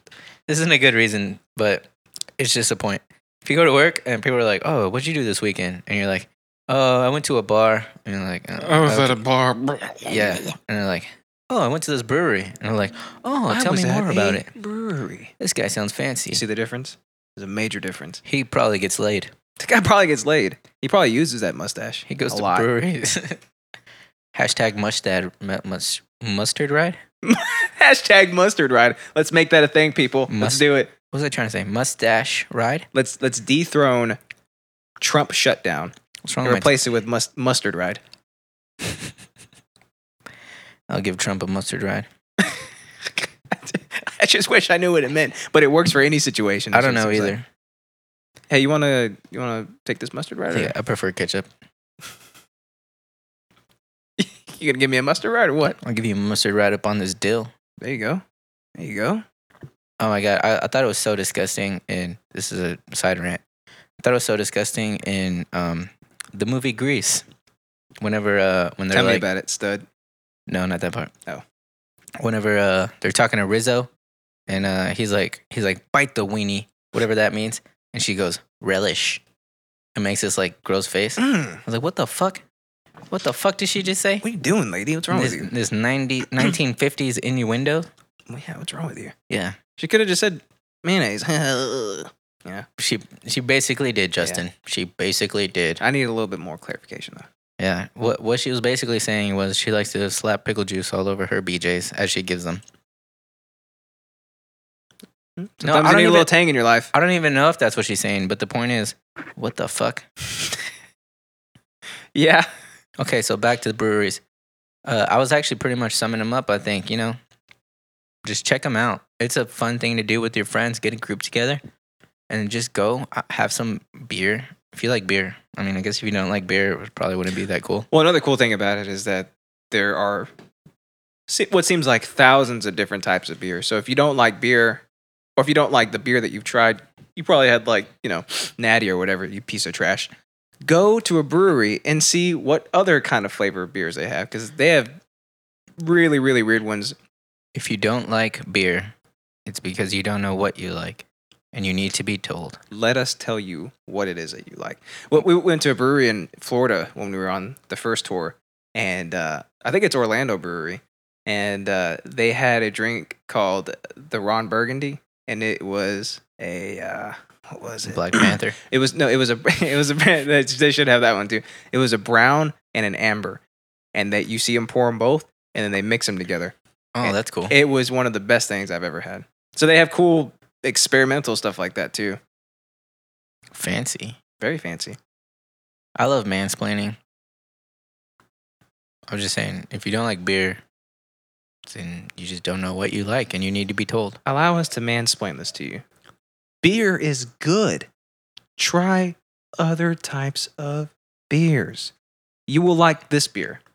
this isn't a good reason, but it's just a point. If you go to work and people are like, "Oh, what'd you do this weekend?" and you're like, "Oh, I went to a bar," and you're like, "Oh, okay."
a bar.
yeah," and they're like, "Oh, I went to this brewery," and they're like, "Oh,
I
tell me
was at
more about
a
it."
Brewery.
This guy sounds fancy.
You see the difference? There's a major difference.
He probably gets laid.
The guy probably gets laid. He probably uses that mustache.
He goes
a
to
lot.
breweries. Hashtag mustad, mu- mus- mustard ride.
Hashtag mustard ride. Let's make that a thing, people. Let's
Must-
do it.
What was I trying to say? Mustache ride.
Let's let's dethrone Trump shutdown
What's wrong
and
with Oh my?
replace it with must, mustard ride.
I'll give Trump a mustard ride.
I just wish I knew what it meant, but it works for any situation.
I
it
don't know
seems like.
either.
Hey, you wanna you wanna take this mustard
I,
ride? Or
think I prefer ketchup.
You gonna give me a mustard ride or what?
I'll give you a mustard ride up on this dill.
There you go. There you go.
Oh my god, I, I thought it was so disgusting. And this is a side rant. I thought it was so disgusting in um, the movie Grease. Whenever uh, when they're
Tell me
like,
about it, stud.
No, not that part.
Oh.
Whenever uh they're talking to Rizzo and uh he's like he's like bite the weenie, whatever that means, and she goes, relish. And makes this like gross face. I
Mm,
was like, what the fuck? What the fuck did she just say?
what are you doing, lady? What's wrong
This,
with you?
this 90, 1950s innuendo?
Yeah, what's wrong with you?
Yeah.
She could have just said mayonnaise.
She she basically did, Justin. She basically did.
I need a little bit more clarification though.
Yeah. What what she was basically saying was she likes to slap pickle juice all over her BJs as she gives them. No, I
Hmm? Sometimes you
don't
need a little
even-
tang in your life.
I don't even know if that's what she's saying, but the point is, what the fuck?
Yeah.
Okay, so back to the breweries. Uh, I was actually pretty much summing them up. I think you know, just check them out. It's a fun thing to do with your friends. Get a group together, and just go uh, have some beer. If you like beer, I mean, I guess if you don't like beer, it probably wouldn't be that cool.
Well, another cool thing about it is that there are se- what seems like thousands of different types of beer. So if you don't like beer, or if you don't like the beer that you've tried, you probably had like you know Natty or whatever. You piece of trash. Go to a brewery and see what other kind of flavor beers they have because they have really really weird ones.
If you don't like beer, it's because you don't know what you like and you need to be told.
Let us tell you what it is that you like. Well, we went to a brewery in Florida when we were on the first tour, and uh, I think it's Orlando Brewery, and uh, they had a drink called the Ron Burgundy, and it was a uh, what was it?
Black Panther.
It was no, it was a it was a brand that they should have that one too. It was a brown and an amber, and that you see them pour them both, and then they mix them together.
Oh, that's cool.
It was one of the best things I've ever had. So they have cool experimental stuff like that too.
Fancy.
Very fancy.
I love mansplaining. I'm just saying, if you don't like beer, then you just don't know what you like and you need to be told.
Allow us to mansplain this to you. Beer is good. Try other types of beers. You will like this beer.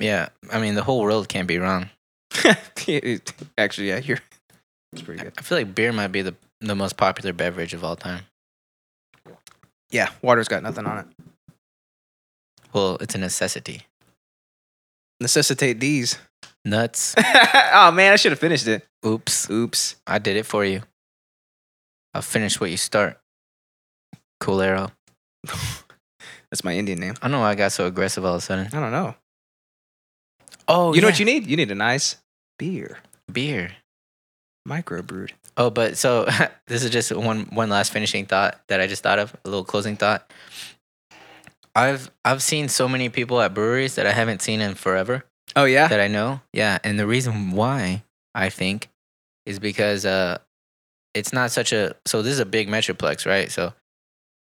Yeah, I mean, the whole world can't be wrong.
Actually, yeah, you're. It's pretty good.
I feel like beer might be the, the most popular beverage of all time.
Yeah, water's got nothing on it.
Well, it's a necessity.
Necessitate these.
Nuts.
oh man, I should have finished it.
Oops.
Oops.
I did it for you. I'll finish what you start. Cool arrow.
That's my Indian name.
I don't know why I got so aggressive all of a sudden.
I don't know.
Oh,
you know what you need? You need a nice beer,
beer.
microbrewed.
Oh, but so this is just one one last finishing thought that I just thought of, a little closing thought. I've I've seen so many people at breweries that I haven't seen in forever
Oh yeah.
that I know. Yeah, and the reason why I think is because uh it's not such a so this is a big metroplex, right? So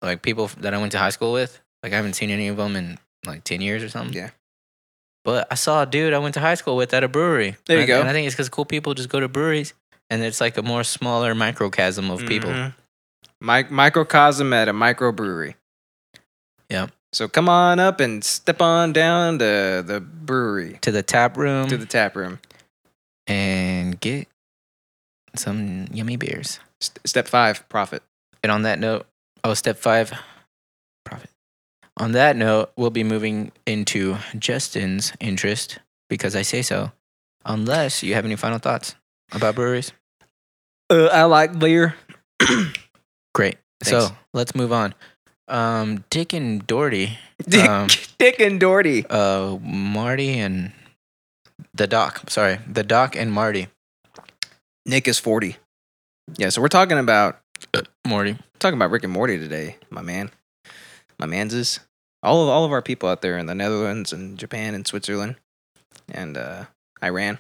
like people f- that I went to high school with, like I haven't seen any of them in like 10 years or something.
Yeah.
But I saw a dude I went to high school with at a brewery.
There you
And I-
go.
And I think it's cuz cool people just go to breweries and it's like a more smaller microcosm of people.
Mhm. Mi- microcosm at a microbrewery.
Yep.
So come on up and step on down to the brewery,
To the tap room
to the tap room.
and get some yummy beers.
St- step five, profit.
And on that note, oh, step five, profit. On that note, we'll be moving into Justin's interest because I say so. Unless you have any final thoughts about breweries.
Uh, I like beer.
Great. So
Thanks.
let's move on. Um, Dick and Doherty,
Dick,
Um,
Dick and Doherty.
uh, Marty and the Doc. Sorry, the Doc and Marty.
Nick is forty. Yeah. So we're talking about
Morty.
talking about Rick and Morty today, my man. My manses. All of all of our people out there in the Netherlands and Japan and Switzerland and uh, Iran.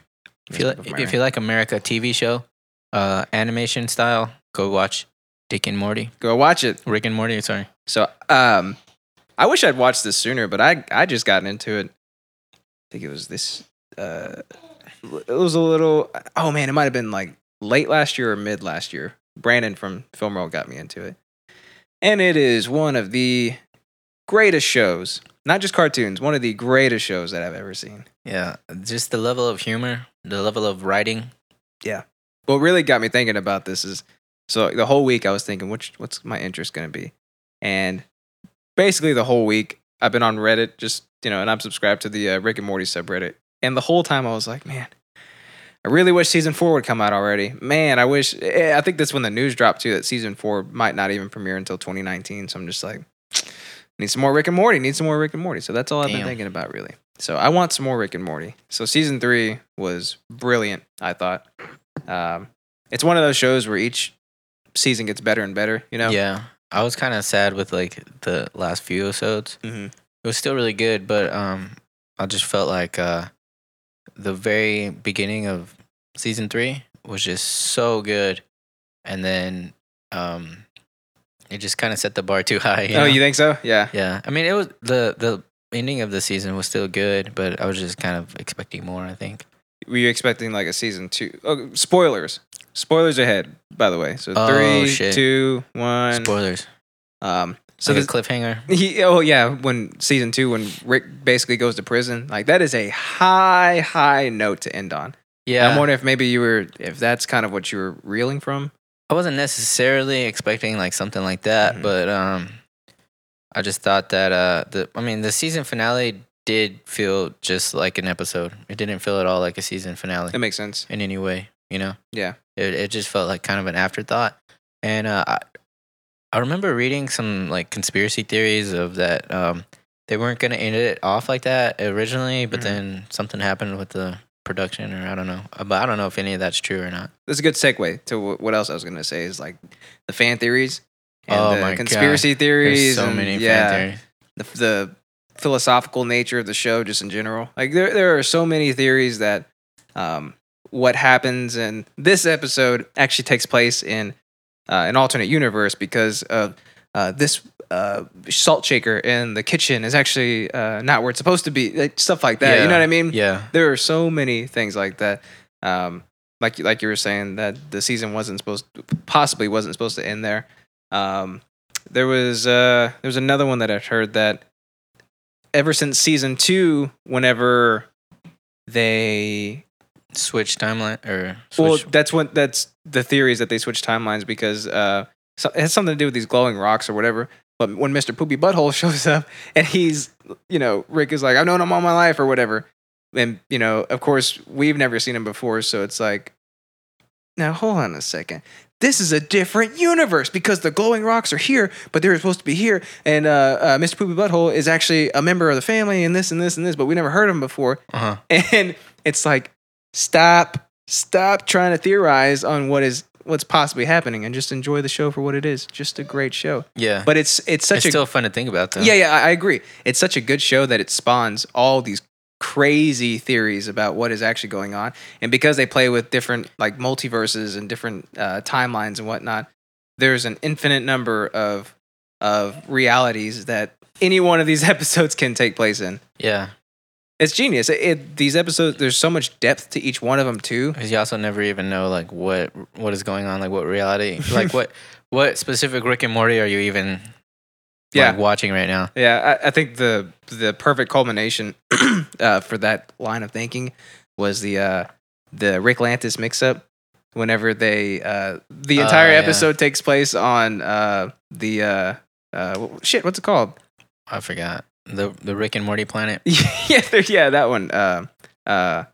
If you,
From
li- if you like America TV show, uh, animation style, go watch Dick and Morty.
go watch it.
Rick and Morty. Sorry.
So um I wish I'd watched this sooner, but I I just gotten into it. I think it was this uh it was a little oh man, it might have been like late last year or mid last year. Brandon from Film Roll got me into it. And it is one of the greatest shows, not just cartoons, one of the greatest shows that I've ever seen.
Yeah, just the level of humor, the level of writing.
what really got me thinking about this is so the whole week I was thinking, which what's my interest going to be? And basically the whole week I've been on Reddit, just you know, and I'm subscribed to the uh, Rick and Morty subreddit. And the whole time I was like, man, I really wish season four would come out already. Man, I wish. eh, I think that's when the news dropped too that season four might not even premiere until 2019. So I'm just like, need some more Rick and Morty. Need some more Rick and Morty. So that's all I've
Damn.
been thinking about really. So I want some more Rick and Morty. So season three was brilliant. I thought. Um, it's one of those shows where each season gets better and better. You know.
Yeah, I was kind of sad with like the last few episodes.
Mhm.
It was still really good, but um, I just felt like uh, the very beginning of season three was just so good, and then um, it just kind of set the bar too high. You
Oh,
know?
you think so? Yeah.
Yeah, I mean, it was the the ending of the season was still good, but I was just kind of expecting more. I think.
Were you expecting like a season two? Oh, spoilers. Spoilers ahead, by the way. So
Oh,
three,
shit.
two, one.
Spoilers.
Um,
So
So
like
this,
a cliffhanger.
he, oh yeah, when season two, when Rick basically goes to prison, like that is a high, high note to end on.
Yeah,
I'm wondering if maybe you were, if that's kind of what you were reeling from.
I wasn't necessarily expecting like something like that,
Mhm.
but um, I just thought that uh, the I mean, the season finale did feel just like an episode. It didn't feel at all like a season finale
That makes sense.
in any way. You know?
Yeah.
It it just felt like kind of an afterthought, and uh, I I remember reading some like conspiracy theories of that um they weren't gonna end it off like that originally, but
Mhm.
then something happened with the production, or I don't know. But I don't know if any of that's true or not.
That's a good segue to wh- what else I was gonna say is like the fan theories and
Oh
the
my God.
conspiracy
There's
theories.
so
and,
many
yeah,
fan theories.
the, the philosophical nature of the show just in general like there, there are so many theories that um, what happens in this episode actually takes place in uh, an alternate universe because of uh, this uh, salt shaker in the kitchen is actually uh, not where it's supposed to be like, stuff like that you know what i mean
Yeah.
there are so many things like that um, like like you were saying that the season wasn't supposed possibly wasn't supposed to end there um, there was uh, there was another one that i've heard that ever since season two whenever they
Switch timeline or
well
switch.
that's when that's the theories that they switched timelines because uh, so, it has something to do with these glowing rocks or whatever but when mr poopy butthole shows up and he's you know rick is like i've known him all my life or whatever and you know of course we've never seen him before so it's like now hold on a second this is a different universe because the glowing rocks are here but they're supposed to be here and uh, uh, mr poopy butthole is actually a member of the family and this and this and this but we never heard of him before
uh-huh.
and it's like stop stop trying to theorize on what is what's possibly happening and just enjoy the show for what it is just a great show
Yeah.
but it's it's such
it's
a
still fun to think about though.
yeah yeah I, I agree it's such a good show that it spawns all these crazy theories about what is actually going on and because they play with different like multiverses and different uh, timelines and whatnot there's an infinite number of of realities that any one of these episodes can take place in
Yeah.
it's genius. It, it- these episodes, there's so much depth to each one of them too.
Because you also never even know like what what is going on, like what reality, like what what specific Rick and Morty are you even
Yeah.
like watching right now?
Yeah, I, I think the the perfect culmination uh, for that line of thinking was the uh, the Rick Lantis mix up. Whenever they uh, the
Oh,
entire
yeah.
episode takes place on uh, the uh, uh, w- shit, what's it called?
I forgot the the Rick and Morty planet.
yeah, there- yeah, that one. Uh, uh,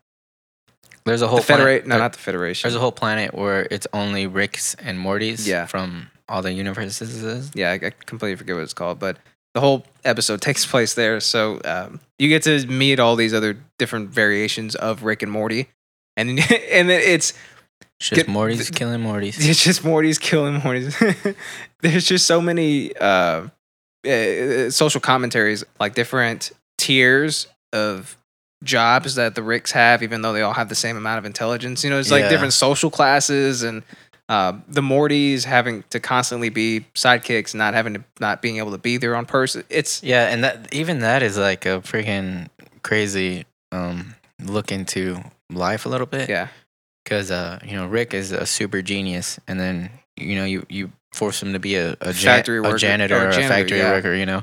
There's a whole
the
planet.
Federate? No, not the Federation.
there's a whole planet where it's only Ricks and Mortys.
Yeah.
From all the universes.
yeah, I, I completely forget what it's called, but the whole episode takes place there. So um, you get to meet all these other different variations of Rick and Morty, and and it's
It's just
Get-
Morty's
th-
killing Morty's.
it's just Morty's killing Morty's. There's just so many uh, uh, social commentaries, like different tiers of jobs that the Ricks have, even though they all have the same amount of intelligence. You know, it's like
Yeah.
different social classes and. Uh, the Mortys having to constantly be sidekicks, not having to, not being able to be their own person. It's
Yeah, and that even that is like a freaking crazy um look into life a little bit.
yeah,
because uh, you know Rick is a super genius, and then you know you you force him to be a, a jan-
Factory worker-
a janitor,
or
or, a
janitor,
factory
yeah.
worker, you know,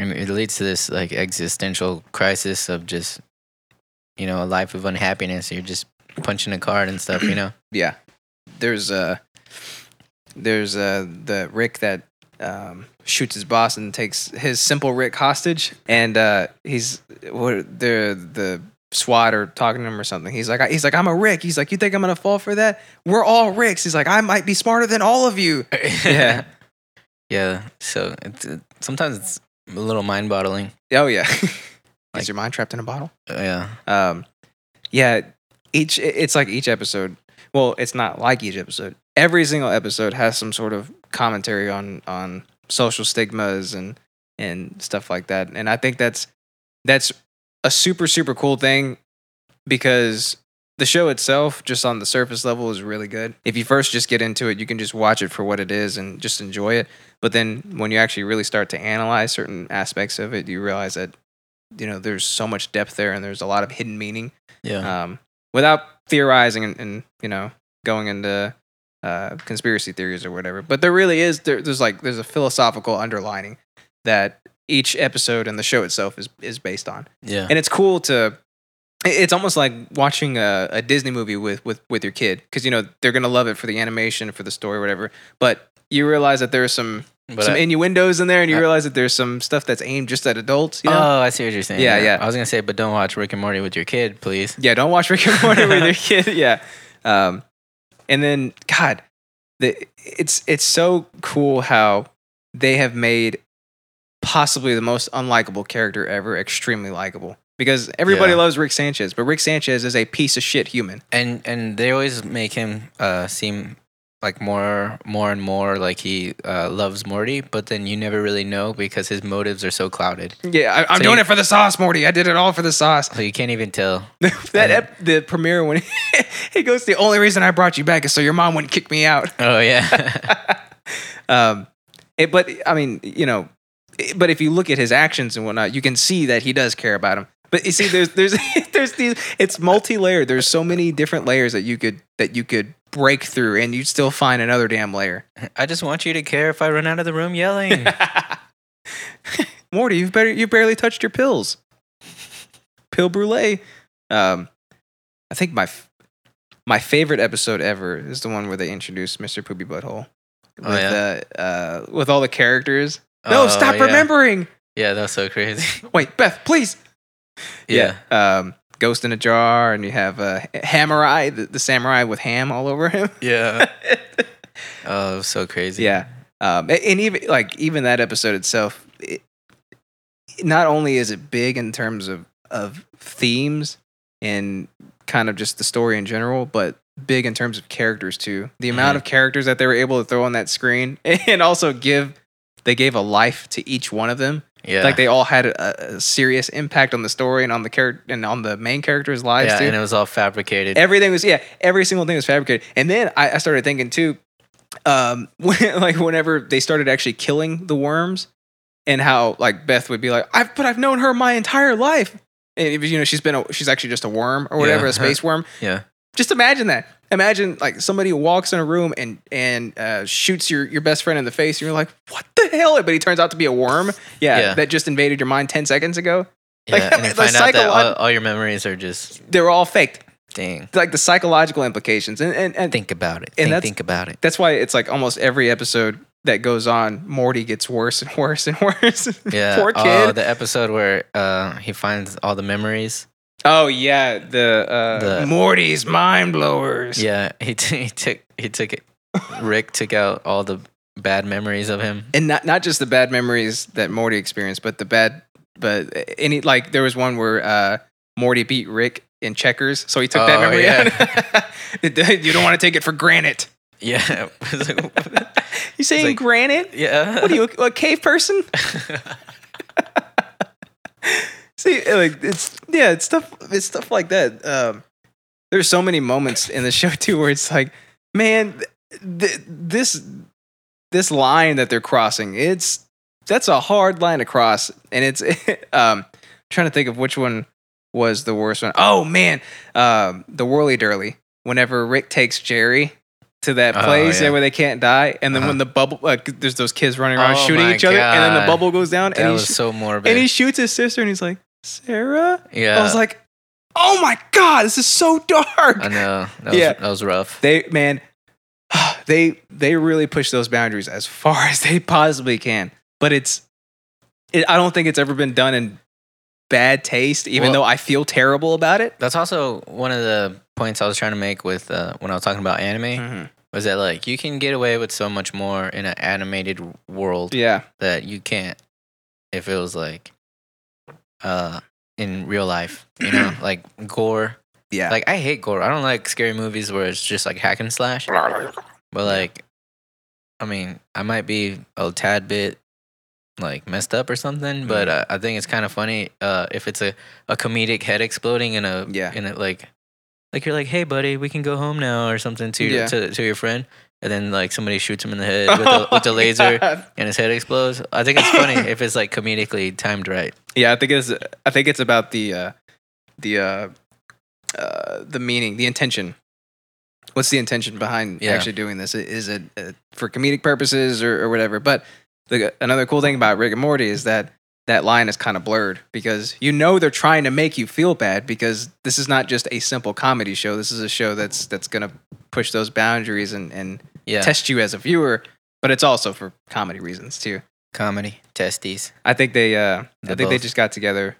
and it leads to this like existential crisis of just you know a life of unhappiness. You're just punching a card and stuff, you know.
yeah. There's uh, there's uh, the Rick that um, shoots his boss and takes his simple Rick hostage, and uh, he's what the the SWAT are talking to him or something. He's like he's like I'm a Rick. He's like you think I'm gonna fall for that? We're all Ricks. He's like I might be smarter than all of you. Yeah.
yeah. So it's, it, sometimes it's a little mind boggling.
Oh yeah.
Like-
Is your mind trapped in a bottle?
Uh, yeah.
um yeah each it's like each episode well it's not like each episode every single episode has some sort of commentary on on social stigmas and and stuff like that and i think that's that's a super super cool thing because the show itself just on the surface level is really good if you first just get into it you can just watch it for what it is and just enjoy it but then when you actually really start to analyze certain aspects of it you realize that you know there's so much depth there and there's a lot of hidden meaning
Yeah.
um, without theorizing and, and you know going into uh, conspiracy theories or whatever. But there really is there, there's like there's a philosophical underlining that each episode and the show itself is is based on,
Yeah.
and it's cool to. it- It's almost like watching a, a Disney movie with with with your kid because you know they're gonna love it for the animation, for the story, whatever. But you realize that there's some
But uh,
some
I-
innuendos in there, and you
I-
realize that there's some stuff that's aimed just at adults. You know?
Oh, I see what you're saying.
Yeah, yeah.
I was gonna say, but don't watch Rick and Morty with your kid, please.
Yeah, don't watch Rick and Morty with your kid. Yeah. Um, and then God, the it's it's so cool how they have made possibly the most unlikable character ever extremely likable because everybody
Yeah.
loves Rick Sanchez, but Rick Sanchez is a piece of shit human.
And and they always make him uh, seem like more more and more like he uh, loves Morty, but then you never really know because his motives are so clouded,
Yeah, I, I'm
So
doing
you-
it for the sauce, Morty. I did it all for the sauce.
so you can't even tell.
that ep- the premiere when he, he goes, the only reason I brought you back is so your mom wouldn't kick me out.
Oh yeah,
um, it- but I mean, you know, it- but if you look at his actions and whatnot, you can see that he does care about him. But you see, there's there's there's these. It's multi-layered. There's so many different layers that you could that you could break through, and you'd still find another damn layer.
I just want you to care if I run out of the room yelling.
Morty, you've better you barely touched your pills. Pill brulee. Um, I think my f- my favorite episode ever is the one where they introduced Mr. Poopy Butthole with
Oh, yeah?
uh, uh, with all the characters. No,
Oh,
stop
yeah.
remembering.
Yeah, that was so crazy.
Wait, Beth, please.
yeah.
Um, Ghost in a jar, and you have uh, Hamurai, the, the samurai with ham all over him.
Yeah. Oh, it was so crazy.
yeah. Um, a- and even like even that episode itself, it, not only is it big in terms of of themes and kind of just the story in general, but big in terms of characters too. The
Mm-hmm.
amount of characters that they were able to throw on that screen, and also give they gave a life to each one of them.
Yeah.
Like they all had a, a serious impact on the story and on the character and on the main character's lives
yeah,
too.
and it was all fabricated.
Everything was yeah, every single thing was fabricated. And then I, I started thinking too, um, when, like whenever they started actually killing the worms, and how like Beth would be like, I've but I've known her my entire life, and it was, you know she's been a, she's actually just a worm or whatever,
Yeah. uh-huh.
a space worm.
yeah.
Just imagine that. Imagine like somebody walks in a room and and uh, shoots your, your best friend in the face, and you're like, what the hell? But he turns out to be a worm. Yeah,
Yeah.
that just invaded your mind ten seconds ago.
Yeah.
Like,
and you
the
find out that all,
psycholo-
all your memories are just
They were all faked.
dang.
Like the psychological implications, and and, and
Think about it.
And
Think,
that's-
think about it.
that's why it's like almost every episode that goes on, Morty gets worse and worse and worse.
Yeah.
Poor
Oh,
kid.
the episode where uh, he finds all the memories.
Oh, yeah, the, uh,
The-
Morty's mind blowers.
Yeah. He, t- he took he took it. Rick took out all the bad memories of him.
and not not just the bad memories that Morty experienced, but the bad, but any like there was one where uh, Morty beat Rick in checkers, so he took that
Oh,
memory
yeah.
out. you don't want to take it for granted.
Yeah. It was like,
You saying
like-
granite?
yeah.
What are you, a, a cave person? See, like it's yeah, it's stuff. It's stuff like that. Um, there's so many moments in the show too where it's like, man, th- th- this this line that they're crossing, it's that's a hard line to cross, and it's um, trying to think of which one was the worst one. Oh man, um, the whirly dirly. Whenever Rick takes Jerry to that
Oh,
place
yeah.
where they can't die, and then
Uh-huh.
when the bubble, like there's those kids running around
Oh,
shooting
my
each other, and then the
God.
bubble goes down,
That
and he
was
sh-
so morbid.
and he shoots his sister, and he's like, Sarah?
yeah.
I was like, oh my God, this is so dark.
I know. That was,
Yeah.
that was rough.
They, man, they, they really push those boundaries as far as they possibly can. But it's, it, I don't think it's ever been done in bad taste, even
Well-
though I feel terrible about it.
That's also one of the points I was trying to make with uh, when I was talking about anime.
Mm-hmm.
was that like you can get away with so much more in an animated w- world
Yeah.
that you can't if it was like uh in real life you know like gore
Yeah.
like i hate gore i don't like scary movies where it's just like hack and slash but like i mean i might be a tad bit like messed up or something but
Mm.
uh, i think it's kind of funny uh if it's a a comedic head exploding in a
Yeah.
in a like like you're like hey buddy we can go home now or something to your
Yeah.
to, to your friend and then like somebody shoots him in the head with the, with the laser
Oh God.
and his head explodes i think it's funny if it's like comedically timed right
Yeah, I think it's I think it's about the uh, the uh, uh, the meaning, the intention what's the intention behind
Yeah.
actually doing this? I- Is it uh, for comedic purposes or, or whatever? But the, another cool thing about Rick and Morty is that that line is kind of blurred because you know they're trying to make you feel bad because this is not just a simple comedy show. This is a show that's that's gonna push those boundaries and and
Yeah.
test you as a viewer, but it's also for comedy reasons too.
Comedy. Testes.
I think they uh I
They're
think they
both.
just got together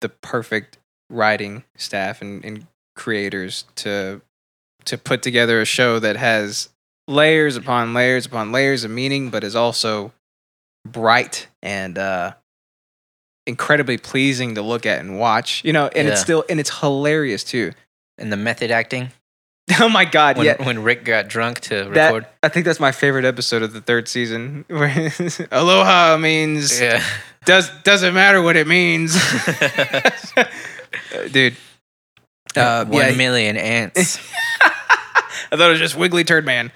the perfect writing staff and, and creators to to put together a show that has layers upon layers upon layers of meaning but is also bright and uh incredibly pleasing to look at and watch. You know, and it's
Yeah.
still and it's hilarious too.
And the method acting.
Oh my god,
When,
yeah.
when Rick got drunk to
That-
record.
I think that's my favorite episode of the third season where Aloha means
Yeah.
does doesn't matter what it means. Dude. Uh,
One
yeah.
million ants.
I thought it was just Wiggly Turd Man.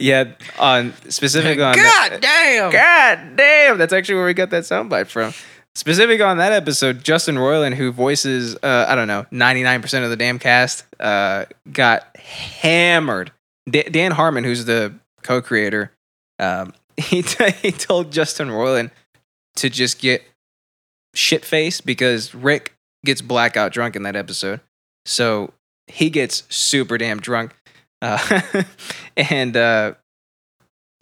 Yeah, on specific on
God damn.
God damn, that's actually where we got that soundbite from. Specific on that episode, Justin Roiland, who voices uh, I don't know ninety nine percent of the damn cast, uh, got hammered. Da- Dan Harmon, who's the co creator, um, he t- he told Justin Roiland to just get shit faced because Rick gets blackout drunk in that episode, so he gets super damn drunk, uh, and. Uh,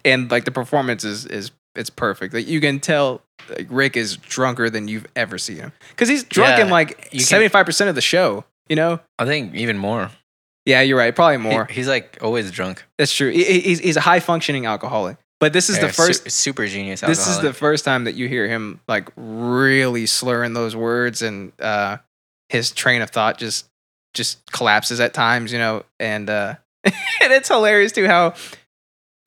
and like the performance is is it's perfect. Like you can tell like, Rick is drunker than you've ever seen him because he's drunk
Yeah,
in like
you can-
seventy five percent of the show. You know?
I think even more.
Yeah, you're right. Probably
He-
more.
he's like always drunk.
That's true. He- he- he's he's a high functioning alcoholic. But this is
Yeah,
the first.
su- super genius.
This is the first time that you hear him like really slurring those words, and uh, his train of thought just just collapses at times, you know. And uh, and it's hilarious too how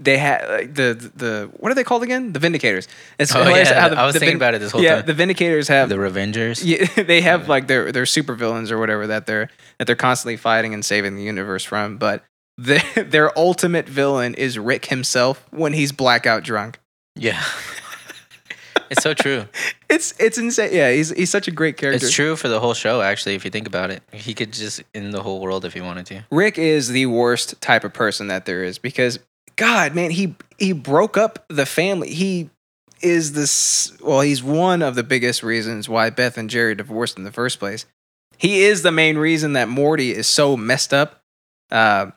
they had like, the the what are they called again? The Vindicators. It's
Oh,
hilarious
yeah,
how the,
I was
the
thinking
Vin-
about it this whole
yeah
time.
the Vindicators have
The, Revengers.
yeah, they have
Yeah.
like their their supervillains or whatever that they're that they're constantly fighting and saving the universe from, but their their ultimate villain is Rick himself when he's blackout drunk.
Yeah. it's so true.
It's it's insane. Yeah, he's he's such a great character.
It's true for the whole show, actually, if you think about it. He could just end the whole world if he wanted to.
Rick is the worst type of person that there is because God, man, he he broke up the family. He is this well, he's one of the biggest reasons why Beth and Jerry divorced in the first place. He is the main reason that Morty is so messed up. Uh,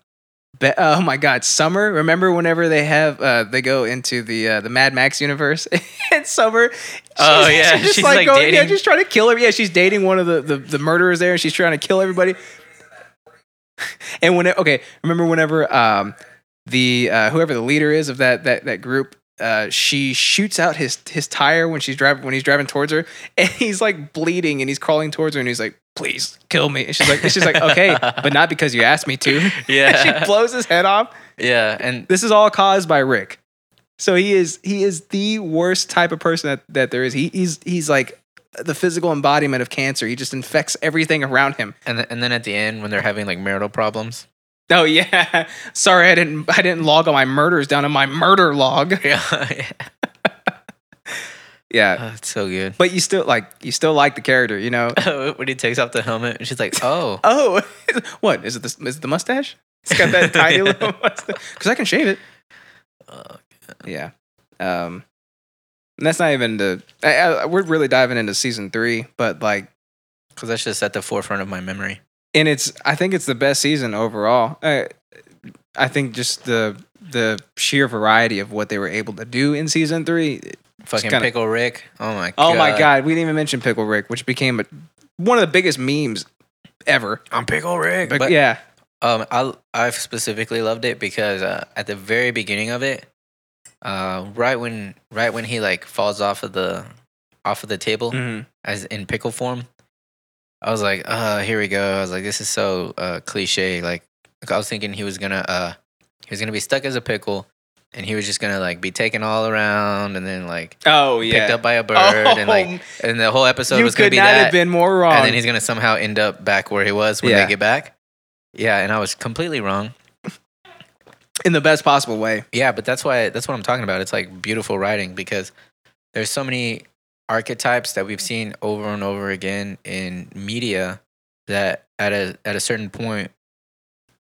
Be- oh my God, Summer! Remember whenever they have uh, they go into the uh, the Mad Max universe and Summer?
Oh, yeah, she's, like,
going, yeah,
dating-
just trying to kill her. Yeah, she's dating one of the, the the murderers there, and she's trying to kill everybody. And when it, okay, remember whenever um the uh, whoever the leader is of that that that group, uh, she shoots out his his tire when she's driving when he's driving towards her, and he's like bleeding and he's crawling towards her and he's like, "Please kill me." And she's like, "She's like, okay, but not because you asked me to." And she
Yeah.
blows his head off.
yeah. And
This is all caused by Rick. So he is he is the worst type of person that, that there is. He, he's he's like the physical embodiment of cancer. He just infects everything around him.
and, th- and then at the end, when they're having like marital problems.
Oh yeah. Sorry, I didn't I didn't log all my murders down in my murder log.
Yeah.
Yeah.
oh, it's so good.
But you still like you still like the character, you know.
when he takes off the helmet, and she's like, oh.
Oh, what is it? The, is it the mustache? It's got that tiny little mustache. Because I can shave it.
Oh,
Yeah. Um, and that's not even the. I, I, we're really diving into season three, but like,
Because that's just at the forefront of my memory.
and it's. I think it's the best season overall. I, I think just the the sheer variety of what they were able to do in season three
Fucking
kinda-
Pickle Rick. Oh my
Oh my god, we didn't even mention Pickle Rick, which became a, one of the biggest memes ever.
I'm Pickle Rick.
But,
But yeah.
yeah,
um, I, I specifically loved it because uh, at the very beginning of it, uh, right when right when he like falls off of the off of the table as in pickle form, I was like, uh, here we go. I was like, this is so uh, cliche. Like, like, I was thinking he was gonna uh, he was gonna be stuck as a pickle, and he was just gonna like be taken all around, and then like
oh
picked up by a bird,
Oh,
and like and the whole episode
you
was gonna
could
be
not
that.
have been more wrong.
And then he's gonna somehow end up back where he was when
Yeah.
they get back. Yeah, and I was completely wrong.
in the best possible way.
Yeah, but that's why that's what I'm talking about. It's like beautiful writing because there's so many archetypes that we've seen over and over again in media that at a at a certain point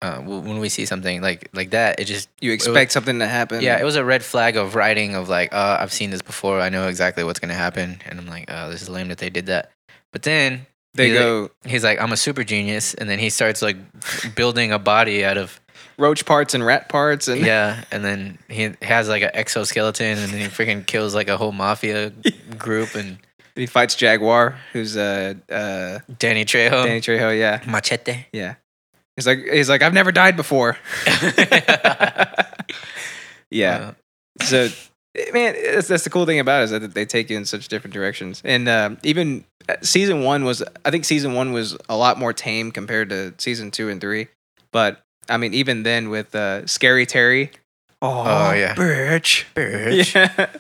uh, w- when we see something like like that, it just
You expect something to happen.
yeah, it was a red flag of writing of like, uh, I've seen this before. I know exactly what's gonna happen, and I'm like, oh, this is lame that they did that. But then
they
he's like-
go
he's like, I'm a super genius, and then he starts like building a body out of
roach parts and rat parts and
yeah, and then he has like an exoskeleton, and then he freaking kills like a whole mafia group and
he fights Jaguar, who's uh uh
Danny Trejo,
Danny Trejo. Yeah,
Machete.
yeah. He's like he's like I've never died before. yeah.
Uh,
so eh, man that's, that's the cool thing about it is that they take you in such different directions and um even uh, season one was i think season one was a lot more tame compared to season two and three but i mean even then with uh, scary terry oh,
yeah.
bitch
bitch.
yeah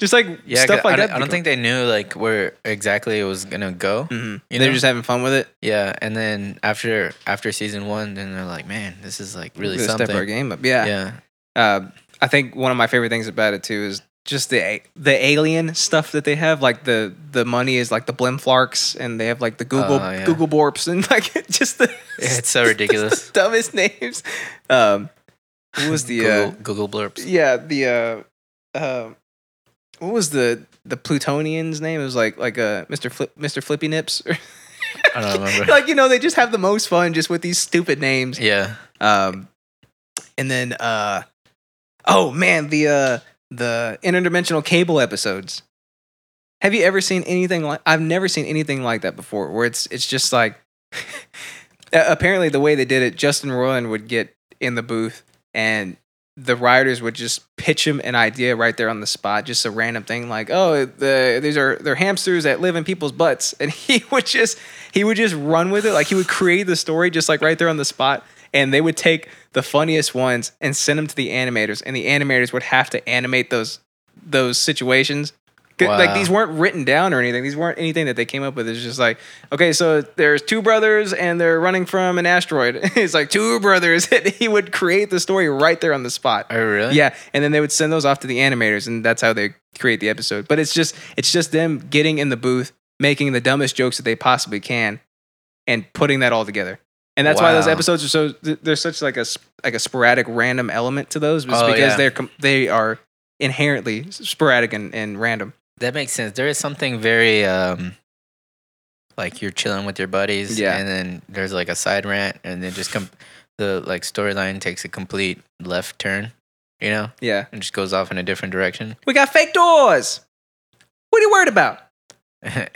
just like
Yeah, 'cause
stuff like
I, don't-
that
I don't think they knew like where exactly it was gonna go.
hmm
you
they're
know?
just having fun with it
Yeah, and then after after season one, then they're like, man, this is like really
They
something.
step our game up
yeah.
yeah, Uh, i think one of my favorite things about it too is just the a- the alien stuff that they have, like the the money is like the Blimflarks, and they have like the Google
Oh, yeah.
Google Borps, and like just the
it's so ridiculous.
the dumbest names. Um, who was the uh,
Google, Google blurps?
yeah the uh, uh, what was the the Plutonian's name? It was like like uh, Mr. Flip, Mr. Flippy Nips.
I don't remember.
like you know, they just have the most fun just with these stupid names.
yeah,
Um, and then uh, oh man, the uh, the interdimensional cable episodes. Have you ever seen anything like? I've never seen anything like that before. Where it's it's just like, A- Uh, apparently the way they did it, Justin Roiland would get in the booth and the writers would just pitch him an idea right there on the spot, just a random thing like, oh, the, these are they're hamsters that live in people's butts, and he would just he would just run with it, like he would create the story just like right there on the spot, and they would take the funniest ones and send them to the animators, and the animators would have to animate those those situations. 'Cause, Like
Wow.
these weren't written down or anything. These weren't anything that they came up with. It's just like, okay, so there's two brothers and they're running from an asteroid. it's like two brothers. And he would create the story right there on the spot.
oh really?
Yeah, and then they would send those off to the animators, and that's how they create the episode. But it's just it's just them getting in the booth, making the dumbest jokes that they possibly can, and putting that all together. And that's why those
Wow.
episodes are so th- there's such like a sp- like a sporadic random element to those, just
Oh,
because
yeah.
they're com- they are inherently s- sporadic and, and random.
that makes sense. There is something very um, like you're chilling with your buddies,
Yeah.
and then there's like a side rant, and then just com- the like storyline takes a complete left turn, you know,
Yeah,
and just goes off in a different direction,
we got fake doors. What are you worried about?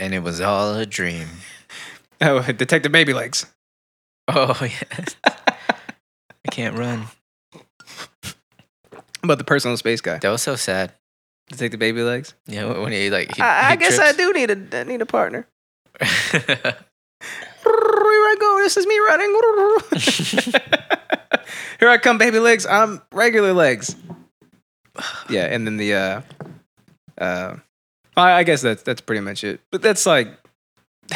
and it was all a dream.
Oh, Detective Baby Legs.
Oh yes, I can't run.
But the personal space guy,
That was so sad.
Detective Baby Legs.
Yeah, when he like, he,
I, I
he
guess I
trips.
do need a I need a partner.
I
Here I go. This is me running. Here I come, baby legs. I'm regular legs. Yeah, and then the uh, uh, I, I guess that's that's pretty much it. But that's like,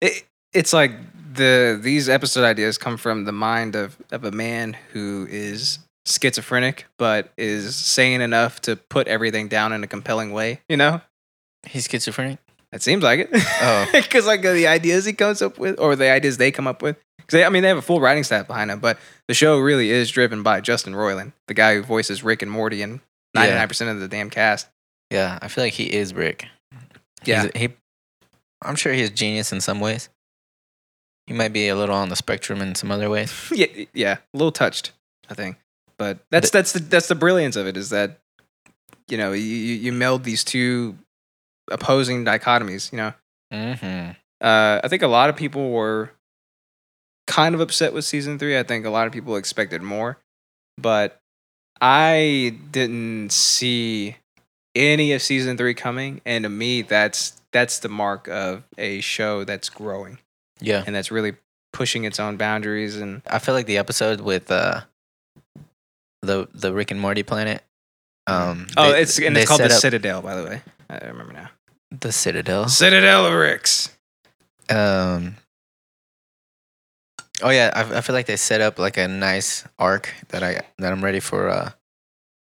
it it's like the these episode ideas come from the mind of of a man who is schizophrenic, but is sane enough to put everything down in a compelling way. You know,
He's schizophrenic.
it seems like it.
Oh.
because like the ideas he comes up with, or the ideas they come up with. Because I mean, they have a full writing staff behind them, but the show really is driven by Justin Roiland, the guy who voices Rick and Morty and
Yeah.
ninety nine percent of the damn cast.
Yeah, I feel like he is Rick.
Yeah,
He's- he. I'm sure he's genius in some ways. He might be a little on the spectrum in some other ways.
yeah, yeah, a little touched, I think. But that's that's the that's the brilliance of it is that you know you you you meld these two opposing dichotomies. You know,
Mm-hmm.
uh, I think a lot of people were kind of upset with season three. I think a lot of people expected more, but I didn't see any of season three coming. And to me, that's that's the mark of a show that's growing
Yeah,
and that's really pushing its own boundaries. And
I feel like the episode with uh, the the Rick and Morty planet. Um,
oh,
they-
it's and
they
it's called the
set up
Citadel, by the way. I remember now.
the Citadel.
Citadel of Ricks.
Um. Oh yeah, I, I feel like they set up like a nice arc that I that I'm ready for, uh,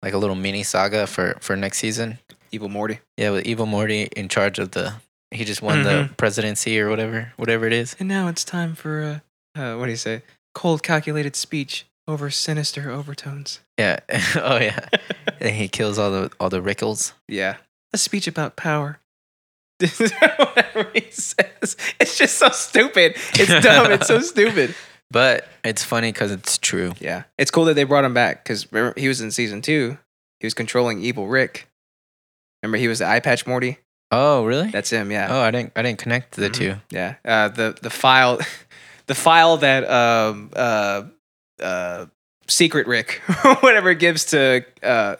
like a little mini saga for for next season.
Evil Morty.
Yeah, with Evil Morty in charge of the.
Mm-hmm.
He just won the presidency or whatever, whatever it is.
And now it's time for uh, uh what do you say? cold, calculated speech over sinister overtones.
Yeah. oh yeah. And he kills all the all the rickles.
Yeah. A speech about power. Whatever he says. It's just so stupid. It's dumb. It's so stupid.
But it's funny because it's true.
Yeah. It's cool that they brought him back because remember he was in season two. He was controlling evil Rick. Remember he was the eye patch Morty?
Oh really?
That's him, yeah.
oh, I didn't I didn't connect the
Mhm.
two.
Yeah. Uh, the the file the file that um uh uh Secret Rick, whatever gives to uh,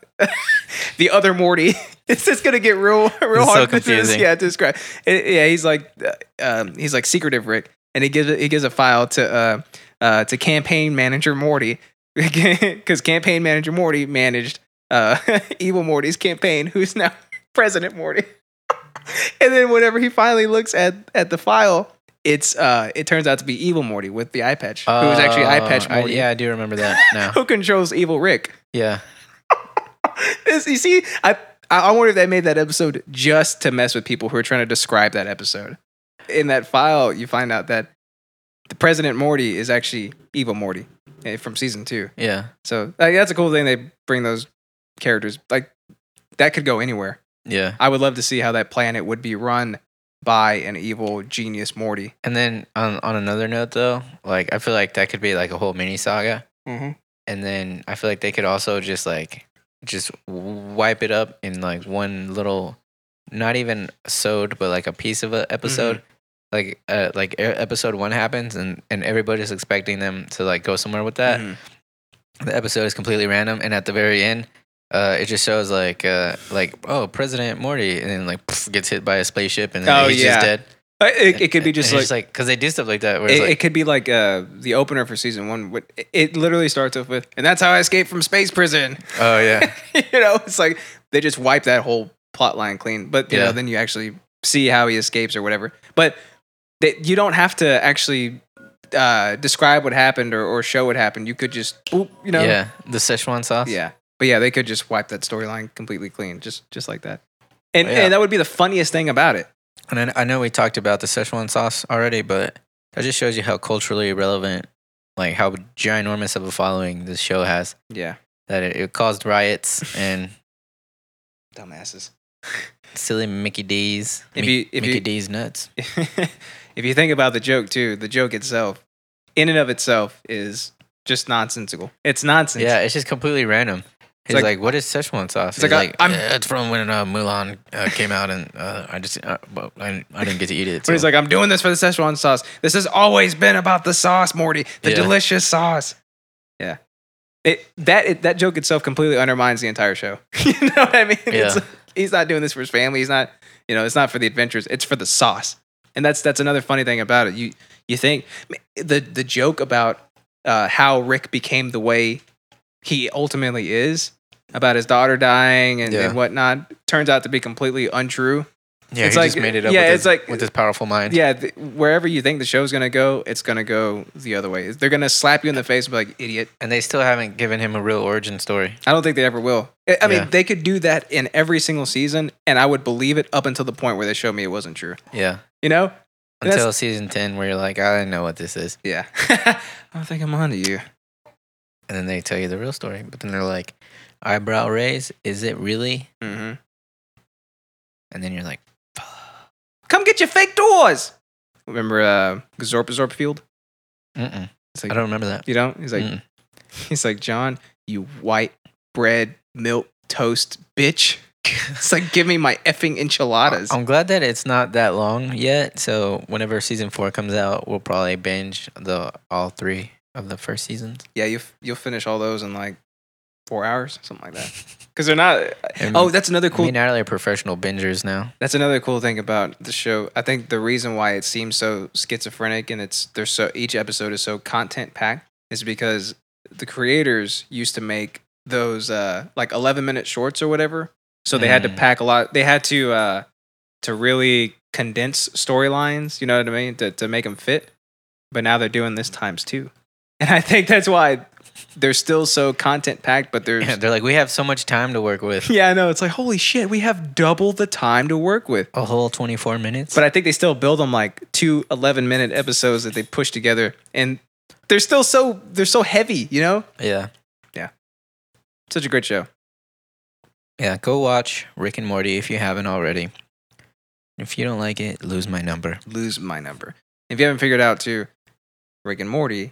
the other Morty, it's just gonna get real, real
It's so
hard to
confusing.
yeah, to describe. It- yeah, he's like, uh, um, he's like secretive Rick, and he gives he gives a file to uh, uh, to campaign manager Morty, because campaign manager Morty managed uh, evil Morty's campaign, who's now President Morty. and then whenever he finally looks at at the file, it's uh, it turns out to be evil Morty with the eye patch, who was actually eye
Oh,
patch
I-
Morty
yeah, I do remember that now.
who controls evil Rick.
yeah.
This- you see, I I I wonder if they made that episode just to mess with people who are trying to describe that episode. In that file, you find out that the President Morty is actually evil Morty eh, from season two.
Yeah.
So like, that's a cool thing. They bring those characters like that could go anywhere.
Yeah.
I would love to see how that planet would be run by an evil genius Morty.
And then on on another note though, like I feel like that could be like a whole mini saga.
Mm-hmm.
And then I feel like they could also just like just wipe it up in like one little not even sewed, but like a piece of an episode.
Mm-hmm.
Like uh, like e- episode one happens and, and everybody's expecting them to like go somewhere with that.
Mm-hmm.
the episode is completely random and at the very end uh, it just shows like uh, like oh President Morty and then like pff, gets hit by a spaceship and then
Oh,
he's
yeah.
just dead.
It, it could be just
And
like
it's because they do stuff like that where it's
It, it
like
could be like uh, the opener for season one. What- It, it literally starts off with, and that's how I escaped from space prison.
oh yeah
you know, it's like they just wipe that whole plot line clean. But you
Yeah.
know, then you actually see how he escapes or whatever. But they, you don't have to actually uh, describe what happened or, or show what happened. You could just, boop, you know,
yeah the Szechuan sauce
yeah. But yeah, they could just wipe that storyline completely clean, just just like that. And,
Yeah.
and that would be the funniest thing about it.
and I, I know we talked about the Szechuan sauce already but that just shows you how culturally relevant like how ginormous of a following this show has
Yeah,
that it, it caused riots and
dumbasses.
silly Mickey D's
If
Mi-
you- if
Mickey
you-
D's nuts
if you think about the joke too, the joke itself, in and of itself, is just nonsensical. It's nonsense.
Yeah, it's just completely random. He's
like-
like, what is Szechuan sauce?
It's
He's
like,
like,
I- I'm-
"Yeah, it's from when uh, Mulan uh, came out, and uh, I just, uh, well, I, I didn't get to eat it.
But he's
so-
like, I'm doing this for the Szechuan sauce. This has always been about the sauce, Morty. The
Yeah.
delicious sauce. Yeah. It that it, that joke itself completely undermines the entire show. you know what I mean? It's,
Yeah.
he's not doing this for his family. He's not, you know, it's not for the adventures. It's for the sauce. And that's that's another funny thing about it. You you think the the joke about uh, how Rick became the way he ultimately is about his daughter dying and,
Yeah.
and whatnot turns out to be completely untrue.
yeah,
it's
he
like-
just made it up.
yeah,
with
it's
his,
like-
with his powerful mind.
Yeah, th- wherever you think the show's gonna go, it's gonna go the other way. They're gonna slap you in the face and be like, "Idiot."
and they still haven't given him a real origin story.
I don't think they ever will. I, I mean,
Yeah.
they could do that in every single season, and I would believe it up until the point where they showed me it wasn't true.
Yeah,
You know? That's-
until season ten, where you're like, I didn't know what this is,
Yeah. I think I'm onto you.
and then they tell you the real story, but then they're like, eyebrow raise, is it really?
Mm-hmm.
And then you're like,
Come get your fake doors. Remember uh, Zorp Zorp Field?
Mm-mm,
It's
I
like
don't remember that.
you don't. He's like
Mm.
he's like John, you white bread milk toast bitch. It's like give me my effing enchiladas.
I'm glad that it's not that long yet. So whenever season four comes out, we'll probably binge the all three of the first seasons.
Yeah, you f- you'll finish all those in like four hours, something like that. Because they're not. Oh, that's another
cool.
cool.
Me and Natalie are professional bingers now.
that's another cool thing about the show. I think the reason why it seems so schizophrenic and it's they're so each episode is so content packed is because the creators used to make those uh like 11 minute shorts or whatever. So they had to
Mm.
pack a lot. They had to uh to really condense storylines, you know what I mean, to to make them fit. But now they're doing this times two. And I think that's why they're still so content packed, but there's
They're like, we have so much time to work with.
Yeah, I know. It's like, holy shit, we have double the time to work with.
A whole 24 minutes.
But I think they still build them like two 11 minute episodes that they push together. And they're still so they're so heavy. You know,
Yeah.
such a great show.
Yeah. Go watch Rick and Morty if you haven't already. If you don't like it, lose my number.
Lose my number. If you haven't figured out too, Rick and Morty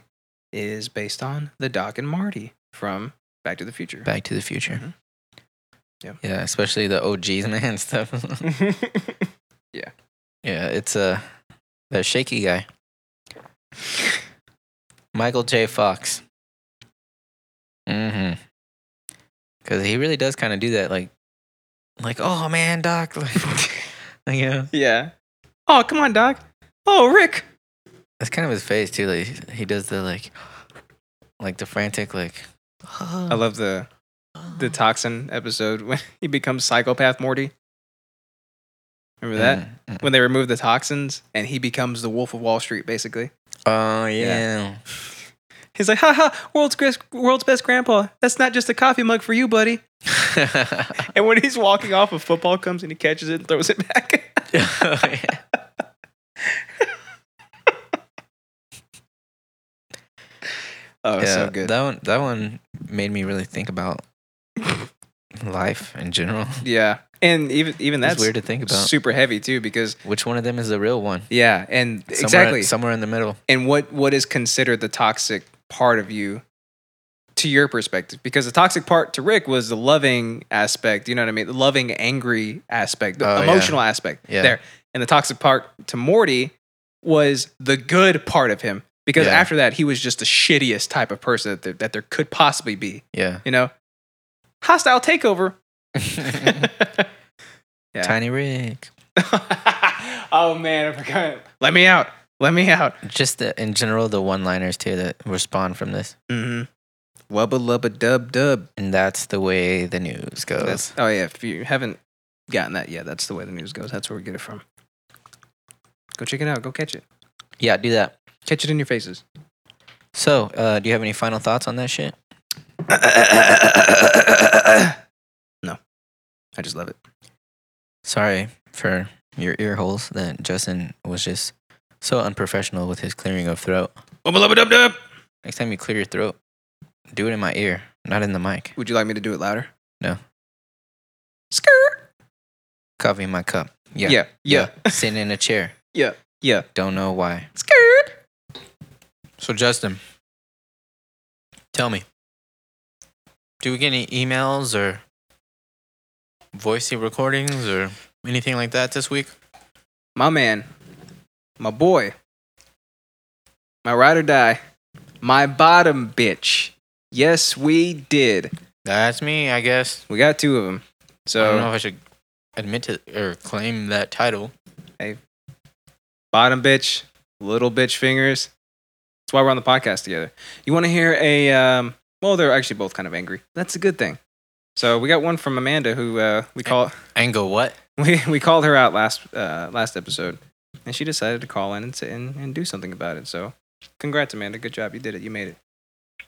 is based on the Doc and Marty from Back to the Future.
Back to the Future.
Mhm. Yeah.
Yeah, especially the OGs man stuff. yeah, it's uh, the shaky guy, Michael J. Fox. Mm-hmm. Because he really does kind of do that, like, like oh man, Doc, like, yeah,
yeah. Oh come on, Doc. Oh Rick.
that's kind of his face too. Like he- he does the like, like the frantic like.
I love the the toxin episode when he becomes psychopath Morty. Remember that?
Mm. Mm-hmm.
When they remove the toxins and he becomes the Wolf of Wall Street, basically.
Oh yeah.
He's like, "Ha ha! world's best, world's best grandpa. That's not just a coffee mug for you, buddy. And when he's walking off, a football comes and he catches it and throws it back. oh, it's
yeah,
so good.
That one that one made me really think about life in general.
yeah, and even even
That's
that's
it's weird to think about.
super heavy too because
Which one of them is the real one?
yeah, and
Somewhere-
exactly.
Somewhere in the middle.
and what what is considered the toxic part of you to your perspective because the toxic part to rick was the loving aspect you know what i mean the loving angry aspect the
Oh, yeah.
emotional aspect
Yeah.
there and the toxic part to morty was the good part of him because
Yeah.
after that he was just the shittiest type of person that there, that there could possibly be
Yeah.
you know hostile takeover Yeah.
Tiny Rick.
oh man i forgot let me out let me out
Just the, in general, the one liners too that respond from this.
mm-hmm wubba lubba dub dub
And that's the way the news goes.
That's- oh yeah, if you haven't gotten that yet, that's the way the news goes. That's where we get it from. Go check it out. Go catch it.
yeah, do that.
Catch it in your faces.
So, uh, do you have any final thoughts on that shit?
no, I just love it.
Sorry for your ear holes that Justin was just so unprofessional with his clearing of throat. Next time you clear your throat, do it in my ear, not in the mic.
Would you like me to do it louder?
No.
Skirt.
Coffee in my cup. Yeah.
Yeah. Yeah.
Sitting in a chair.
Yeah. Yeah.
Don't know why.
Skirt.
So, Justin, tell me, do we get any emails or voicey recordings or anything like that this week?
My man. My boy. My ride or die. My bottom bitch. Yes, we did.
That's me, I guess.
We got two of them.
I don't know
So
if I should admit to or claim that title.
bottom bitch, little bitch fingers. That's why we're on the podcast together. You want to hear a? Um, well, they're actually both kind of angry. That's a good thing. So we got one from Amanda who uh, we call
Angle what?
we, we called her out last uh, last episode, and she decided to call in and, say, and and do something about it. So congrats, Amanda. Good job. You did it. You made it.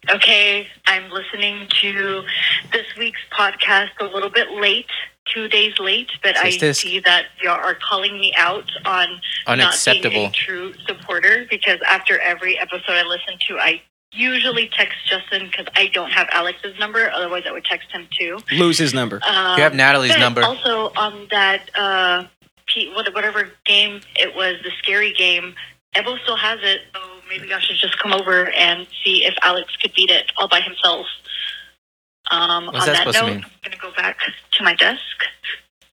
Okay, I'm listening to this week's podcast a little bit late, two days late, but I
Tisk, tisk.
see that you are calling me out on not being
Unacceptable.
a true supporter because after every episode I listen to, I usually text Justin because I don't have Alex's number. Otherwise, I would text him too.
Lose his number.
Um,
You have Natalie's
but
number.
Also on that uh, P- what- whatever game it was, the scary game. Ebo still has it, so maybe I should just come over and see if Alex could beat it all by himself. Um,
What's that
on that,
supposed
note,
to mean?
I'm gonna go back to my desk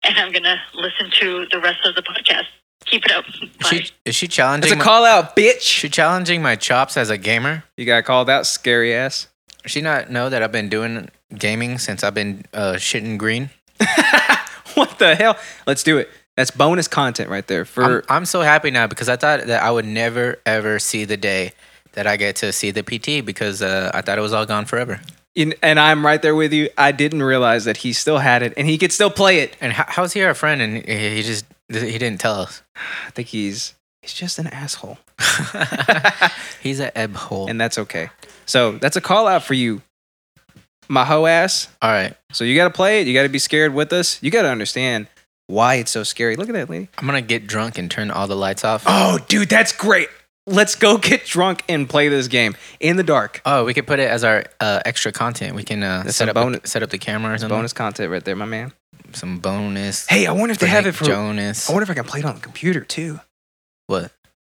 and I'm gonna listen to the rest of the podcast. Keep it up. Bye.
She, is she
That's
challenging?
a
my-
call out, bitch.
she challenging my chops as a gamer?
You got called out, scary ass.
Does she not know that I've been doing gaming since I've been uh, shitting green?
what the hell? Let's do it. That's bonus content right there for
I'm, I'm so happy now because I thought that I would never ever see the day that I get to see the PT because uh, I thought it was all gone forever.
In, and I'm right there with you. I didn't realize that he still had it, and he could still play it.
And how, how's he our friend? And he he just he didn't tell us.
I think he's he's just an asshole,
He's an ebb hole.
and that's okay. So that's a call out for you, my hoe ass.
all right,
So you got to play it. You got to be scared with us. You got to understand why it's so scary. Look at that lady.
I'm gonna get drunk and turn all the lights off.
Oh, dude, that's great. let's go get drunk and play this game in the dark.
Oh, we could put it as our uh, extra content. We can uh,
That's
set
a
up a-
bonus-
set up the camera or something.
Bonus content right there, my man.
Some bonus.
Mm-hmm. Hey, I wonder if they have it
Frank
for.
Jonas.
I wonder if I can play it on the computer too.
what?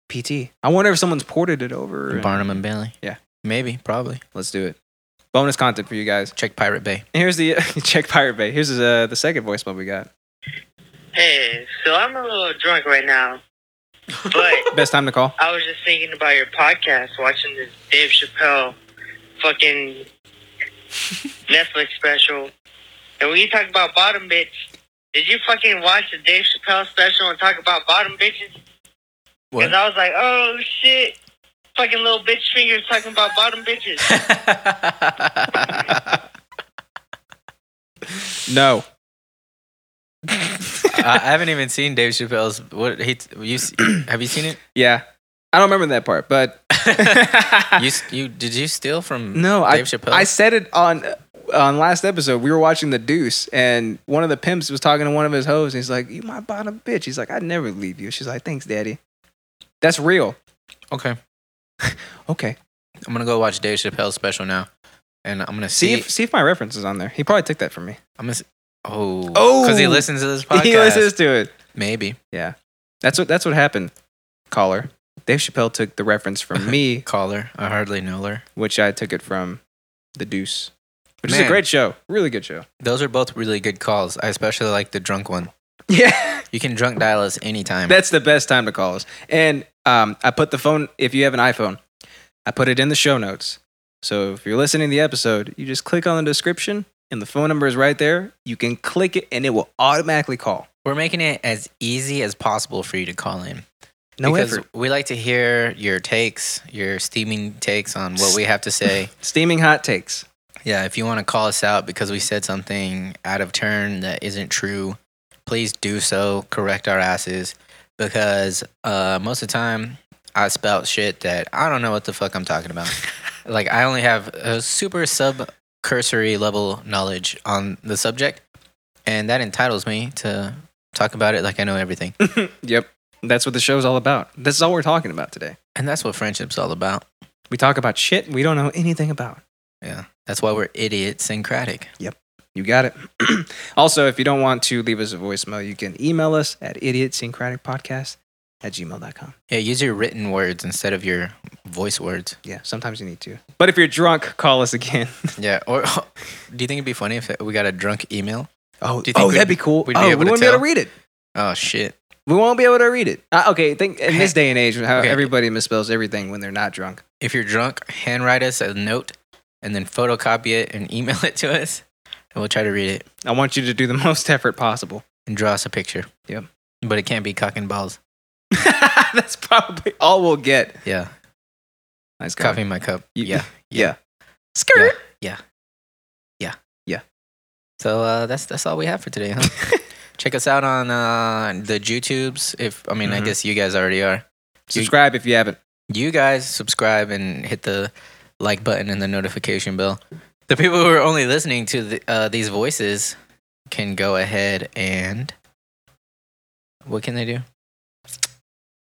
PT. I wonder if someone's ported it over. and-
Barnum and Bailey.
Yeah.
Maybe, probably.
Let's do it. Bonus content for you guys.
Check Pirate Bay.
And here's the check Pirate Bay. Here's uh, the second voicemail we got.
Hey, so I'm a little drunk right now, but
Best time to call.
I was just thinking about your podcast, watching this Dave Chappelle fucking Netflix special, and when you talk about bottom bitch, did you fucking watch the Dave Chappelle special and talk about bottom bitches? Because I was like, oh shit, fucking little bitch fingers talking about bottom bitches.
I,
No.
I haven't even seen Dave Chappelle's. What he you s- have you seen it?
Yeah. I don't remember that part, but
You s- you did you steal from
no, I,
Dave Chappelle?
I said it on on last episode. We were watching The Deuce, and one of the pimps was talking to one of his hoes, and he's like, "You my bottom bitch." He's like, "I'd never leave you." She's like, "Thanks, daddy." That's real.
okay,
Okay.
I'm gonna go watch Dave Chappelle's special now, and I'm gonna
See,
see.
if see if my reference is on there. He probably took that from me.
I'm gonna. s- Oh,
Oh!
because he listens to this podcast.
He listens to it.
Maybe
Yeah. That's what that's what happened. Caller. Dave Chappelle took the reference from me,
caller. I hardly know her.
which I took it from The Deuce. Which is a
Man.
great show. Really good show.
Those are both really good calls. I especially like the drunk one.
Yeah.
You can drunk dial us anytime.
That's the best time to call us. And um, I put the phone, if you have an iPhone, I put it in the show notes. So if you're listening to the episode, you just click on the description and the phone number is right there. You can click it and it will automatically call.
We're making it as easy as possible for you to call in.
No
because
effort.
we like to hear your takes, your steaming takes on what we have to say.
Steaming hot takes.
yeah, if you want to call us out because we said something out of turn that isn't true, please do so. Correct our asses because uh, most of the time I spout shit that I don't know what the fuck I'm talking about. like I only have a super sub cursory level knowledge on the subject, and that entitles me to talk about it like I know everything.
Yep. That's what the show's all about. This is all we're talking about today.
and that's what friendship's all about.
We talk about shit we don't know anything about.
Yeah. That's why we're idiot syncratic.
You got it. also, if you don't want to leave us a voicemail, you can email us at idiotsyncraticpodcast at gmail.com.
Yeah, use your written words instead of your voice words.
Yeah, sometimes you need to. But if you're drunk, call us again.
Yeah. Or do you think it'd be funny if we got a drunk email?
Oh,
Do you think
oh
we'd-
that'd be cool.
we'd be
oh,
able
we
to
won't be able
tell?
to read it.
Oh shit.
We won't be able to read it. Uh, okay, think in this day and age, how
Okay.
everybody misspells everything when they're not drunk.
If you're drunk, handwrite us a note and then photocopy it and email it to us and we'll try to read it
I want you to do the most effort possible.
and draw us a picture.
Yep.
But it can't be cock and balls.
That's probably all we'll get.
Yeah.
Nice going.
Coffee in my cup.
You-
yeah.
Yeah.
Yeah.
Skirt.
Yeah. Yeah.
Yeah.
So uh, that's that's all we have for today, huh? Check us out on uh, the YouTubes. If I mean, I
Mhm.
guess you guys already are.
Subscribe if you haven't.
you guys subscribe and hit the like button and the notification bell. The people who are only listening to the, uh, these voices can go ahead and what can they do?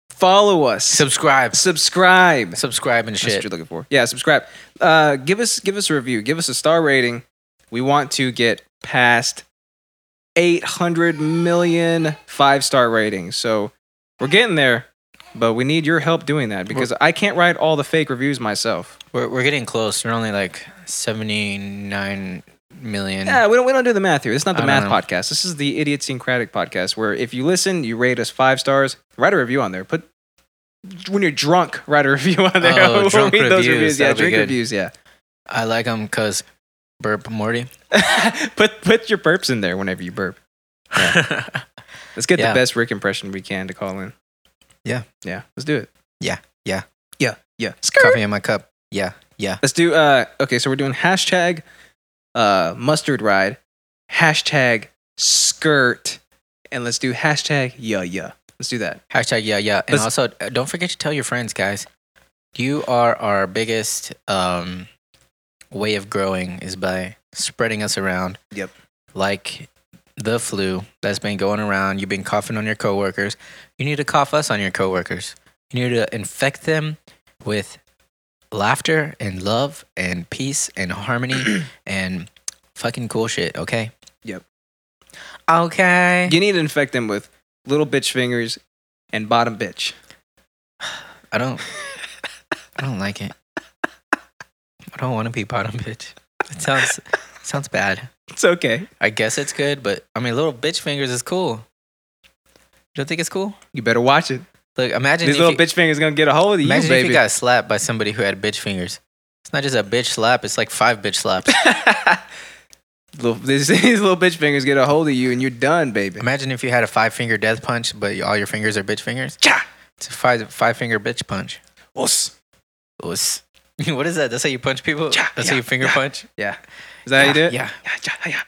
Follow us.
Subscribe,
subscribe.
subscribe and
That's what
shit.
you're looking for. Yeah, subscribe. Uh, give us give us a review. Give us a star rating. We want to get past 800 million five star ratings. So we're getting there, but we need your help doing that because I can't write all the fake reviews myself.
We're we're getting close. We're only like seventy nine million.
Yeah, we don't we don't do the math here. It's not the
I
math
don't know.
podcast. This is the idiosyncratic podcast where if you listen, you rate us five stars. Write a review on there. Put when you're drunk, write a review on there.
Oh,
We'll
drunk
read those
reviews.
reviews. Yeah,
That'll be
drink
good.
reviews. Yeah.
I like them because Burp Morty.
put put your burps in there whenever you burp.
Yeah.
Let's get
Yeah.
the best Rick impression we can to call in.
Yeah.
Yeah. Let's do it.
Yeah, yeah.
Yeah. Yeah. Skirt.
Coffee in my cup. Yeah, yeah.
Let's do uh okay, so we're doing hashtag uh mustard ride, hashtag skirt, and let's do hashtag yeah yeah. Let's do that.
Hashtag yeah, yeah. And
Let's-
also, uh, don't forget to tell your friends, guys. You are our biggest um, way of growing is by spreading us around.
Yep.
Like the flu that's been going around. You've been coughing on your coworkers. You need to cough us on your coworkers. You need to infect them with laughter and love and peace and harmony and fucking cool shit, okay?
Yep.
Okay.
You need to infect them with little bitch fingers and bottom bitch.
I don't I don't like it. I don't want to be bottom bitch. It sounds sounds bad.
It's okay.
I guess it's good, but I mean little bitch fingers is cool. You don't think it's cool?
You better watch it.
Look, imagine
These
if
little
you-
bitch fingers gonna get a hold of you,
Imagine if
baby.
you got slapped by somebody who had bitch fingers. It's not just a bitch slap, it's like five bitch slaps.
little, these, these little bitch fingers get a hold of you, and you're done, baby.
Imagine if you had a five finger death punch, but all your fingers are bitch fingers.
Cha!
It's a five five finger bitch punch.
Wuss.
Oops. what is that? That's how you punch people?
Cha,
That's
yeah,
how you finger
yeah.
punch?
Yeah. Is that how you do it?
Yeah.
Yeah, cha, yeah.